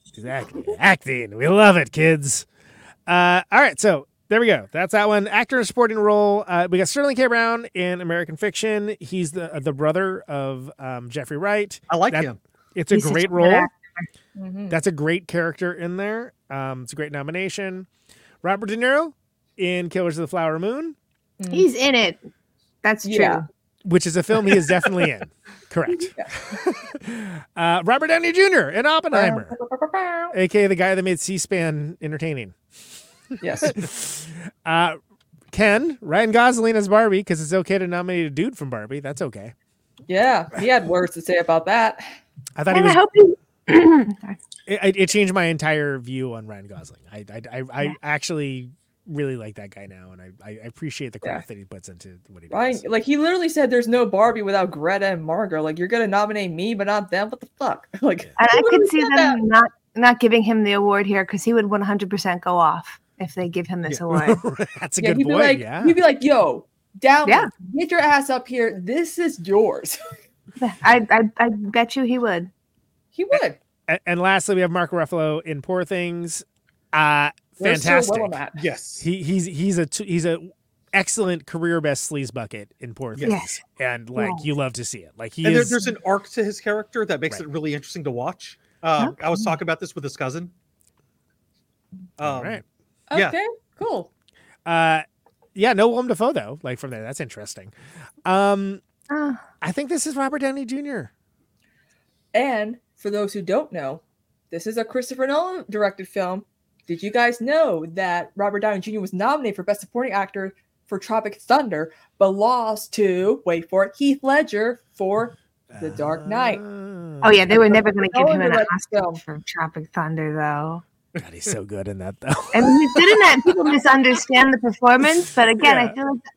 Speaker 1: Exactly, acting. We love it, kids. Uh, all right, so there we go. That's that one. Actor in a supporting role. Uh, we got Sterling K. Brown in American Fiction. He's the uh, the brother of um, Jeffrey Wright.
Speaker 4: I like
Speaker 1: That-
Speaker 4: him.
Speaker 1: It's a
Speaker 5: He's such
Speaker 1: great
Speaker 5: good
Speaker 1: role.
Speaker 5: actor. Mm.
Speaker 2: Mhm.
Speaker 1: That's a great character in there. Um, it's a great nomination. Robert De Niro in Killers of the Flower Moon.
Speaker 2: Mhm.
Speaker 5: He's in it. That's true.
Speaker 2: Yeah.
Speaker 1: which is a film he is definitely in. Correct. uh, Robert Downey Jr. in Oppenheimer,
Speaker 5: Uh,
Speaker 2: Mm-hmm.
Speaker 1: aka the guy that made C-SPAN entertaining.
Speaker 2: yes.
Speaker 1: Uh, Ken Ryan Gosling as Barbie because it's okay to nominate a dude from Barbie. That's okay.
Speaker 2: Yeah. He had words to say about that.
Speaker 1: I thought he
Speaker 5: And I
Speaker 1: was.
Speaker 5: hope you. Sorry.
Speaker 1: It, it changed my entire view on Ryan Gosling. I I, I, I actually really like that guy now, and I, I appreciate the craft that he puts into what he does.
Speaker 2: Ryan, like he literally said, "There's no Barbie without Greta and Margot." Like you're gonna nominate me, but not them. What the fuck? Like
Speaker 5: And
Speaker 2: he
Speaker 5: I could
Speaker 2: literally
Speaker 5: see
Speaker 2: said
Speaker 5: them
Speaker 2: that.
Speaker 5: not not giving him the award here because he would 100% go off if they give him this award.
Speaker 1: That's a
Speaker 2: Yeah,
Speaker 1: good
Speaker 2: he'd be
Speaker 1: boy.
Speaker 2: like,
Speaker 1: yeah.
Speaker 2: he'd be like, "Yo, down,
Speaker 5: Yeah.
Speaker 2: get your ass up here. This is yours."
Speaker 5: I, I I bet you he would.
Speaker 2: he would.
Speaker 1: A- and lastly, we have Mark Ruffalo in Poor Things. Uh,
Speaker 2: We're so well
Speaker 1: fantastic.
Speaker 2: on that.
Speaker 4: Yes.
Speaker 1: he he's he's a t- he's a excellent career best sleaze bucket in Poor Things,
Speaker 5: Yes.
Speaker 1: and like
Speaker 5: Yeah.
Speaker 1: you love to see it. Like he
Speaker 4: and there,
Speaker 1: is.
Speaker 4: there's an arc to his character that makes
Speaker 1: Right.
Speaker 4: it really interesting to watch. Um, I was talking about this with his cousin. Um,
Speaker 1: all right.
Speaker 4: Yeah.
Speaker 2: Okay, cool.
Speaker 1: Uh, yeah, no Willem Dafoe though. Like from there, that's interesting. Um,
Speaker 5: Oh,
Speaker 1: I think this is Robert Downey Jr.
Speaker 2: And for those who don't know, this is a Christopher Nolan directed film. Did you guys know that Robert Downey Jr. was nominated for Best Supporting Actor for Tropic Thunder, but lost to, wait for it, Heath Ledger for The Dark Knight.
Speaker 1: Ah.
Speaker 5: oh yeah, they were never going to give
Speaker 2: Nolan
Speaker 5: him an
Speaker 2: directed
Speaker 5: Oscar
Speaker 2: film.
Speaker 5: for Tropic Thunder though.
Speaker 1: God, he's so good in that though.
Speaker 5: And he didn't that people misunderstand the performance, but again,
Speaker 1: Yeah.
Speaker 5: I feel like the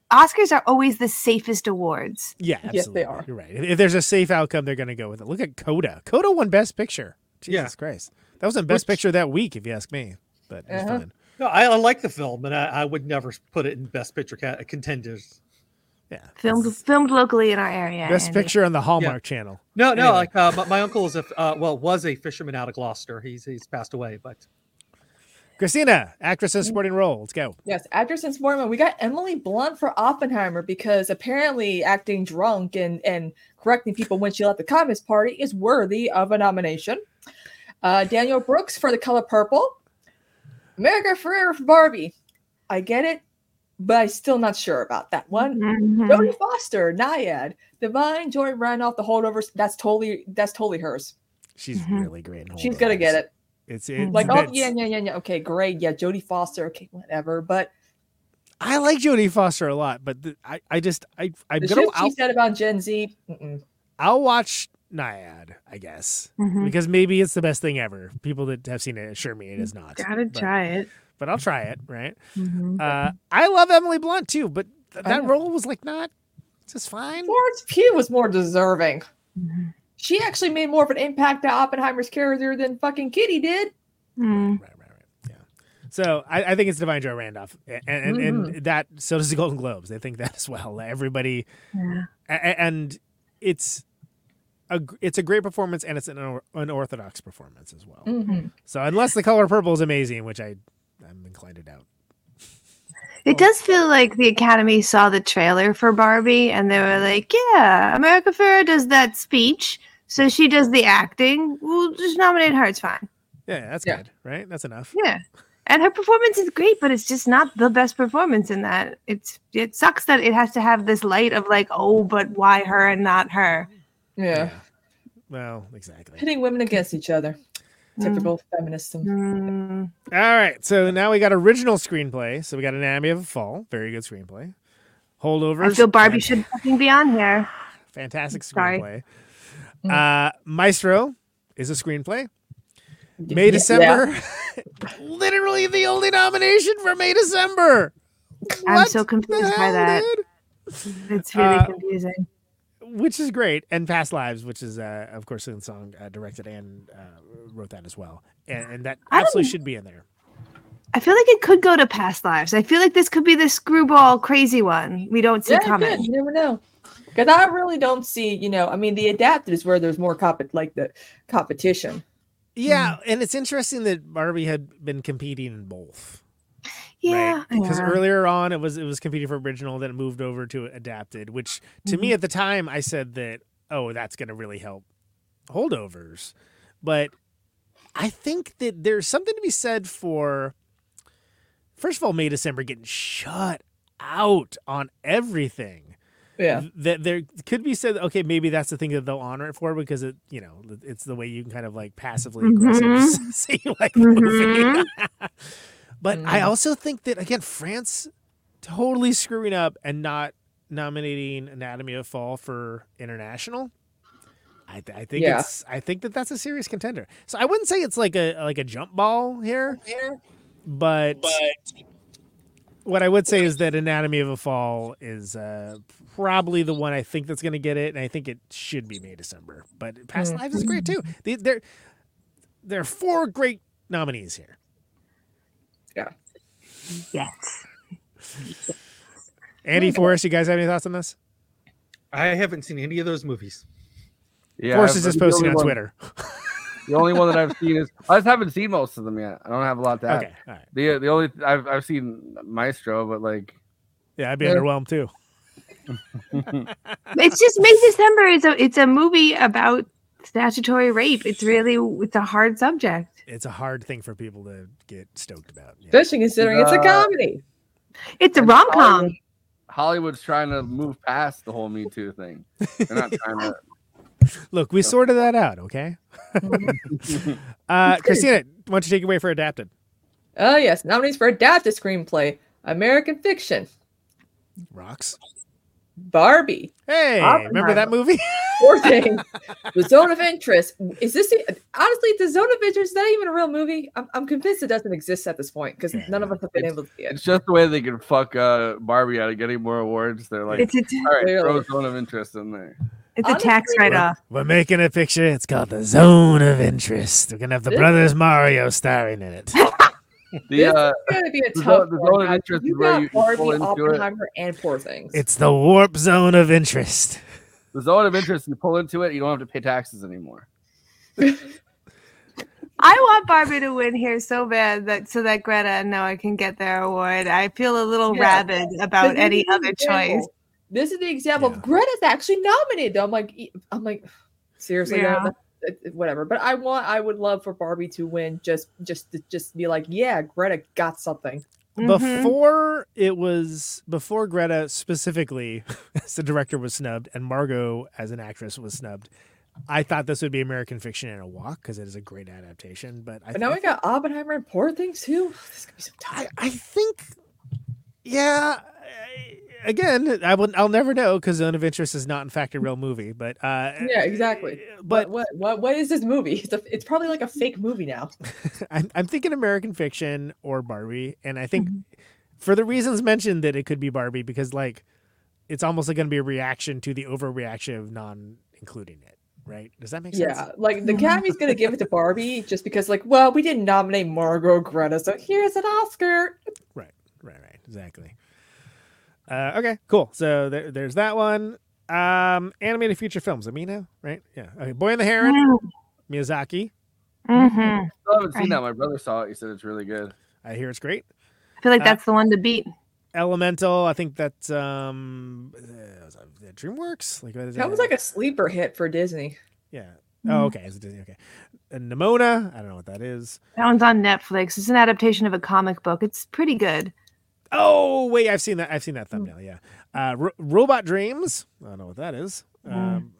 Speaker 5: Oscars are always the safest awards.
Speaker 1: yeah, absolutely.
Speaker 2: Yes, they are.
Speaker 1: You're right. If, if there's a safe outcome, they're going to go with it. Look at Coda. Coda won Best Picture. Jesus
Speaker 4: Yeah.
Speaker 1: Christ, that was in Best
Speaker 4: Which-
Speaker 1: Picture that week, if you ask me. But it was
Speaker 2: Uh-huh.
Speaker 1: fun.
Speaker 4: No, I, I like the film, and I, I would never put it in best picture ca- contenders.
Speaker 1: Yeah,
Speaker 5: Filmed filmed locally in our area.
Speaker 1: Best
Speaker 5: Andy.
Speaker 1: Picture on the Hallmark Channel.
Speaker 4: No, no.
Speaker 1: Anyway.
Speaker 4: Like uh, my, my uncle is a uh, well was a fisherman out of Gloucester. He's he's passed away, but
Speaker 1: Christina, actress in supporting role. Let's go.
Speaker 2: Yes, actress and sportman. We got Emily Blunt for Oppenheimer because apparently acting drunk and, and correcting people when she left the Communist Party is worthy of a nomination. Uh, Daniel Brooks for The Color Purple. America Ferrera for Barbie. I get it, but I'm still not sure about that one.
Speaker 5: Mhm.
Speaker 2: Jodie Foster, Naiad, Divine, Joy Randolph, The Holdovers. That's totally that's totally hers.
Speaker 1: She's
Speaker 5: Mhm.
Speaker 1: really great. In
Speaker 2: She's gonna get it.
Speaker 1: It's,
Speaker 5: Mm-hmm.
Speaker 1: it's
Speaker 2: Like,
Speaker 1: it's-
Speaker 2: oh yeah, yeah, yeah, yeah. Okay, great. Yeah, Jodie Foster. Okay, whatever. But
Speaker 1: I like Jodie Foster a lot, but th- I, I just I I'm
Speaker 2: the
Speaker 1: gonna
Speaker 2: shit
Speaker 1: I'll,
Speaker 2: she said about Gen Z. Mm-mm.
Speaker 1: I'll watch Naiad, I guess,
Speaker 5: Mhm.
Speaker 1: because maybe it's the best thing ever. People that have seen it assure me it is not.
Speaker 5: Gotta
Speaker 1: but,
Speaker 5: try it.
Speaker 1: but I'll try it. Right.
Speaker 5: Mhm.
Speaker 1: Uh, I love Emily Blunt too, but th-
Speaker 2: I
Speaker 1: that
Speaker 2: know.
Speaker 1: role was like not just fine.
Speaker 2: Florence Pugh was more deserving.
Speaker 5: Mhm.
Speaker 2: She actually made more of an impact to Oppenheimer's character than fucking Kitty did.
Speaker 5: Mm.
Speaker 1: Right, right, right. Yeah. So I, I think it's Divine Joy Randolph, and and,
Speaker 2: Mm-hmm.
Speaker 1: and that so does the Golden Globes. They think that as well. Everybody
Speaker 5: Yeah.
Speaker 1: A- a- and it's a gr- it's a great performance and it's an unor- unorthodox performance as
Speaker 2: Mm.
Speaker 1: well.
Speaker 2: Mm-hmm.
Speaker 1: So unless the color purple is amazing, which I I'm inclined to doubt. Oh.
Speaker 5: It does feel like the Academy saw the trailer for Barbie and they were like, yeah, America Ferrera does that speech. So she does the acting. We'll just nominate her. It's fine.
Speaker 1: Yeah, that's
Speaker 2: Yeah.
Speaker 1: good, right? That's enough.
Speaker 5: Yeah. And her performance is great, but it's just not the best performance in that. It's it sucks that it has to have this light of like, oh, but why her and not her?
Speaker 2: Yeah.
Speaker 1: Well, exactly.
Speaker 2: Pitting women against each other. Typical feminism.
Speaker 5: Mm.
Speaker 1: All right. So now we got original screenplay. So we got Anatomy of a Fall, very good screenplay. Holdovers.
Speaker 5: I feel Barbie
Speaker 1: fan-
Speaker 5: should fucking be on here.
Speaker 1: fantastic
Speaker 5: Sorry.
Speaker 1: screenplay. Uh, Maestro is a screenplay. May
Speaker 2: Yeah.
Speaker 1: December, literally the only nomination for May December.
Speaker 5: I'm
Speaker 1: What
Speaker 5: so
Speaker 1: the
Speaker 5: confused by
Speaker 1: hell,
Speaker 5: that.
Speaker 1: dude?
Speaker 5: It's really
Speaker 1: Uh,
Speaker 5: confusing.
Speaker 1: which is great, and Past Lives, which is uh, of course in song uh, directed and uh, wrote that as well, and, and that
Speaker 5: I don't-
Speaker 1: absolutely should be in there.
Speaker 5: I feel like it could go to past lives. I feel like this could be the screwball crazy one we don't see
Speaker 2: Yeah, it
Speaker 5: coming.
Speaker 2: could. You never know. Because I really don't see, you know, I mean, the adapted is where there's more comp- like the competition.
Speaker 5: Hmm.
Speaker 1: Yeah, and it's interesting that Barbie had been competing in both.
Speaker 5: Yeah,
Speaker 1: because
Speaker 5: yeah.
Speaker 1: earlier on it was it was competing for original, then it moved over to adapted. Which to me at the time I said that oh that's going to really help holdovers, but I think that there's something to be said for first of all May December getting shut out on everything,
Speaker 2: Yeah.
Speaker 1: that there could be said okay maybe that's the thing that they'll honor it for because it you know it's the way you can kind of like passively aggressive
Speaker 5: Mhm.
Speaker 1: see like
Speaker 5: Mhm.
Speaker 1: movie. but I
Speaker 2: Mm.
Speaker 1: also think that again France totally screwing up and not nominating Anatomy of Fall for international. I, th- I think
Speaker 2: Yeah.
Speaker 1: it's I think that that's a serious contender. So I wouldn't say it's like a like a jump ball here, but, what I would say is that Anatomy of a Fall is uh, probably the one I think that's going to get it, and I think it should be May December. But Past
Speaker 2: Mm.
Speaker 1: Lives is great too. The- There, there are four great nominees here.
Speaker 5: Yes.
Speaker 1: Andy Forrest, you guys have any thoughts on this?
Speaker 4: I haven't seen any of those movies.
Speaker 3: Yeah,
Speaker 1: Forrest is
Speaker 3: but
Speaker 1: just
Speaker 3: the
Speaker 1: posting
Speaker 3: only
Speaker 1: on
Speaker 3: one-
Speaker 1: Twitter.
Speaker 3: The only one that I've seen is I just haven't seen most of them yet. I don't have a lot to add.
Speaker 1: Okay, all right.
Speaker 3: The the only I've I've seen Maestro, but like
Speaker 1: Yeah, I'd be
Speaker 2: Yeah.
Speaker 1: underwhelmed too.
Speaker 5: It's just May December is a it's a movie about statutory rape. It's really it's a hard subject.
Speaker 1: It's a hard thing for people to get stoked about. Yeah.
Speaker 2: Especially considering it's a
Speaker 3: Uh,
Speaker 2: comedy.
Speaker 5: It's a
Speaker 3: And
Speaker 5: rom com.
Speaker 3: Hollywood- Hollywood's trying to move past the whole Me Too thing. They're not trying to.
Speaker 1: Look, we sorted that out. Okay. uh, Christina, why don't you take it away for adapted?
Speaker 2: Oh yes, nominees for adapted screenplay: American Fiction,
Speaker 1: Rocks.
Speaker 2: Barbie,
Speaker 1: Hey, remember that
Speaker 5: Oppenheimer.
Speaker 1: movie?
Speaker 2: Poor Thing, The Zone of Interest. Is this the, honestly The Zone of Interest? Is that even a real movie? I'm, I'm convinced it doesn't exist at this point because
Speaker 1: Yeah,
Speaker 2: none of us have been able to see it.
Speaker 3: It's just the way they can fuck uh, Barbie out of getting more awards. They're like,
Speaker 5: It's a
Speaker 3: all right, throw
Speaker 2: Clearly.
Speaker 3: zone of interest in there.
Speaker 5: it's a tax
Speaker 2: Honestly,
Speaker 5: write off.
Speaker 1: We're making a picture. It's called The Zone of Interest. We're going to have the
Speaker 2: This-
Speaker 1: Brothers Mario starring in it.
Speaker 3: The uh,
Speaker 2: It's gonna be a
Speaker 3: The
Speaker 2: tough
Speaker 3: Zone- The
Speaker 2: one,
Speaker 3: Zone of
Speaker 2: guys.
Speaker 3: Interest
Speaker 2: You
Speaker 3: is where
Speaker 2: got
Speaker 3: you can
Speaker 2: Barbie,
Speaker 3: pull into it.
Speaker 2: Oppenheimer, and Poor Things.
Speaker 1: It's the Warp Zone of Interest.
Speaker 3: the zone of interest. You pull into it, you don't have to pay taxes anymore.
Speaker 5: I want Barbie to win here so bad that so that Greta and Noah can get their award. I feel a little
Speaker 2: Yeah.
Speaker 5: rabid
Speaker 2: But
Speaker 5: about
Speaker 2: this
Speaker 5: any
Speaker 2: is the
Speaker 5: other
Speaker 2: example.
Speaker 5: choice.
Speaker 2: This is the example.
Speaker 1: Yeah.
Speaker 2: of Greta's actually nominated. I'm like, e- I'm like, seriously,
Speaker 5: Yeah.
Speaker 2: that- that- that- whatever. But I want, I would love for Barbie to win. Just, just, to- just be like, yeah, Greta got something.
Speaker 5: Mhm.
Speaker 1: Before it was, before Greta specifically as the director was snubbed and Margot as an actress was snubbed, I thought this would be American Fiction in a Walk because it is a great adaptation. But, I,
Speaker 2: But now
Speaker 1: I
Speaker 2: we got Oppenheimer and Poor Things too. This is gonna be so
Speaker 1: I,
Speaker 2: tough.
Speaker 1: I think, yeah. I- Again, I will. I'll never know because Zone of Interest is not, in fact, a real movie. But uh,
Speaker 2: Yeah, exactly.
Speaker 1: But
Speaker 2: But what, what, what is this movie? It's, a, it's probably like a fake movie now.
Speaker 1: I'm, I'm thinking American Fiction or Barbie, and I think
Speaker 2: Mm-hmm.
Speaker 1: for the reasons mentioned that it could be Barbie because like it's almost like going to be a reaction to the overreaction of non including it. Right? Does that make sense?
Speaker 2: Yeah, like the Academy's gonna give it to Barbie just because, like, well, we didn't nominate Margot Greta, so here's an Oscar.
Speaker 1: Right. Right. Exactly. Uh, okay. Cool. So there, there's that one. Um, animated feature films. Amina. Right. Yeah. Okay. Boy and the Heron. Miyazaki.
Speaker 5: Mhm.
Speaker 3: Still haven't seen
Speaker 5: Right.
Speaker 3: that. My brother saw it. He said it's really good.
Speaker 1: I hear it's great.
Speaker 5: I feel like
Speaker 1: Uh,
Speaker 5: that's the one to beat.
Speaker 1: Elemental. I think that's um, uh, was that DreamWorks. Like what is
Speaker 2: That was like a Hmm. sleeper hit for Disney.
Speaker 1: yeah. Oh, okay. It's a Disney. Okay. And Nimona. I don't know what that is.
Speaker 5: That one's on Netflix. It's an adaptation of a comic book. It's pretty good.
Speaker 1: Oh wait, I've seen that. I've seen that
Speaker 2: Hmm.
Speaker 1: thumbnail. Yeah, uh, Ro- Robot Dreams. I don't know what that is.
Speaker 2: Hmm.
Speaker 1: Um,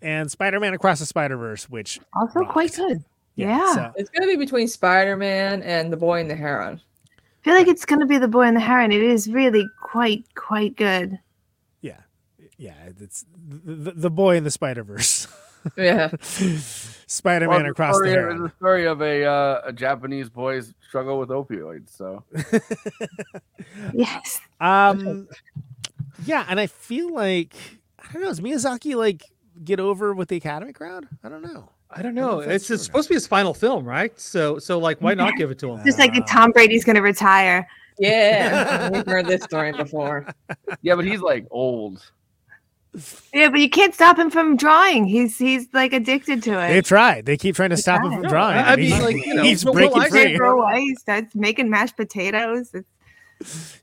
Speaker 1: and Spider Man Across the Spider Verse, which
Speaker 5: Also quite
Speaker 1: Rocked.
Speaker 5: good. Yeah.
Speaker 1: so-
Speaker 2: It's gonna be between Spider Man and the Boy and the Heron.
Speaker 5: I feel like it's going to be The Boy and the Heron. It is really quite, quite good.
Speaker 1: yeah, yeah. It's the, the, the boy in the Spider Verse.
Speaker 2: Yeah,
Speaker 1: Spider
Speaker 3: Well,
Speaker 1: Man
Speaker 3: it's
Speaker 1: Across the
Speaker 3: story,
Speaker 1: Heron.
Speaker 3: It's the story of a uh, a Japanese boy's struggle with opioids. So
Speaker 5: Yes.
Speaker 1: Um, yeah, and I feel like I don't know. Does Miyazaki like get over with the Academy crowd? I don't know.
Speaker 4: I don't
Speaker 1: know
Speaker 4: know.
Speaker 1: if that's
Speaker 4: It's,
Speaker 1: true or not.
Speaker 4: it's supposed to be his final film, right? So, so like, why not give it to him?
Speaker 5: Just like
Speaker 1: Uh,
Speaker 5: if Tom Brady's going to retire.
Speaker 2: yeah. We've heard this story before.
Speaker 3: yeah, but he's like old.
Speaker 5: Yeah, but you can't stop him from drawing. He's he's like addicted to
Speaker 1: They
Speaker 5: it.
Speaker 1: tried. They keep trying to stop him
Speaker 5: tried.
Speaker 1: from drawing.
Speaker 4: I
Speaker 1: and he-
Speaker 4: mean, like, you know,
Speaker 1: he's
Speaker 4: Will
Speaker 1: breaking
Speaker 4: Eisner
Speaker 1: free.
Speaker 5: They throw away. He starts making mashed potatoes. It's-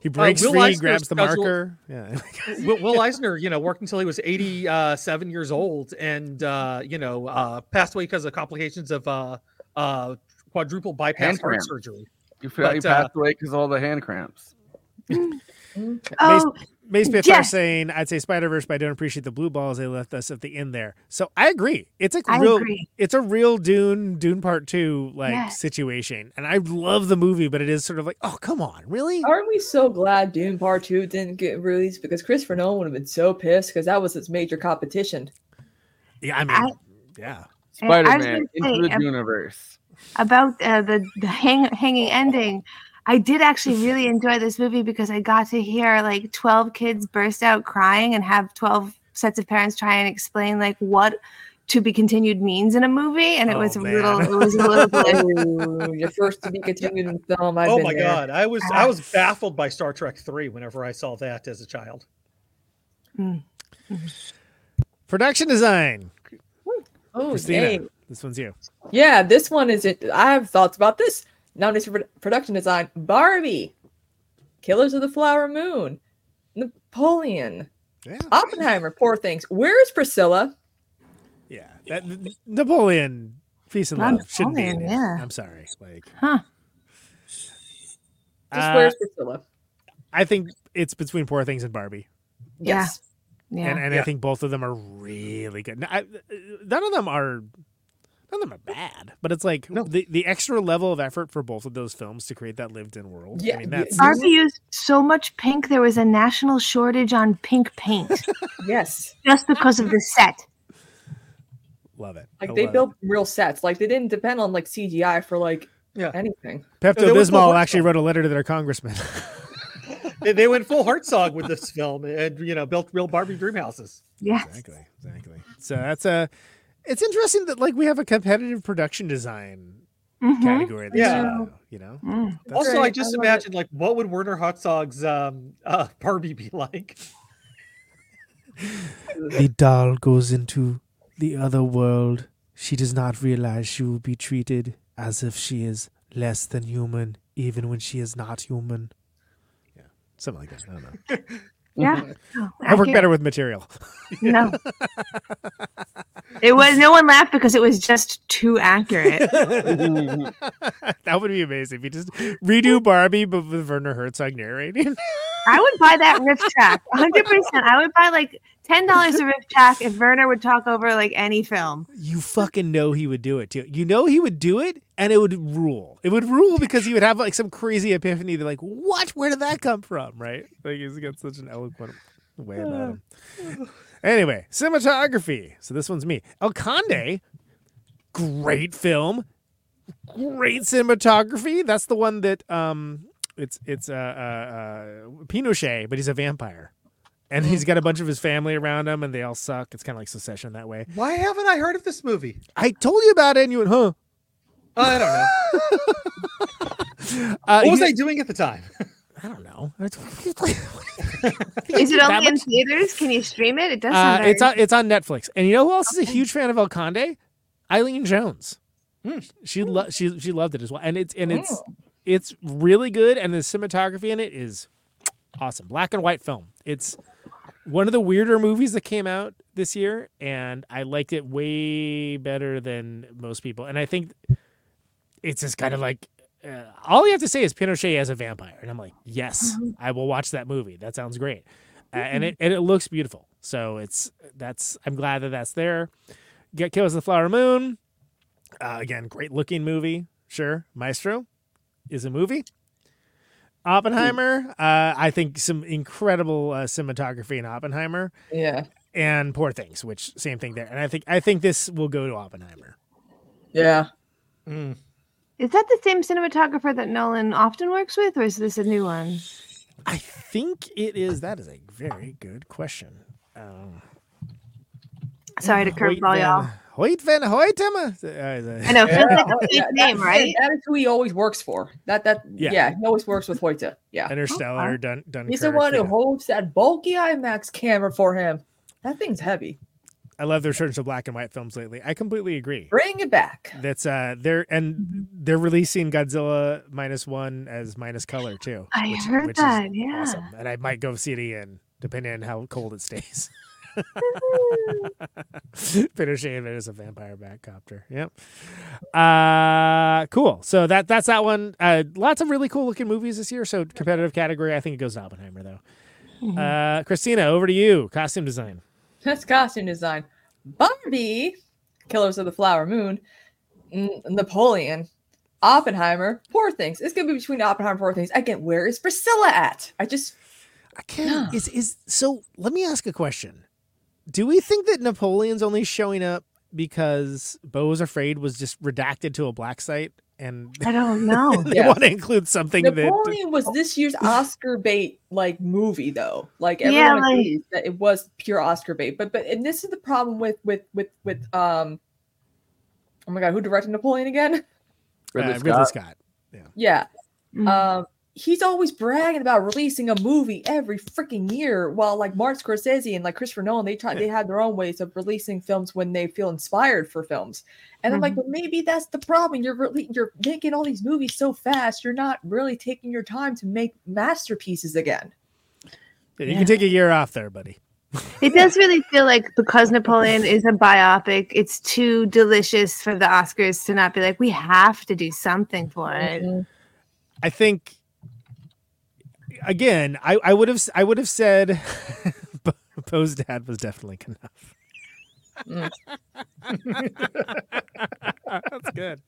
Speaker 1: He breaks
Speaker 4: Will
Speaker 1: free,
Speaker 4: Eisner's
Speaker 1: grabs the
Speaker 4: scheduled-
Speaker 1: marker. Yeah.
Speaker 4: Will, Will Eisner, you know, worked until he was 87 years old and, uh, you know, uh, passed away because of complications of uh, uh, quadruple bypass
Speaker 3: Hand
Speaker 4: heart
Speaker 3: cramp.
Speaker 4: surgery.
Speaker 3: You feel he
Speaker 4: But, uh,
Speaker 3: passed away because all the hand cramps.
Speaker 5: Oh,
Speaker 1: Mace Biffar
Speaker 5: Yes.
Speaker 1: saying, "I'd say Spider Verse, but I don't appreciate the blue balls they left us at the end there." So I agree. It's like
Speaker 5: I
Speaker 1: real.
Speaker 5: agree.
Speaker 1: It's a real Dune Dune Part Two like
Speaker 5: Yes.
Speaker 1: situation, and I love the movie, but it is sort of like, oh come on, really?
Speaker 2: Aren't we so glad Dune Part 2 didn't get released because Christopher Nolan would have been so pissed because that was his major competition.
Speaker 1: Yeah, I mean,
Speaker 5: I-
Speaker 1: yeah.
Speaker 5: And I was
Speaker 3: Spider Man
Speaker 5: gonna
Speaker 3: into
Speaker 5: say,
Speaker 3: the universe.
Speaker 5: about uh, the, the hang, hanging ending i did actually really enjoy this movie because i got to hear like 12 kids burst out crying and have 12 sets of parents try and explain like what to be continued means in a movie and it
Speaker 1: Oh,
Speaker 5: was a
Speaker 1: man.
Speaker 5: little it was a little bit
Speaker 2: Ooh, Oh, your first to be continued in film. I've
Speaker 4: oh
Speaker 2: been
Speaker 4: my
Speaker 2: there.
Speaker 4: god, I was I was baffled by Star Trek three whenever I saw that as a child.
Speaker 1: Production design.
Speaker 2: Oh,
Speaker 1: Christina,
Speaker 2: dang.
Speaker 1: this one's you.
Speaker 2: Yeah, this one is it. I have thoughts about this. Nominated for production design Barbie, Killers of the Flower Moon, Napoleon,
Speaker 1: Yeah,
Speaker 2: Oppenheimer, poor things. Where is Priscilla?
Speaker 1: yeah. That, Napoleon, peace and love. Shouldn't be in
Speaker 5: Napoleon,
Speaker 1: it.
Speaker 5: yeah.
Speaker 1: I'm sorry. Like,
Speaker 5: Huh.
Speaker 2: Just
Speaker 1: Uh,
Speaker 2: where's Priscilla?
Speaker 1: I think it's between Poor Things and Barbie.
Speaker 5: Yeah.
Speaker 2: Yes.
Speaker 5: yeah
Speaker 1: and, and I
Speaker 4: Yeah.
Speaker 1: think both of them are really good. N- I- none of them are none of them are bad, but it's like the, the extra level of effort for both of those films to create that lived-in world. I
Speaker 2: Yeah,
Speaker 1: mean, that's
Speaker 2: yeah.
Speaker 5: Barbie used so much pink there was a national shortage on pink paint
Speaker 2: Yes.
Speaker 5: just because of the set
Speaker 1: love it. I
Speaker 2: Like they
Speaker 1: love it.
Speaker 2: built real sets. Like they didn't depend on like CGI for like
Speaker 4: Yeah.
Speaker 2: anything.
Speaker 1: Pepto
Speaker 4: there was the
Speaker 1: Bismol
Speaker 4: one-
Speaker 1: actually wrote a letter to their congressman.
Speaker 4: They, they went full Herzog with this film and you know built real Barbie dream houses.
Speaker 5: yeah
Speaker 1: exactly, exactly. So that's a. It's interesting that like we have a competitive production design
Speaker 6: Mm-hmm.
Speaker 5: Mhm.
Speaker 1: category. This
Speaker 4: Yeah.
Speaker 1: year, though, you know.
Speaker 5: Mm.
Speaker 1: That's-
Speaker 4: Also, I
Speaker 2: Right, I
Speaker 4: just
Speaker 2: love it.
Speaker 4: imagined like what would Werner Herzog's um, uh, Barbie be like?
Speaker 6: The doll goes into the other world. She does not realize she will be treated as if she is less than human, even when she is not human.
Speaker 1: Something like that. I don't know.
Speaker 5: yeah No,
Speaker 1: I work
Speaker 5: can't-
Speaker 1: better with material.
Speaker 5: No. it was no one laughed because it was just too accurate.
Speaker 1: that would be amazing if you just redo Barbie but with Werner Herzog narrating.
Speaker 5: I would buy that riff track. 100%. I would buy like $10 a riff track if Werner would talk over like any film.
Speaker 1: you fucking know he would do it too. You know he would do it and it would rule. It would rule because he would have like some crazy epiphany that like, what? Where did that come from? Right? Like he's got such an eloquent way about him. Anyway, cinematography. So this one's me. El Conde, great film. Great cinematography. That's the one that um it's it's uh, uh, uh Pinochet, but he's a vampire. And he's got a bunch of his family around him, and they all suck. It's kind of like secession that way.
Speaker 4: Why haven't I heard of this movie?
Speaker 1: I told you about it, and you went, huh?
Speaker 4: I don't know.
Speaker 1: Uh,
Speaker 4: What was
Speaker 1: you-
Speaker 4: I doing at the time?
Speaker 1: I don't know. Uh,
Speaker 5: Is it
Speaker 1: That
Speaker 5: only in
Speaker 1: much?
Speaker 5: theaters? Can you stream it? It does
Speaker 1: Uh,
Speaker 5: sound very-
Speaker 1: it's on it's on Netflix. And you know who else is a huge fan of El Conde? Eileen Jones. She lo- she she loved it as well. And it's and it's it's really good. And the cinematography in it is awesome. Black and white film. It's one of the weirder movies that came out this year, and I liked it way better than most people. And I think it's just kind of like uh, all you have to say is Pinochet as a vampire, and I'm like, yes, I will watch that movie. That sounds great, uh, and it and it looks beautiful. So it's that's I'm glad that that's there. Get Kills of the Flower Moon, uh, again, great looking movie. Sure, Maestro is a movie. Oppenheimer, uh, I think some incredible uh, cinematography in Oppenheimer
Speaker 2: Yeah.
Speaker 1: and Poor Things, which same thing there. And I think I think this will go to Oppenheimer.
Speaker 2: Yeah.
Speaker 4: Hmm.
Speaker 5: Is that the same cinematographer that Nolan often works with, or is this a new one?
Speaker 1: I think it is. That is a very good question. Um,
Speaker 5: Sorry to
Speaker 1: Hoyt
Speaker 5: curveball y'all.
Speaker 1: van- Hoyt Uh, van Hoytema.
Speaker 5: I know, it feels like
Speaker 2: Oh,
Speaker 5: a fake
Speaker 2: yeah, that-
Speaker 5: name, right?
Speaker 2: That is who he always works for. That that
Speaker 1: Yeah.
Speaker 2: yeah, he always works with Hoyta. Yeah.
Speaker 1: Interstellar, Dun- Dunkirk.
Speaker 2: He's the one who
Speaker 1: yeah.
Speaker 2: holds that bulky IMAX camera for him. That thing's heavy.
Speaker 1: I love the returns to black and white films lately. I completely agree.
Speaker 2: Bring it back.
Speaker 1: That's uh, they're and they're releasing Godzilla minus one as minus color too.
Speaker 5: I
Speaker 1: which-
Speaker 5: heard
Speaker 1: which is
Speaker 5: that. Yeah.
Speaker 1: Awesome, and I might go see it again, depending on how cold it stays. Pinochet and it is a vampire bat copter. Yep. Uh cool. So that that's that one. Uh lots of really cool looking movies this year. So competitive category. I think it goes to Oppenheimer though. Uh, Christina, over to you. Costume design.
Speaker 2: That's costume design. Barbie, Killers of the Flower Moon, N- Napoleon, Oppenheimer, Poor Things. It's gonna be between Oppenheimer and Poor Things. Again, where is Priscilla at? I just
Speaker 1: I can't. Is is so? Let me ask a question. Do we think that Napoleon's only showing up because Bo was afraid was just redacted to a black site, and
Speaker 5: I don't know.
Speaker 1: they
Speaker 2: Yes.
Speaker 1: want to include something that
Speaker 2: Napoleon was this year's Oscar bait like movie though. Like everyone
Speaker 5: Yeah, like-
Speaker 2: agrees that it was pure Oscar bait. But but and this is the problem with with with with um oh my god, who directed Napoleon again?
Speaker 3: Ridley
Speaker 1: uh,
Speaker 3: Scott.
Speaker 1: Ridley Scott.
Speaker 2: Yeah.
Speaker 5: Mm.
Speaker 1: Uh,
Speaker 2: Um, he's always bragging about releasing a movie every freaking year, while like Martin Scorsese and like Christopher Nolan, they try they have their own ways of releasing films when they feel inspired for films. And I'm like, well, maybe that's the problem. You're really you're making all these movies so fast, you're not really taking your time to make masterpieces again.
Speaker 1: Yeah, You can take a year off there, buddy.
Speaker 5: It does really feel like because Napoleon is a biopic, it's too delicious for the Oscars to not be like, we have to do something for it.
Speaker 1: I think again, I, I would have s- I would have said Bo- Bo's dad was definitely enough.
Speaker 2: Mm.
Speaker 1: That's good.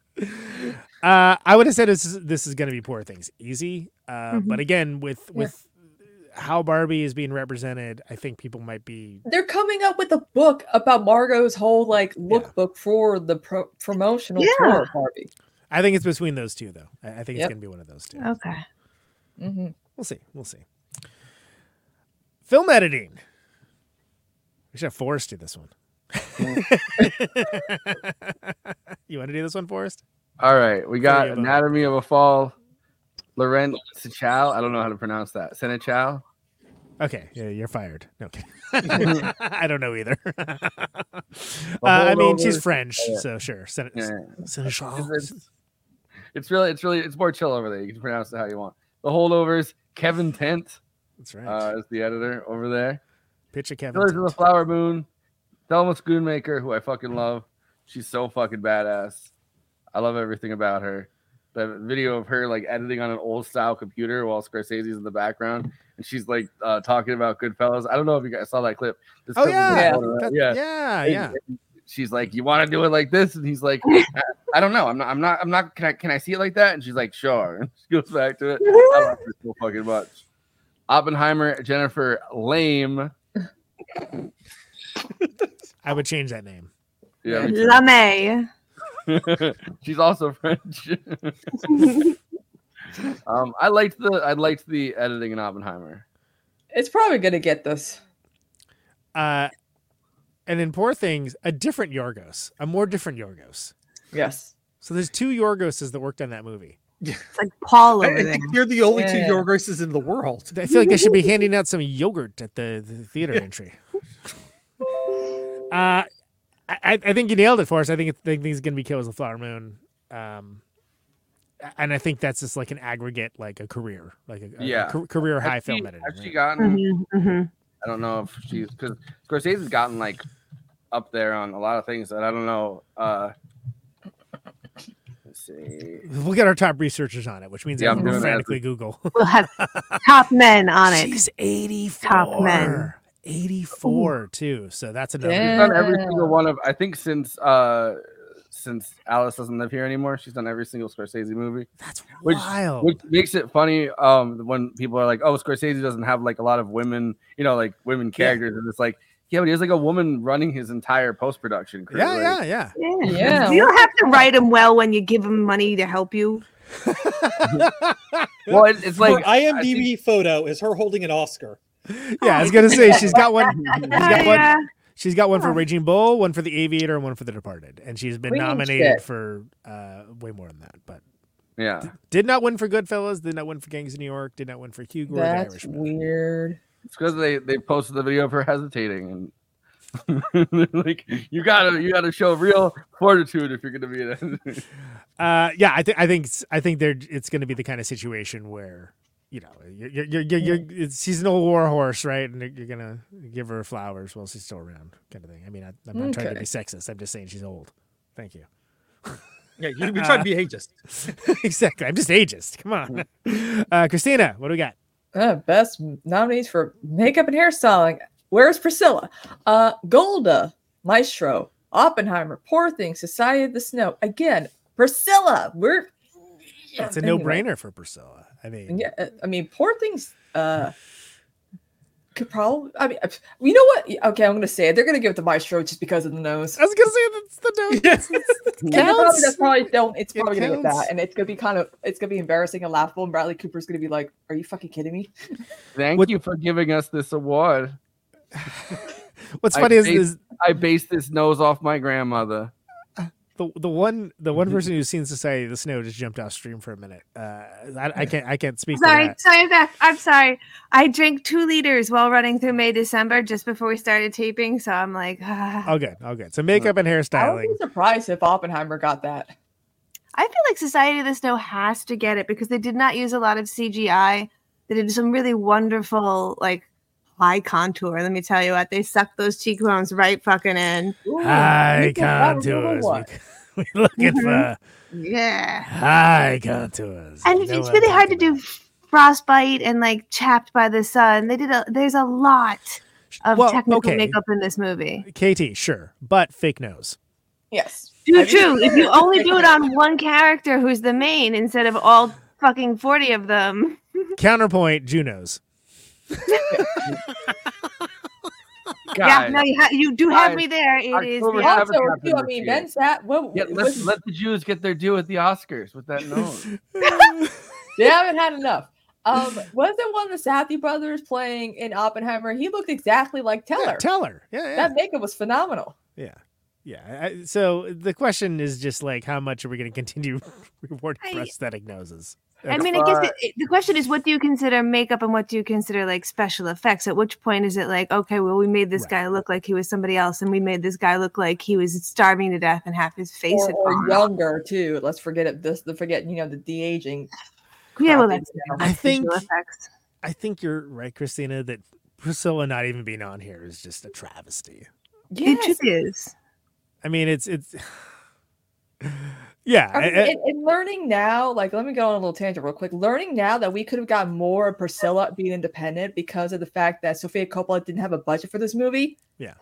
Speaker 1: Uh, I would have said this is, this is going to be poor things easy, uh, but again, with with how Barbie is being represented, I think people might be
Speaker 2: They're coming up with a book about Margot's whole like lookbook for the pro- promotional
Speaker 5: Yeah.
Speaker 2: tour of Barbie.
Speaker 1: I think it's between those two, though. I, I think it's
Speaker 2: Yep.
Speaker 1: going to be one of those two.
Speaker 5: Okay.
Speaker 2: Mhm.
Speaker 1: We'll see. We'll see. Film editing. We should have Forrest do this one. you want to do this one, Forrest?
Speaker 3: All right, we got
Speaker 1: Sorry about-
Speaker 3: Anatomy of a Fall. Laurent Sechal. I don't know how to pronounce that. Senechal.
Speaker 1: Okay, yeah, you're fired. No, okay. I don't know either. uh,
Speaker 3: A
Speaker 1: I mean, she's
Speaker 3: holdover.
Speaker 1: French,
Speaker 3: Yeah.
Speaker 1: so sure. Sen-
Speaker 3: Yeah.
Speaker 1: Seneschal.
Speaker 3: oh, It's, it's really, it's really, it's more chill over there. You can pronounce it how you want. The holdovers. Kevin Tent
Speaker 1: That's right.
Speaker 3: uh, is the editor over there.
Speaker 1: Pitch a Kevin.
Speaker 3: Killers of the
Speaker 1: Tent.
Speaker 3: Flower Moon, Thelma Schoonmaker, who I fucking love. She's so fucking badass. I love everything about her. The video of her like editing on an old style computer while Scorsese's in the background, and she's like uh, talking about Goodfellas. I don't know if you guys saw that clip. This
Speaker 1: Oh
Speaker 3: clip was
Speaker 1: yeah.
Speaker 3: going
Speaker 1: That-
Speaker 3: around. yeah,
Speaker 1: yeah,
Speaker 3: And-
Speaker 1: yeah.
Speaker 3: and She's like, "You want to do it like this?" And he's like, I, I don't know. I'm not. I'm not. I'm not. Can I? Can I see it like that?" And she's like, "Sure." And she goes back to it. I love her so fucking much. Oppenheimer, Jennifer, lame.
Speaker 1: I would change that name.
Speaker 3: Yeah, me
Speaker 5: Lame.
Speaker 3: She's also French. um, I liked the I liked the editing in Oppenheimer.
Speaker 2: It's probably gonna get this.
Speaker 1: Uh, and in Poor Things, a different Yorgos, a more different Yorgos.
Speaker 2: Yes.
Speaker 1: So there's two Yorgoses that worked on that movie.
Speaker 5: It's like Paul
Speaker 4: I, I
Speaker 5: over there.
Speaker 4: think you're the only two
Speaker 2: Yeah.
Speaker 4: Yorgoses in the world.
Speaker 1: I feel like they should be handing out some yogurt at the, the theater entry. Uh, I, I I think you nailed it for us. I think, it, I think he's going to be killed as the Flower Moon. Um, and I think that's just like an aggregate, like a career, like a, a
Speaker 3: Yeah.
Speaker 1: ca- career high
Speaker 3: Has she-
Speaker 1: film editing.
Speaker 3: Has she
Speaker 1: right?
Speaker 3: gotten?
Speaker 5: Mhm, mhm.
Speaker 3: I don't know if she's because Scorsese's gotten like up there on a lot of things that I don't know. Uh, let's see.
Speaker 1: We'll get our top researchers on it, which means
Speaker 3: Yeah,
Speaker 1: I
Speaker 3: I'm
Speaker 1: will
Speaker 3: doing that.
Speaker 1: frantically Google.
Speaker 5: We'll have top men on it.
Speaker 1: She's 84.
Speaker 5: Top men.
Speaker 1: 84 too. So that's another.
Speaker 3: She's
Speaker 2: Damn.
Speaker 3: done every
Speaker 2: Yeah.
Speaker 3: single one of. I think since uh since Alice doesn't live here anymore, she's done every single Scorsese movie.
Speaker 1: That's
Speaker 3: Which-
Speaker 1: wild.
Speaker 3: which makes it funny um when people are like oh scorsese doesn't have like a lot of women you know like women characters and it's like yeah but he has like a woman running his entire post-production crew
Speaker 1: yeah,
Speaker 3: like,
Speaker 1: yeah, yeah.
Speaker 2: Yeah.
Speaker 5: You don't have to write them well when you give them money to help you.
Speaker 3: well it, it's
Speaker 4: Her
Speaker 3: like
Speaker 4: IMDb photo is her holding an Oscar.
Speaker 1: Yeah, I was gonna say she's got one. She's got one.
Speaker 5: Yeah.
Speaker 1: She's got one for
Speaker 5: Yeah.
Speaker 1: Raging Bull, one for The Aviator, and one for The Departed, and she's been
Speaker 2: Queen
Speaker 1: nominated
Speaker 2: shit.
Speaker 1: for uh, way more than that. But
Speaker 3: yeah
Speaker 1: did not win for Goodfellas, did not win for Gangs of New York, did not win for Hugo or The
Speaker 2: That's
Speaker 1: Irishman.
Speaker 2: weird.
Speaker 3: it's because they they posted the video of her hesitating and like you gotta you gotta show real fortitude if you're gonna be in it
Speaker 1: Uh, yeah, I think I think s- I think they're it's going to be the kind of situation where you know you're you're you're, you're, you're it's, she's an old war horse, right? And you're, you're gonna give her flowers while she's still around, kind of thing. I mean, I, I'm not trying to
Speaker 2: Okay.
Speaker 1: be sexist. I'm just saying she's old. Thank you.
Speaker 4: Yeah, you,
Speaker 1: Uh-huh.
Speaker 4: we trying to be ageist.
Speaker 2: Mm.
Speaker 1: exactly. I'm just ageist. Come on, uh, Christina. What do we got?
Speaker 2: Uh, best nominees for makeup and hairstyling. Where's Priscilla? Uh, Golda, Maestro, Oppenheimer, Poor Thing, Society of the Snow. Again, Priscilla. We're
Speaker 1: It's a
Speaker 2: Anyway.
Speaker 1: no-brainer for Priscilla. I mean,
Speaker 2: Yeah, uh, I mean, poor things. Uh, could probably. I mean, uh, you know what? Yeah, Okay, I'm gonna say it. They're gonna give it to Maestro just because of the nose.
Speaker 1: I was gonna say that's the no.
Speaker 4: Yes.
Speaker 2: And they're probably, that's probably don't. It's
Speaker 1: It
Speaker 2: probably gonna get
Speaker 1: counts.
Speaker 2: that, and it's gonna be kind of. It's gonna be embarrassing and laughable. And Bradley Cooper's gonna be like, "Are you fucking kidding me?"
Speaker 3: Thank you for giving us this award.
Speaker 1: What's
Speaker 3: I
Speaker 1: funny is,
Speaker 3: hate-
Speaker 1: is
Speaker 3: I based this nose off my grandmother.
Speaker 1: the the one the one
Speaker 3: Mm-hmm.
Speaker 1: person who's seen Society of the Snow just jumped off stream for a minute. Uh, I, I can't I can't speak.
Speaker 5: Sorry,
Speaker 1: To that.
Speaker 5: sorry, Beth. I'm sorry. I drank two liters while running through May December just before we started taping, so I'm like, ah.
Speaker 1: All good, all good. So makeup and
Speaker 2: I would
Speaker 1: hairstyling.
Speaker 2: be surprised if Oppenheimer got that.
Speaker 5: I feel like Society of the Snow has to get it because they did not use a lot of CGI. They did some really wonderful, like high contour. Let me tell you what, they sucked those cheekbones right fucking in.
Speaker 2: Ooh,
Speaker 1: High
Speaker 2: you think that would be the
Speaker 1: contours.
Speaker 2: one?
Speaker 1: We, we're looking for
Speaker 5: Yeah.
Speaker 1: high contours.
Speaker 5: Mm-hmm. And it's
Speaker 1: No
Speaker 5: it's really
Speaker 1: other
Speaker 5: hard to
Speaker 1: than
Speaker 5: do frostbite and like chapped by the sun. They did a there's a lot
Speaker 1: that.
Speaker 5: of
Speaker 1: well,
Speaker 5: um, technical
Speaker 1: okay.
Speaker 5: makeup in this movie.
Speaker 1: KT, sure, but fake nose.
Speaker 2: Yes.
Speaker 5: True,
Speaker 2: I mean-
Speaker 5: true. If you only do it on one character who's the main instead of all fucking 40 of them.
Speaker 1: Counterpoint, Junos.
Speaker 5: Yeah,
Speaker 3: Guys,
Speaker 5: no, you, ha- you do have
Speaker 3: Guys,
Speaker 5: me there. It is
Speaker 3: October
Speaker 5: yeah.
Speaker 3: haven't
Speaker 2: Also,
Speaker 3: happened
Speaker 2: too, I
Speaker 3: this
Speaker 2: mean,
Speaker 3: year.
Speaker 2: men's that. What?
Speaker 3: yeah,
Speaker 2: what's-
Speaker 3: let's let the Jews get their due at the Oscars with that nose.
Speaker 2: They haven't had enough. Um, was it one of the Sathi brothers playing in Oppenheimer? He looked exactly like Teller.
Speaker 1: Yeah, tell her. Yeah, yeah.
Speaker 2: That makeup was phenomenal.
Speaker 1: Yeah. Yeah. I- So the question is just like, how much are we going to continue rewarding
Speaker 5: I-
Speaker 1: prosthetic noses?
Speaker 5: I mean, I guess it, it- the question is, what do you consider makeup and what do you consider like special effects? At which point is it like, okay, well, we made this
Speaker 1: Right.
Speaker 5: guy look like he was somebody else, and we made this guy look like he was starving to death and half his face
Speaker 2: Or,
Speaker 5: had
Speaker 2: or
Speaker 5: fallen off.
Speaker 2: younger too. Let's forget it. This the forget you know the de aging.
Speaker 5: Yeah, well,
Speaker 2: crap
Speaker 5: that's,
Speaker 2: is now.
Speaker 5: that's
Speaker 1: I think-
Speaker 5: visual effects.
Speaker 1: I think you're right, Christina, that Priscilla not even being on here is just a travesty.
Speaker 5: It
Speaker 2: Yes.
Speaker 5: truly is.
Speaker 1: I mean, it's, it's, yeah.
Speaker 2: I mean,
Speaker 1: I- I-
Speaker 2: and, and learning now, like, let me go on a little tangent real quick. Learning now that we could have gotten more of Priscilla being independent because of the fact that Sofia Coppola didn't have a budget for this movie.
Speaker 1: Yeah.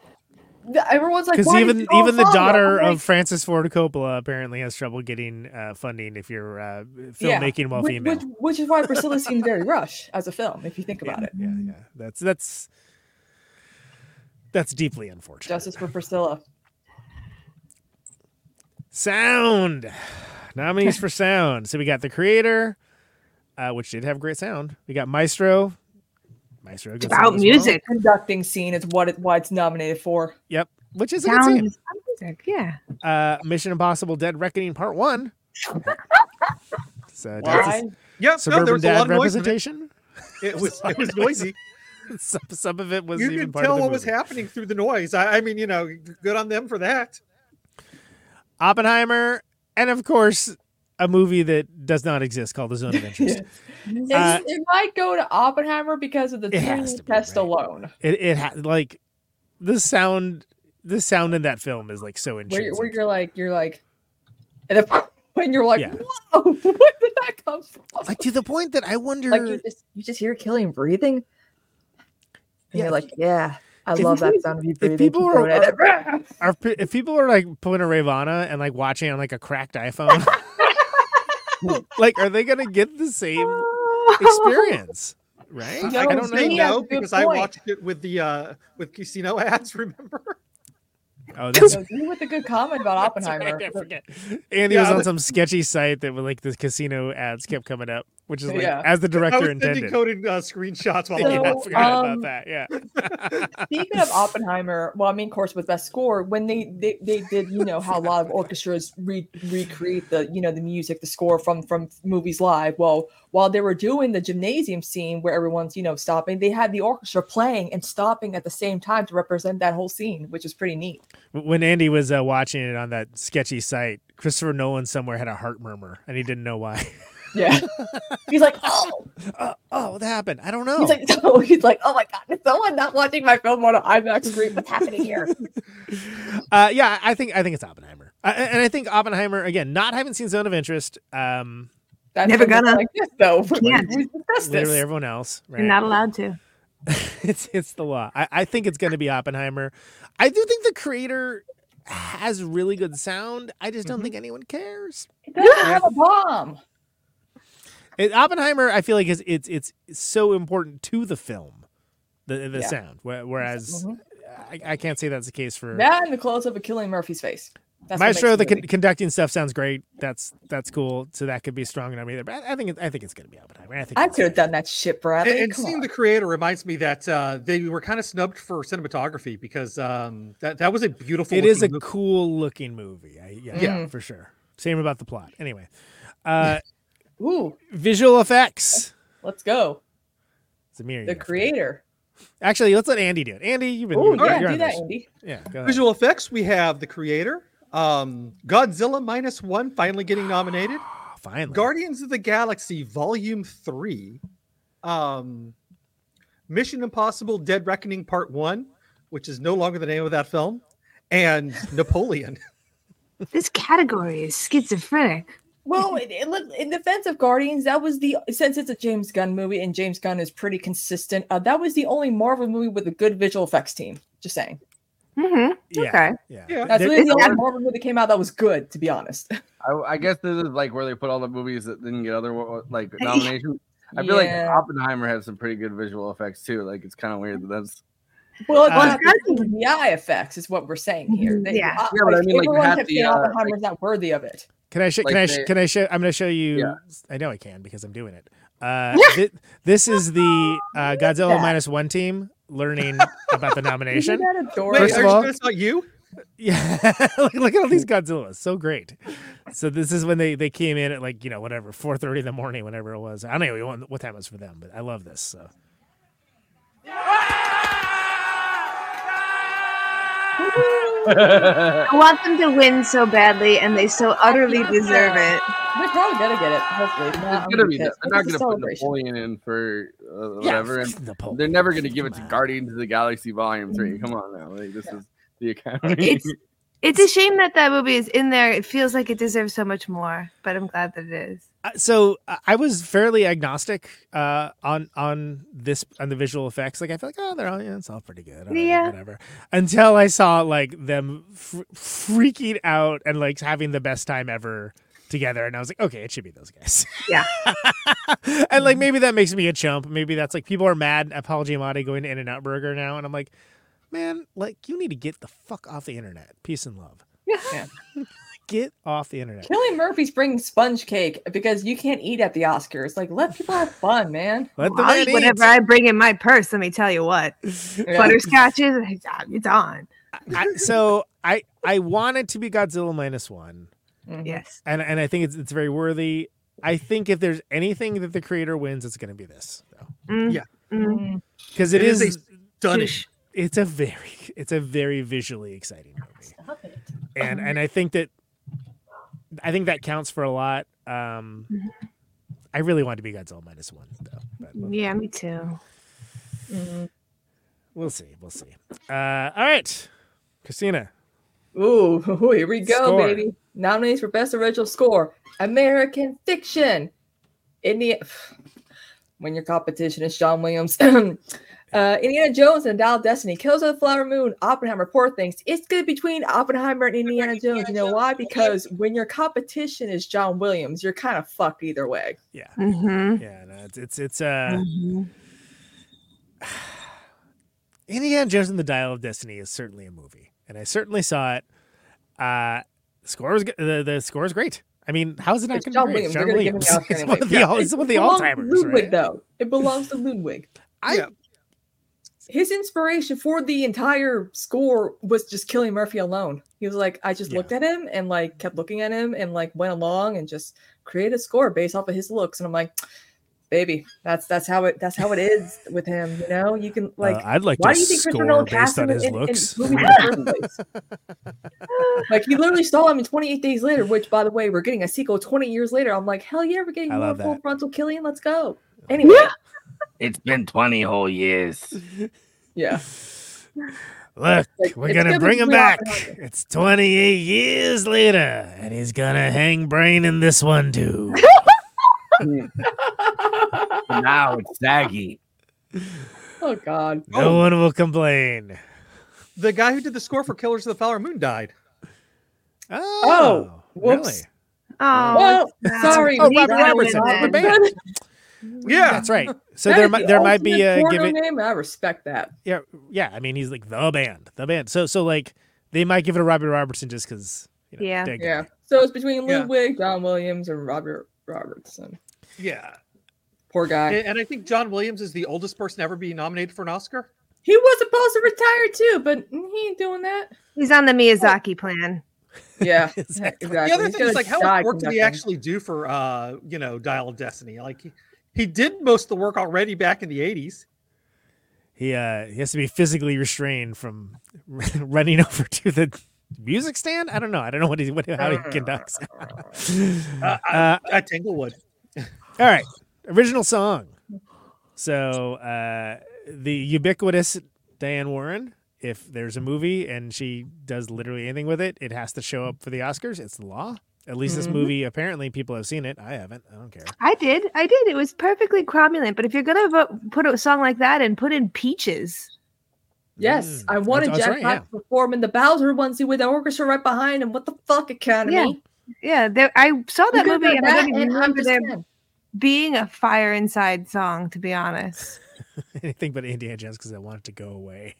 Speaker 2: Th- Everyone's like,
Speaker 1: because
Speaker 2: "Why did
Speaker 1: even
Speaker 2: you go
Speaker 1: even the
Speaker 2: follow?" I'm
Speaker 1: daughter
Speaker 2: like,
Speaker 1: of Francis Ford Coppola apparently has trouble getting uh, funding if you're uh,
Speaker 2: Yeah,
Speaker 1: filmmaking while
Speaker 2: which,
Speaker 1: female.
Speaker 2: which, which is why Priscilla seemed very rushed as a film, if you think about
Speaker 1: yeah,
Speaker 2: it.
Speaker 1: yeah, yeah. That's that's that's deeply unfortunate.
Speaker 2: Justice for Priscilla.
Speaker 1: Sound nominees for sound. So we got the creator, uh, which did have great sound. We got Maestro. Maestro.
Speaker 5: It's
Speaker 1: good
Speaker 5: about
Speaker 1: sound as well.
Speaker 5: music.
Speaker 2: Conducting scene is what it, why it's nominated for.
Speaker 1: Yep, which is a good
Speaker 5: Sound
Speaker 1: scene.
Speaker 5: is about music. Yeah.
Speaker 1: Uh, Mission Impossible: Dead Reckoning Part One. so that's
Speaker 2: Why?
Speaker 4: Yep.
Speaker 1: a
Speaker 4: no, there
Speaker 1: suburban
Speaker 4: was a lot
Speaker 1: dad
Speaker 4: of noise. in It.
Speaker 1: representation.
Speaker 4: it was it was noisy.
Speaker 1: Some, some of it was
Speaker 4: you
Speaker 1: even
Speaker 4: could
Speaker 1: part
Speaker 4: tell
Speaker 1: of the
Speaker 4: what was
Speaker 1: movie.
Speaker 4: happening through the noise. I, I mean, you know, good on them for that.
Speaker 1: Oppenheimer, and of course, a movie that does not exist called The Zone of Interest.
Speaker 2: It,
Speaker 1: Uh,
Speaker 2: it might go to Oppenheimer because of the
Speaker 1: It has
Speaker 2: Turing
Speaker 1: to be,
Speaker 2: test
Speaker 1: right?
Speaker 2: alone.
Speaker 1: It it ha- like the sound the sound in that film is like so
Speaker 2: where,
Speaker 1: intrinsic.
Speaker 2: you're- where you're like you're like and if, when you're like
Speaker 1: Yeah.
Speaker 2: whoa where did that come from
Speaker 1: like to the point that I wonder
Speaker 2: like you just you just hear killing breathing and
Speaker 1: Yeah.
Speaker 2: you're like yeah i
Speaker 1: If-
Speaker 2: love that sound of you breathing
Speaker 1: people
Speaker 2: Keep
Speaker 1: are-
Speaker 2: doing it."
Speaker 1: are pe- if people are like pulling a Ravana and like watching on like a cracked iPhone, like are they gonna get the same experience? Right?
Speaker 2: No,
Speaker 1: I don't know.
Speaker 2: see, yeah.
Speaker 4: no,
Speaker 2: that's a good
Speaker 4: because I
Speaker 2: point.
Speaker 4: watched it with the uh with casino ads. Remember?
Speaker 1: Oh, that's
Speaker 2: So you with a good comment about
Speaker 1: that's right,
Speaker 2: oppenheimer
Speaker 1: I forget. Andy
Speaker 4: Yeah,
Speaker 1: was
Speaker 4: I
Speaker 1: on
Speaker 4: was-
Speaker 1: some sketchy site that would like the casino ads kept coming up, which is like
Speaker 2: Yeah.
Speaker 1: as the
Speaker 4: I was
Speaker 1: director
Speaker 4: sending
Speaker 1: intended.
Speaker 4: coded uh, screenshots while
Speaker 1: Yeah,
Speaker 4: I
Speaker 2: So,
Speaker 1: I
Speaker 4: watched.
Speaker 1: forgot about
Speaker 2: um,
Speaker 1: that. Yeah.
Speaker 2: speaking of oppenheimer well i mean of course with best score when they they, they did you know how a lot of orchestras re- recreate the you know the music the score from from movies live well while they were doing the gymnasium scene where everyone's you know stopping they had the orchestra playing and stopping at the same time to represent that whole scene which is pretty neat
Speaker 1: When Andy was uh, watching it on that sketchy site, Christopher Nolan somewhere had a heart murmur and he didn't know why.
Speaker 2: yeah he's like oh
Speaker 1: Uh, oh, what happened? I don't know.
Speaker 2: he's like oh he's like oh my god is someone not watching my film on an imax screen what's happening here
Speaker 1: uh, yeah, Uh, I think I think it's Oppenheimer, I, and I think Oppenheimer again. Not having seen Zone of Interest, um,
Speaker 2: That's
Speaker 5: Never
Speaker 2: when it's
Speaker 5: gonna.
Speaker 2: like this though.
Speaker 5: Can't.
Speaker 2: We discussed
Speaker 1: Literally
Speaker 2: this.
Speaker 1: everyone else. Right?
Speaker 5: You're not allowed to.
Speaker 1: it's it's the law. I, I think it's going to be Oppenheimer. I do think the creator has really good sound. I just
Speaker 2: Mm-hmm.
Speaker 1: don't think anyone cares.
Speaker 2: It doesn't have a bomb.
Speaker 1: It, Oppenheimer, I feel like is it's it's so important to the film, the the
Speaker 2: Yeah.
Speaker 1: sound. wh- Whereas
Speaker 2: Mhm.
Speaker 1: I, I can't say that's the case for
Speaker 2: That and the close up of killing Murphy's face. That's what
Speaker 1: Maestro.
Speaker 2: makes
Speaker 1: The
Speaker 2: it
Speaker 1: con-
Speaker 2: really-
Speaker 1: conducting stuff sounds great. That's that's cool. So that could be strong enough either. But I, I think it, I think it's going to be Oppenheimer. I think
Speaker 2: I
Speaker 1: it's-
Speaker 2: could have done that shit, Bradley.
Speaker 4: and, and
Speaker 2: Come
Speaker 4: seeing
Speaker 2: on.
Speaker 4: the creator reminds me that uh, they were kind of snubbed for cinematography because um, that that was a beautiful.
Speaker 1: It is a
Speaker 4: looking movie.
Speaker 1: cool looking movie. I, yeah,
Speaker 2: Yeah.
Speaker 1: for sure. Same about the plot. Anyway, uh,
Speaker 2: Ooh,
Speaker 1: visual effects.
Speaker 2: let's go.
Speaker 1: It's a mirror.
Speaker 2: The
Speaker 1: you have.
Speaker 2: creator.
Speaker 1: Actually, let's let Andy do it. Andy, you've been.
Speaker 2: Ooh,
Speaker 1: you're-
Speaker 2: yeah,
Speaker 1: you're
Speaker 2: do
Speaker 1: on
Speaker 2: that,
Speaker 1: this.
Speaker 2: Andy.
Speaker 1: Yeah, go ahead.
Speaker 4: Uh, visual effects. We have the creator, um, Godzilla minus one, finally getting nominated.
Speaker 1: Oh, finally.
Speaker 4: Guardians of the Galaxy Volume 3, um, Mission Impossible Dead Reckoning Part 1, which is no longer the name of that film, and Napoleon.
Speaker 5: This category is schizophrenic.
Speaker 2: Well, it, it, look, in defense of Guardians, that was the since it's a James Gunn movie and James Gunn is pretty consistent. Uh, that was the only Marvel movie with a good visual effects team. Just saying,
Speaker 5: hmm
Speaker 1: Yeah,
Speaker 5: Okay.
Speaker 1: Yeah.
Speaker 4: Yeah.
Speaker 2: that's
Speaker 1: There-
Speaker 2: really the
Speaker 5: it's-
Speaker 2: only Marvel movie that came out that was good. To be honest,
Speaker 3: I, I guess this is like where they put all the movies that didn't get other wa- like nominations. I feel like
Speaker 2: Yeah.
Speaker 3: Oppenheimer has some pretty good visual effects too. Like it's kind of weird that that's
Speaker 2: well, it's
Speaker 1: Uh,
Speaker 2: not the CGI effects is what we're saying here. They-
Speaker 5: Yeah.
Speaker 2: uh,
Speaker 3: Yeah, but I mean, like, you
Speaker 2: everyone
Speaker 3: have
Speaker 2: kept
Speaker 3: the,
Speaker 2: saying
Speaker 3: uh, like-
Speaker 2: Oppenheimer's not worthy of it.
Speaker 1: Can I show?
Speaker 3: Like
Speaker 1: can I?
Speaker 3: they-
Speaker 1: Sh- can I show? I'm going to show you.
Speaker 3: Yeah.
Speaker 1: I know I can because I'm doing it. Uh, thi- this is the uh, Godzilla
Speaker 2: that.
Speaker 1: minus one team learning about the nomination.
Speaker 2: Isn't that adorable?
Speaker 4: Wait,
Speaker 1: First of
Speaker 4: are you
Speaker 1: all-
Speaker 4: sure it's not you?
Speaker 1: Yeah, look, look at all these Godzillas, so great. So this is when they they came in at like you know whatever four thirty in the morning, whenever it was. I don't know what- what time it was for them, but I love this. So
Speaker 5: I want them to win so badly, and they so utterly deserve it.
Speaker 2: They're probably gonna get it. Hopefully, If not,
Speaker 3: it's
Speaker 2: I'm
Speaker 3: gonna be.
Speaker 2: pissed.
Speaker 3: They're not
Speaker 2: It's a
Speaker 3: gonna put
Speaker 2: celebration.
Speaker 3: Napoleon in for uh, whatever, and
Speaker 1: Napoleon.
Speaker 3: they're never gonna give it to
Speaker 1: Come on.
Speaker 3: Guardians of the Galaxy Volume Three.
Speaker 1: Mm-hmm.
Speaker 3: Come on now, like this is the Academy.
Speaker 5: It's it's a shame that that movie is in there. It feels like it deserves so much more, but I'm glad that it is.
Speaker 1: Uh, so I I was fairly agnostic uh, on on this on the visual effects. Like I feel like oh they're all yeah, it's all pretty good. all right,
Speaker 5: Yeah.
Speaker 1: whatever. Until I saw like them fr- freaking out and like having the best time ever together, and I was like, okay, it should be those guys.
Speaker 5: Yeah.
Speaker 1: and like maybe that makes me a chump. Maybe that's like people are mad at Paul Giamatti going to In and Out Burger now, and I'm like, man, like you need to get the fuck off the internet. Peace and love.
Speaker 2: Yeah.
Speaker 1: Get off the internet.
Speaker 2: Killing Murphy's bringing sponge cake because you can't eat at the Oscars. Like, let people have fun, man.
Speaker 1: Let the
Speaker 5: I'll
Speaker 1: man
Speaker 5: eat
Speaker 1: eat.
Speaker 5: whatever I bring in my purse. Let me tell you what,
Speaker 2: Yeah.
Speaker 5: butterscotches, it's on- it's on.
Speaker 1: I, so I I want it to be Godzilla minus one,
Speaker 2: Mhm.
Speaker 5: Yes,
Speaker 1: and and I think it's it's very worthy. I think if there's anything that the creator wins, it's going to be this,
Speaker 5: Mm,
Speaker 4: Yeah.
Speaker 5: mm.
Speaker 2: Mm-hmm.
Speaker 1: because it
Speaker 4: It is
Speaker 1: is,
Speaker 4: a Stunning.
Speaker 5: Shush.
Speaker 1: it's a very it's a very visually exciting movie,
Speaker 2: Stop it.
Speaker 1: and and I think that I think that counts for a lot. Um, I really want it to be Godzilla minus one though, but we'll,
Speaker 5: Yeah, me too.
Speaker 2: Mhm.
Speaker 1: we'll see, we'll see. Uh, all right, Christina,
Speaker 2: Ooh, here we go,
Speaker 1: Score.
Speaker 2: baby. Nominees for Best Original Score American Fiction. Indiana. When your competition is Sean Williams. uh, Indiana Jones and Dial of Destiny. Kills of the Flower Moon. Oppenheimer. Poor things. It's good between Oppenheimer and Indiana Jones. You know why? Because when your competition is John Williams, you're kind of fucked either way.
Speaker 1: yeah,
Speaker 5: Mm-hmm.
Speaker 1: yeah, no, it's it's it's uh. Indiana Jones and the Dial of Destiny is certainly a movie, and I certainly saw it. Uh, score is g- the the score is great. I mean, how is it not
Speaker 2: It's
Speaker 1: going to
Speaker 2: John
Speaker 1: be great?
Speaker 2: Williams. They're gonna give him the Oscar
Speaker 1: it's
Speaker 2: anyway.
Speaker 1: one of the,
Speaker 2: Yeah,
Speaker 1: all, it's
Speaker 2: it
Speaker 1: one of the all
Speaker 2: belongs to
Speaker 1: timers,
Speaker 2: Ludwig,
Speaker 1: right?
Speaker 2: though. It belongs to Ludwig.
Speaker 1: I,
Speaker 4: Yeah.
Speaker 2: his inspiration for the entire score was just killing Murphy alone. He was like, I just
Speaker 1: Yeah.
Speaker 2: looked at him and like kept looking at him and like went along and just created a score based off of his looks. And I'm like, baby, that's that's how it that's how it is with him. You know, you can like.
Speaker 1: I'd Uh, like
Speaker 2: why do you think Christopher Nolan cast him in, in- in movies in the first place? like he literally saw him in 28 Days Later, which, by the way, we're getting a sequel 20 years later. I'm like, hell yeah, we're getting
Speaker 1: I
Speaker 2: more
Speaker 1: love
Speaker 2: full
Speaker 1: that.
Speaker 2: frontal killing. Let's go. Anyway,
Speaker 3: it's been twenty whole years.
Speaker 2: yeah.
Speaker 1: Look,
Speaker 2: Like,
Speaker 1: we're
Speaker 2: it's
Speaker 1: gonna
Speaker 2: gonna
Speaker 1: bring him
Speaker 2: be
Speaker 1: back.
Speaker 2: Oppenheimer.
Speaker 1: It's 28 years later, and he's gonna hang brain in this one too.
Speaker 3: But now it's saggy.
Speaker 2: Oh God.
Speaker 1: No one will complain.
Speaker 4: The guy who did the score for Killers of the Flower Moon died.
Speaker 1: Oh,
Speaker 2: whoops.
Speaker 5: Oh,
Speaker 2: Well,
Speaker 5: that's-
Speaker 2: sorry.
Speaker 1: Oh,
Speaker 2: we
Speaker 1: Robert
Speaker 2: gotta
Speaker 1: Robertson,
Speaker 2: win.
Speaker 1: the band.
Speaker 4: Yeah.
Speaker 1: That's right. So
Speaker 2: That
Speaker 1: there
Speaker 2: is
Speaker 1: might
Speaker 2: the
Speaker 1: there might be
Speaker 2: ultimate
Speaker 1: a give
Speaker 2: porno
Speaker 1: it
Speaker 2: name. I respect that.
Speaker 1: yeah yeah. I mean he's like the band, the band. So so like they might give it to Robert Robertson just because you know,
Speaker 5: Yeah.
Speaker 1: that guy.
Speaker 2: Yeah. So it's between
Speaker 4: Yeah.
Speaker 2: Ludwig, John Williams, and Robert Robertson.
Speaker 4: Yeah.
Speaker 2: Poor guy.
Speaker 4: And, and I think John Williams is the oldest person to ever be nominated for an Oscar.
Speaker 2: he was supposed to retire too, but he ain't doing that.
Speaker 5: he's on the Miyazaki plan.
Speaker 2: Yeah.
Speaker 1: Exactly.
Speaker 2: Exactly.
Speaker 4: The other
Speaker 2: He's
Speaker 4: thing
Speaker 2: gonna
Speaker 4: is like how
Speaker 2: die
Speaker 4: much work did he
Speaker 2: conducting.
Speaker 4: actually do for uh, you know, Dial of Destiny? Like he, he did most of the work already back in the 80s.
Speaker 1: He uh he has to be physically restrained from running over to the music stand. I don't know. I don't know what he what how
Speaker 2: Mm.
Speaker 1: he conducts.
Speaker 4: Uh,
Speaker 1: uh,
Speaker 4: At Tanglewood.
Speaker 1: all right, original song. So uh the ubiquitous Diane Warren. If there's a movie and she does literally anything with it, it has to show up for the Oscars. It's the law. At least this
Speaker 2: Mhm.
Speaker 1: movie, apparently, people have seen it. I haven't. I don't care.
Speaker 5: I did, I did. It was perfectly cromulent. But if you're gonna vo- put a song like that and put in peaches,
Speaker 2: Yes,
Speaker 1: Mm.
Speaker 2: I wanted
Speaker 1: That's-
Speaker 2: Jack
Speaker 1: that's right,
Speaker 2: Black to perform in the Bowser onesie with an orchestra right behind him. What the fuck, Academy?
Speaker 5: Yeah, yeah, there, I saw that
Speaker 2: You could
Speaker 5: movie
Speaker 2: have
Speaker 5: and I
Speaker 2: that
Speaker 5: didn't
Speaker 2: and
Speaker 5: even remember there
Speaker 2: 100%.
Speaker 5: being a fire inside song. To be honest,
Speaker 1: anything but Indiana Jones because I want it to go away.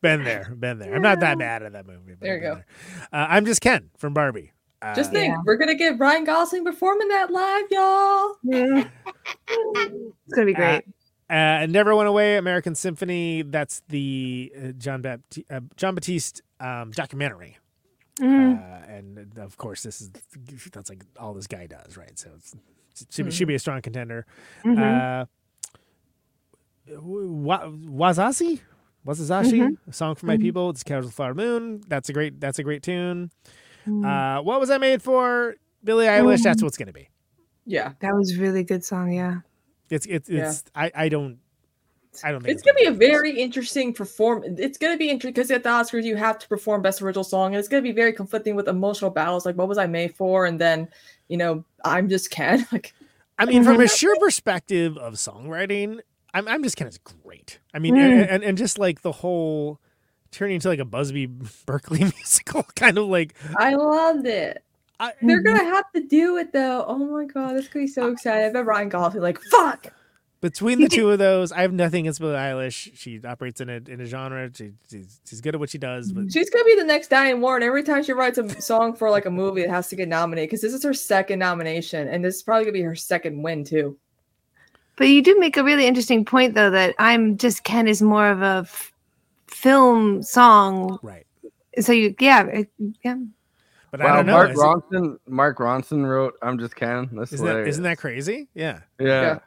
Speaker 1: been there, been there. I'm not that mad at that movie. but
Speaker 2: There
Speaker 1: I've
Speaker 2: you
Speaker 1: been
Speaker 2: go.
Speaker 1: there. Uh, I'm just Ken from Barbie. Uh,
Speaker 2: Just
Speaker 5: the-
Speaker 2: think,
Speaker 5: Yeah.
Speaker 2: we're gonna get Ryan Gosling performing that live, y'all.
Speaker 5: Mm. it's gonna be great.
Speaker 1: uh, Never Went Away, American Symphony. That's the uh, John Baptiste, uh, John Batiste um, documentary.
Speaker 2: Hmm.
Speaker 5: Mm.
Speaker 1: Uh, and of course, this is that's like all this guy does, right? So it's, it
Speaker 2: Hmm.
Speaker 1: should, be- should be a strong contender.
Speaker 5: Mhm.
Speaker 2: Mm-hmm.
Speaker 1: Uh, Wa- Wazashi, Wazashi,
Speaker 2: Mm-hmm.
Speaker 1: a song for my
Speaker 5: Mhm.
Speaker 1: people. It's Cowers of the Flower Moon. That's a great. That's a great tune.
Speaker 2: Mm-hmm.
Speaker 5: Mm.
Speaker 1: Uh, what was I made for? Billie Eilish. That's what's gonna be.
Speaker 2: Yeah.
Speaker 5: that was a really good song. Yeah.
Speaker 1: It's it's
Speaker 2: Yeah.
Speaker 1: it's. I I don't. I don't think
Speaker 2: It's gonna be a
Speaker 1: win this.
Speaker 2: very interesting perform. It's gonna be interesting because at the Oscars you have to perform best original song, and it's gonna be very conflicting with emotional battles. Like, what was I made for? And then, you know, I'm just Ken. Like,
Speaker 1: I mean, from a sheer perspective of songwriting, I'm I'm just kind of great. I mean, and, and and just like the whole turning into like a Busby Berkeley musical kind of like
Speaker 2: I loved it.
Speaker 1: I,
Speaker 2: They're
Speaker 5: Mm-hmm.
Speaker 2: gonna have to do it though. Oh my god, that's gonna be so exciting. I bet Ryan Gosling like, fuck.
Speaker 1: between the two of those, I have nothing against Billie Eilish. She operates in a in a genre. She, she's, she's good at what she does, but
Speaker 2: She's gonna be the next Diane Warren. Every time she writes a song for like a movie, it has to get nominated because this is her second nomination, and this is probably gonna be her second win too.
Speaker 5: But you do make a really interesting point, though, that I'm just Ken is more of a f- film song.
Speaker 1: right.
Speaker 5: So you, yeah, it- yeah.
Speaker 1: But I
Speaker 3: Wow,
Speaker 1: don't know.
Speaker 3: Mark
Speaker 1: is,
Speaker 3: Ronson. Mark Ronson wrote "I'm Just Ken." That's
Speaker 1: isn't, that,
Speaker 3: hilarious.
Speaker 1: isn't that crazy? Yeah,
Speaker 3: yeah.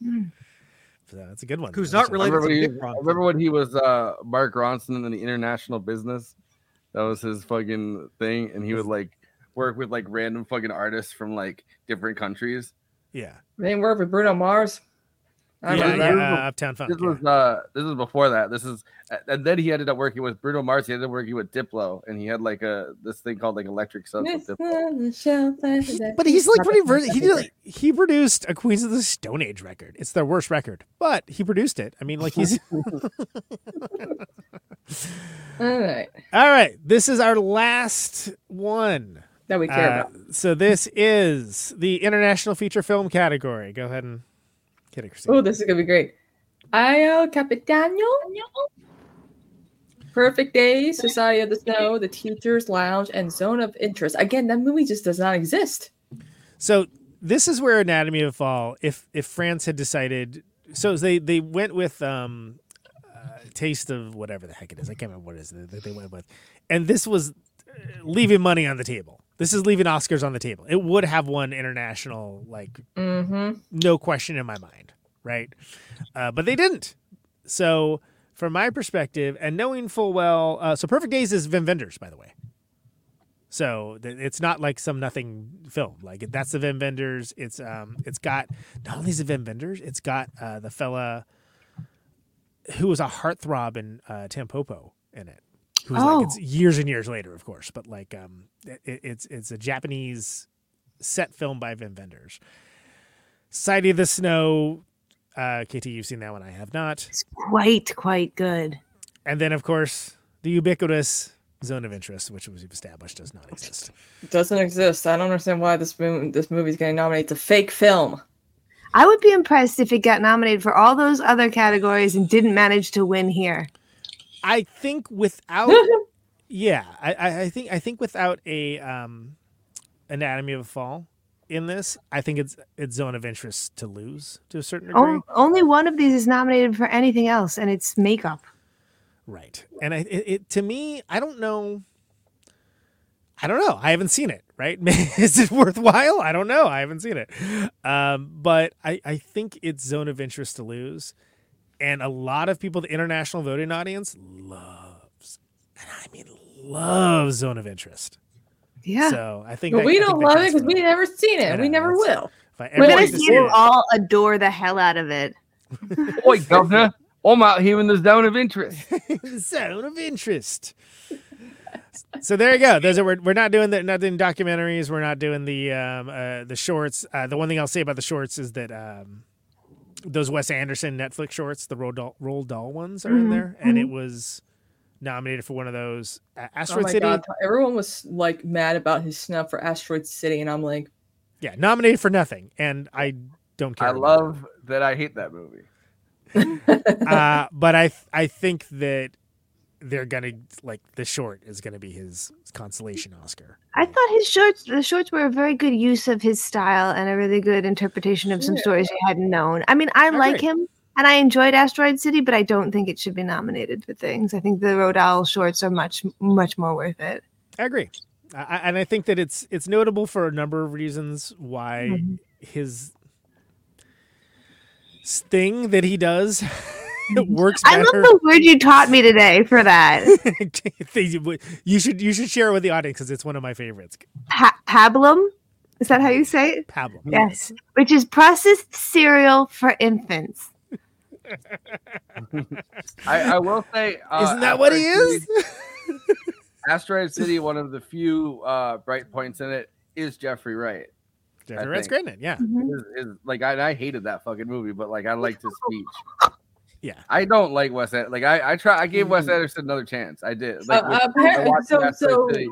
Speaker 2: Yeah.
Speaker 1: So that's a good one.
Speaker 4: Who's
Speaker 1: That's
Speaker 4: not
Speaker 1: a-
Speaker 3: I
Speaker 4: related-
Speaker 3: remember,
Speaker 4: Related
Speaker 3: he,
Speaker 4: to Mitt
Speaker 3: I remember when he was uh, Mark Ronson in the international business. That was his fucking thing, and he would like work with like random fucking artists from like different countries.
Speaker 1: Yeah,
Speaker 2: They work with Bruno Mars. I
Speaker 1: yeah,
Speaker 2: remember
Speaker 1: yeah,
Speaker 2: that.
Speaker 1: uh, Uptown Funk.
Speaker 3: This
Speaker 1: yeah.
Speaker 3: was uh, this was before that. This is, and then he ended up working with Bruno Mars. He ended up working with Diplo, and he had like a this thing called like Electric Sub. with Diplo.
Speaker 1: He- but he's like pretty vers- he did like, he produced a Queens of the Stone Age record. It's their worst record, but he produced it. I mean, like he's
Speaker 2: All right,
Speaker 1: all right. This is our last one.
Speaker 2: that we care
Speaker 1: Uh,
Speaker 2: about.
Speaker 1: So this is the international feature film category. Go ahead and hit it, Christine.
Speaker 2: Oh, this is gonna be great. Ayo Capitano. Perfect Day, Society of the Snow, The Teacher's Lounge, and Zone of Interest. Again, that movie just does not exist.
Speaker 1: So this is where Anatomy of a Fall. If if France had decided, so they they went with um, uh, Taste of whatever the heck it is. I can't remember what it is that they went with, and this was uh, leaving money on the table. This is leaving Oscars on the table. It would have won international, like
Speaker 2: Mm-hmm.
Speaker 1: no question in my mind, right? Uh, but they didn't. So from my perspective, and knowing full well, uh, so Perfect Days is Vin Vendors, by the way. So th- it's not like some nothing film. Like that's the Vin Vendors. It's um, it's got not only is it Vin Vendors, it's got uh, the fella who was a heartthrob in uh, Tampopo in it. Who's
Speaker 5: Oh.
Speaker 1: like it's years and years later, of course, but like um, it, it's it's a Japanese set film by Vim Vendors. Sight of the Snow. Uh, KT, you've seen that one. I have not.
Speaker 5: It's quite, quite good.
Speaker 1: And then, of course, the ubiquitous Zone of Interest, which we've established does not exist.
Speaker 2: Doesn't exist. I don't understand why this movie this movie's getting nominated to fake film.
Speaker 5: I would be impressed if it got nominated for all those other categories and didn't manage to win here.
Speaker 1: I think without, yeah, I- I, I think I think without a um, Anatomy of a Fall in this, I think it's it's Zone of Interest to lose to a certain degree.
Speaker 5: On- only one of these is nominated for anything else, and it's makeup.
Speaker 1: Right. And I, it, it to me, I don't know. I don't know. I haven't seen it. Right? Is it worthwhile? I don't know. I haven't seen it. Um, but I, I think it's zone of interest to lose, and a lot of people, the international voting audience, loves, and I mean loves zone of interest.
Speaker 5: Yeah.
Speaker 1: So I think
Speaker 2: But
Speaker 1: that- I
Speaker 2: we
Speaker 1: think
Speaker 2: don't
Speaker 1: that
Speaker 2: love it
Speaker 1: counts
Speaker 2: because
Speaker 1: for
Speaker 2: we
Speaker 1: that.
Speaker 2: never seen
Speaker 1: I
Speaker 2: it. We
Speaker 1: know,
Speaker 2: never
Speaker 1: that's-
Speaker 2: will.
Speaker 1: If I
Speaker 5: We're
Speaker 1: ever
Speaker 5: gonna
Speaker 1: get to
Speaker 5: see
Speaker 1: see
Speaker 5: you
Speaker 1: it-
Speaker 5: all adore the hell out of it.
Speaker 3: Oi, governor, I'm out here in the zone of interest.
Speaker 1: zone of interest. so there you go. Those are we're, we're not doing that. Not doing documentaries. We're not doing the um, uh, the shorts. Uh, the one thing I'll say about the shorts is that um, those Wes Anderson Netflix shorts, the Roll Doll, Roll Doll ones, are
Speaker 2: Mm-hmm.
Speaker 1: in
Speaker 5: Mhm,
Speaker 1: there, and it was nominated for one of those. Uh,
Speaker 2: Oh
Speaker 1: Asteroid
Speaker 2: my
Speaker 1: City,
Speaker 2: god! Everyone was like mad about his snub for Asteroid City, and I'm like,
Speaker 1: yeah, nominated for nothing, and I don't care.
Speaker 3: I
Speaker 1: about
Speaker 3: love that I hate that movie.
Speaker 1: that. uh, but I th- I think that they're gonna like the short is gonna be his consolation Oscar.
Speaker 5: I thought his shorts, the shorts were a very good use of his style and a really good interpretation of some stories you hadn't known. I mean, I
Speaker 1: All
Speaker 5: like
Speaker 1: right.
Speaker 5: him and I enjoyed Asteroid City, but I don't think it should be nominated for things. I think the Rodal shorts are much, much more worth it.
Speaker 1: I agree, I, I- and I think that it's it's notable for a number of reasons why
Speaker 5: Mhm.
Speaker 1: his s- thing that he does works
Speaker 5: I love
Speaker 1: better.
Speaker 5: the word you taught me today for that.
Speaker 1: you should you should share it with the audience because it's one of my favorites.
Speaker 5: Pa- pablum? Is that how you say it?
Speaker 1: Pablum.
Speaker 5: Yes. Which is processed cereal for infants.
Speaker 3: I, I will say, uh,
Speaker 1: Isn't that what he
Speaker 3: Asteroid
Speaker 1: is?
Speaker 3: City- Asteroid City, one of the few uh, bright points in it is Jeffrey Wright.
Speaker 1: Jeffrey Wright's great in it. Yeah.
Speaker 3: Is, is- like I, I hated that fucking movie, but like I liked his speech.
Speaker 1: Yeah.
Speaker 3: I don't like Wes. An- Like I, I try. I gave Wes Anderson another chance. I did. Like,
Speaker 2: uh,
Speaker 3: with- I
Speaker 2: apparently-
Speaker 3: watched
Speaker 2: so,
Speaker 3: Asteroid
Speaker 2: so
Speaker 3: City,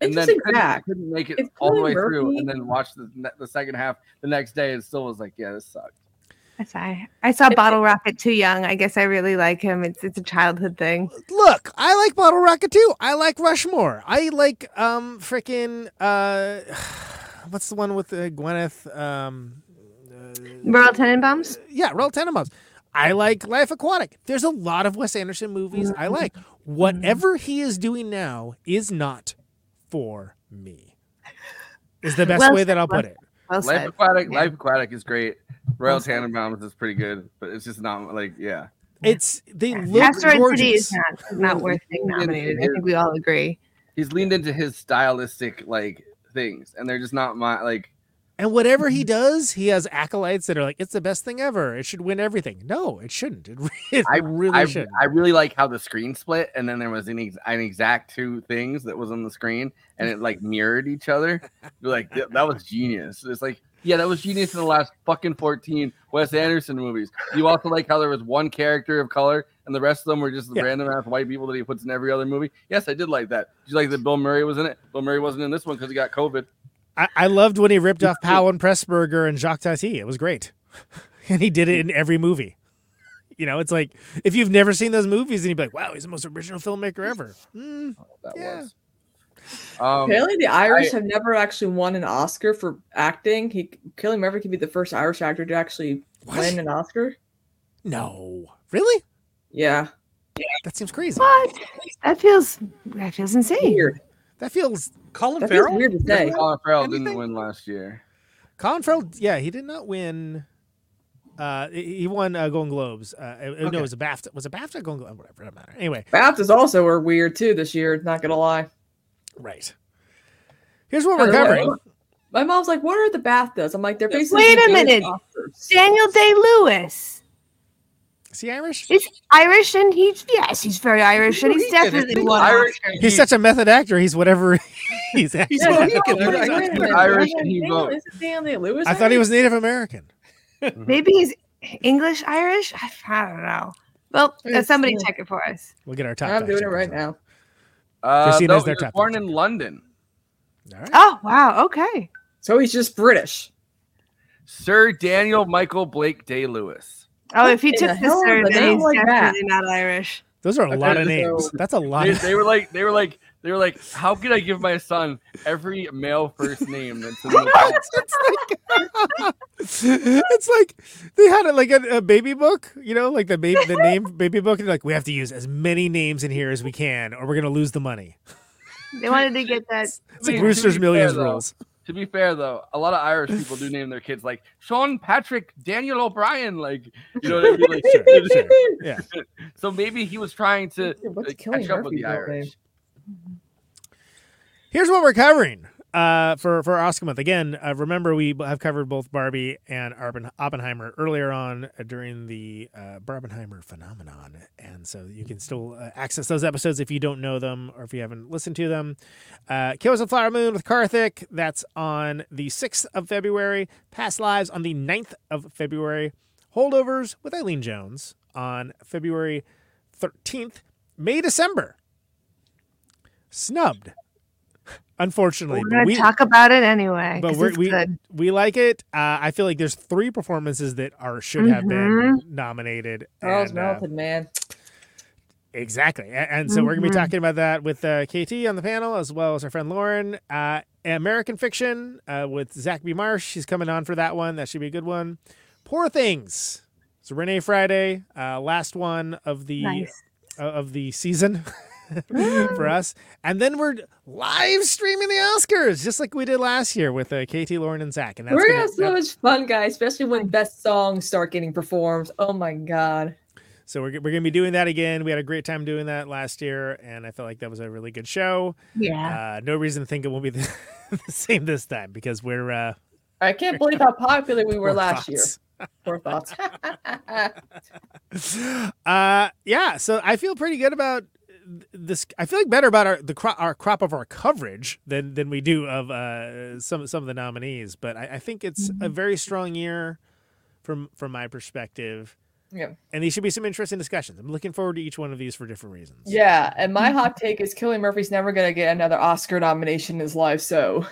Speaker 3: and then
Speaker 2: interesting
Speaker 3: couldn't,
Speaker 2: fact.
Speaker 3: couldn't make it
Speaker 2: If
Speaker 3: all the
Speaker 2: Cillian
Speaker 3: way through,
Speaker 2: Murphy-
Speaker 3: and then watched the, ne- the second half the next day, and still was like, yeah, this sucked.
Speaker 5: That's I. I saw
Speaker 2: If it-
Speaker 5: Bottle Rocket too young. I guess I really like him. It's it's a childhood thing.
Speaker 1: Look, I like Bottle Rocket too. I like Rushmore. I like um freaking uh, what's the one with uh, Gwyneth um. uh,
Speaker 5: Merle Tenenbaums.
Speaker 1: yeah, Royal Tenenbaums. I like Life Aquatic. There's a lot of Wes Anderson movies I like. Whatever he is doing now is not for me. Is the best
Speaker 5: Well
Speaker 1: way that I'll
Speaker 5: said,
Speaker 1: put it.
Speaker 5: Well
Speaker 3: Life
Speaker 5: said.
Speaker 3: Aquatic,
Speaker 5: Yeah.
Speaker 3: Life Aquatic is great. Royal
Speaker 5: Well said.
Speaker 3: Tannenbaums is pretty good, but it's just not like yeah.
Speaker 1: It's they look
Speaker 5: Asteroid
Speaker 1: gorgeous.
Speaker 5: City is not, not worth being
Speaker 3: It is-
Speaker 5: nominated.
Speaker 3: it
Speaker 5: I think we all agree.
Speaker 3: He's leaned into his stylistic like things, and they're just not my like.
Speaker 1: And whatever he does, he has acolytes that are like, "It's the best thing ever. It should win everything." No, it shouldn't. It, re- it
Speaker 3: I-
Speaker 1: really
Speaker 3: I,
Speaker 1: shouldn't.
Speaker 3: I really like how the screen split, and then there was an, ex- an exact two things that was on the screen, and it like mirrored each other. You're like "Yeah, that was genius. It's like yeah, that was genius in the last fucking fourteen Wes Anderson movies. You also like how there was one character of color, and the rest of them were just
Speaker 1: Yeah.
Speaker 3: random ass white people that he puts in every other movie. Yes, I did like that. Did you like that Bill Murray was in it? Bill Murray wasn't in this one because he got COVID.
Speaker 1: I, I loved when he ripped off Powell and Pressburger and Jacques Tati. It was great. And he did it in every movie. You know, it's like if you've never seen those movies and you'd be like, wow, he's the most original filmmaker ever. Mm,
Speaker 3: That
Speaker 1: Yeah.
Speaker 3: was. Um,
Speaker 2: apparently the Irish have never actually won an Oscar for acting. He Killing Murphy could be the first Irish actor to actually
Speaker 1: What?
Speaker 2: win an Oscar.
Speaker 1: no. Really?
Speaker 2: Yeah,
Speaker 1: That seems crazy.
Speaker 5: What? That feels that feels insane.
Speaker 2: weird.
Speaker 1: That feels.
Speaker 4: Colin
Speaker 2: That's
Speaker 4: Farrell.
Speaker 2: weird to say.
Speaker 3: Colin Farrell didn't
Speaker 1: Anything?
Speaker 3: win last year.
Speaker 1: Colin Farrell, yeah, he did not win. Uh, he he won uh, Golden Globes. Uh, it- No,
Speaker 4: Okay.
Speaker 1: it was a BAFTA. Was it BAFTA? Golden Globe? Whatever. Doesn't matter. Anyway,
Speaker 2: BAFTAs also were weird too this year. Not gonna lie.
Speaker 1: right. Here's what
Speaker 2: By
Speaker 1: we're
Speaker 2: the way,
Speaker 1: covering.
Speaker 2: My mom's like, "What are the BAFTAs?" I'm like, "They're basically
Speaker 5: Wait a
Speaker 2: those
Speaker 5: minute.
Speaker 2: Oscars."
Speaker 5: Daniel Day Lewis.
Speaker 1: Is he Irish?
Speaker 5: He's Irish and he's yes, he's very Irish and he's
Speaker 4: He did it.
Speaker 5: definitely
Speaker 4: He's
Speaker 5: one
Speaker 3: Irish.
Speaker 5: Oscar.
Speaker 1: He's such a method actor. He's whatever He's actually,
Speaker 4: He's-
Speaker 2: Yeah,
Speaker 4: Well,
Speaker 2: he
Speaker 4: he
Speaker 2: was
Speaker 4: can-
Speaker 2: Irish.
Speaker 4: he's
Speaker 2: Wait a minute.
Speaker 3: Irish
Speaker 2: Wasn't
Speaker 3: and he
Speaker 2: English?
Speaker 3: votes.
Speaker 2: Isn't he Lewis
Speaker 1: I thought he was Native American.
Speaker 5: Maybe he's English Irish. I, I don't know. Well, uh,
Speaker 2: It's,
Speaker 5: somebody
Speaker 2: uh,
Speaker 5: check it for us.
Speaker 1: We'll get our top.
Speaker 2: I'm
Speaker 1: fact
Speaker 2: doing it
Speaker 1: checkers
Speaker 2: right
Speaker 1: on.
Speaker 2: now.
Speaker 3: Uh,
Speaker 1: Christina's
Speaker 3: no,
Speaker 1: their
Speaker 3: he was
Speaker 1: top
Speaker 3: born in
Speaker 1: pick.
Speaker 3: London.
Speaker 1: All right.
Speaker 5: Oh wow. Okay.
Speaker 2: So he's just British.
Speaker 3: Sir Daniel Michael Blake Day Lewis.
Speaker 5: Oh, if he
Speaker 2: What
Speaker 5: took
Speaker 2: the
Speaker 5: the
Speaker 2: hell?
Speaker 5: survey,
Speaker 2: The
Speaker 5: he's
Speaker 2: name like that.
Speaker 5: definitely not Irish.
Speaker 1: Those are a
Speaker 3: Okay,
Speaker 1: lot of
Speaker 3: so-
Speaker 1: names. That's a lot.
Speaker 3: They,
Speaker 1: Of,
Speaker 3: they were like, they were like, they were like, how could I give my son every male first name that's in the Bible?
Speaker 1: it's like they had it like a, a baby book, you know, like the baby the name baby book. And they're like we have to use as many names in here as we can, or we're gonna lose the money.
Speaker 5: They wanted to get that.
Speaker 1: It's like
Speaker 3: Yeah.
Speaker 1: Rooster's
Speaker 3: To be
Speaker 1: Millions
Speaker 3: fair, though,
Speaker 1: rules.
Speaker 3: To be fair though, a lot of Irish people do name their kids like Sean Patrick Daniel O'Brien, like you know what I mean? Like,
Speaker 1: Sure, sure. Yeah,
Speaker 3: so maybe he was trying to
Speaker 2: What's
Speaker 3: like,
Speaker 2: killing
Speaker 3: catch up with
Speaker 2: Murphy's
Speaker 3: the Irish.
Speaker 1: Here's what we're covering uh, for for Oscar month. Again, uh, remember we b- have covered both Barbie and Arben- Oppenheimer earlier on uh, during the uh, Barbenheimer phenomenon, and so you can still uh, access those episodes if you don't know them or if you haven't listened to them. Uh, Killers of the Flower Moon with Karthik that's on the sixth of February. Past Lives on the 9th of February. Holdovers with Eileen Jones on February thirteenth. May December. Snubbed. Unfortunately,
Speaker 5: We're
Speaker 1: but
Speaker 5: gonna
Speaker 1: we-
Speaker 5: talk about it anyway.
Speaker 1: but
Speaker 5: 'cause
Speaker 1: we're,
Speaker 5: it's
Speaker 1: we
Speaker 5: good.
Speaker 1: we like it. Uh, I feel like there's three performances that are should have been
Speaker 5: Mm-hmm.
Speaker 1: nominated.
Speaker 2: Charles
Speaker 1: and, uh,
Speaker 2: Melton, man.
Speaker 1: exactly, A- and so we're gonna be
Speaker 5: Mhm.
Speaker 1: talking about that with uh, KT on the panel as well as our friend Lauren. Uh, American Fiction uh, with Zach B. Marsh. She's coming on for that one. That should be a good one. Poor Things. It's Renee Friday, uh, last one of the
Speaker 5: nice.
Speaker 1: uh, of the season for us. And then we're live streaming the Oscars, just like we did last year with uh, KT, Lauren, and Zach. And that's
Speaker 2: We're gonna
Speaker 1: gonna-
Speaker 2: have so
Speaker 1: that-
Speaker 2: much fun, guys, especially when best songs start getting performed. Oh my god.
Speaker 1: so we're, g- we're going to be doing that again. We had a great time doing that last year, and I felt like that was a really good show.
Speaker 5: Yeah.
Speaker 1: Uh, no reason to think it won't be the, the same this time because we're uh,
Speaker 2: I can't believe how popular we were
Speaker 1: poor
Speaker 2: last year.
Speaker 1: thoughts.
Speaker 2: Poor thoughts.
Speaker 1: uh, yeah, so I feel pretty good about th- this. I feel like better about our the cro- our crop of our coverage than than we do of uh, some some of the nominees. But I, I think it's a very strong year from from my perspective.
Speaker 2: Yeah.
Speaker 1: and these should be some interesting discussions. I'm looking forward to each one of these for different reasons.
Speaker 2: yeah, and my hot take is Killian Murphy's never gonna get another Oscar nomination in his life. So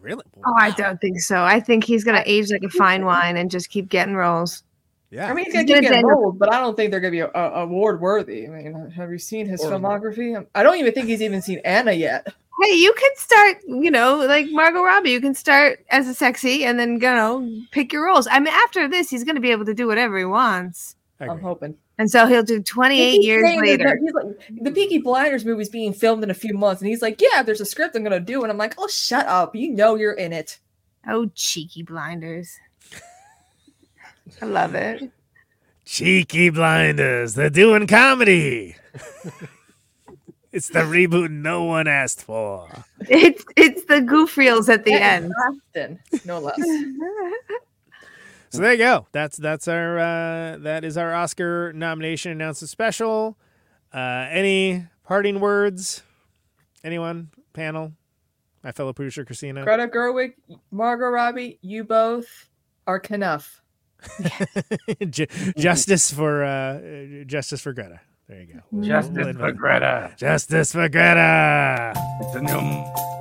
Speaker 1: really.
Speaker 5: Oh, I
Speaker 1: Wow.
Speaker 5: don't think so. I think he's gonna age like a fine wine and just keep getting roles.
Speaker 1: Yeah,
Speaker 2: I mean, he's
Speaker 5: He's
Speaker 2: gonna keep
Speaker 5: gonna
Speaker 2: getting
Speaker 5: Daniel-
Speaker 2: old, but I don't think they're gonna be a- a- award worthy. I mean, have you seen his
Speaker 3: Horrible.
Speaker 2: filmography? I don't even think he's even seen Anna yet.
Speaker 5: Hey, you can start, you know, like Margot Robbie. You can start as a sexy, and then you know, pick your roles. I mean, after this, he's gonna be able to do whatever he wants,
Speaker 1: I
Speaker 2: I'm
Speaker 1: agree.
Speaker 2: hoping.
Speaker 5: and so he'll do 28
Speaker 2: He's
Speaker 5: years
Speaker 2: saying that
Speaker 5: later.
Speaker 2: they're- He's like, the Peaky Blinders movie's being filmed in a few months, and he's like, "Yeah, there's a script I'm gonna do," and I'm like, "Oh, shut up! You know you're in it."
Speaker 5: Oh, cheeky blinders! I love it.
Speaker 1: Cheeky blinders, they're doing comedy. it's the reboot no one asked for.
Speaker 5: It's it's the goof reels at the
Speaker 2: That is
Speaker 5: end.
Speaker 2: Then, no less.
Speaker 1: So there you go. That's that's our uh, that is our Oscar nomination announcement special. Uh, any parting words? Anyone? Panel? My fellow producer Christina.
Speaker 2: Greta Gerwig, Margot Robbie, you both are Knuff.
Speaker 1: Ju- justice for uh, justice for Greta. There you go. We'll- we'll end with-
Speaker 3: Greta.
Speaker 1: Justice for Greta.
Speaker 3: It's a new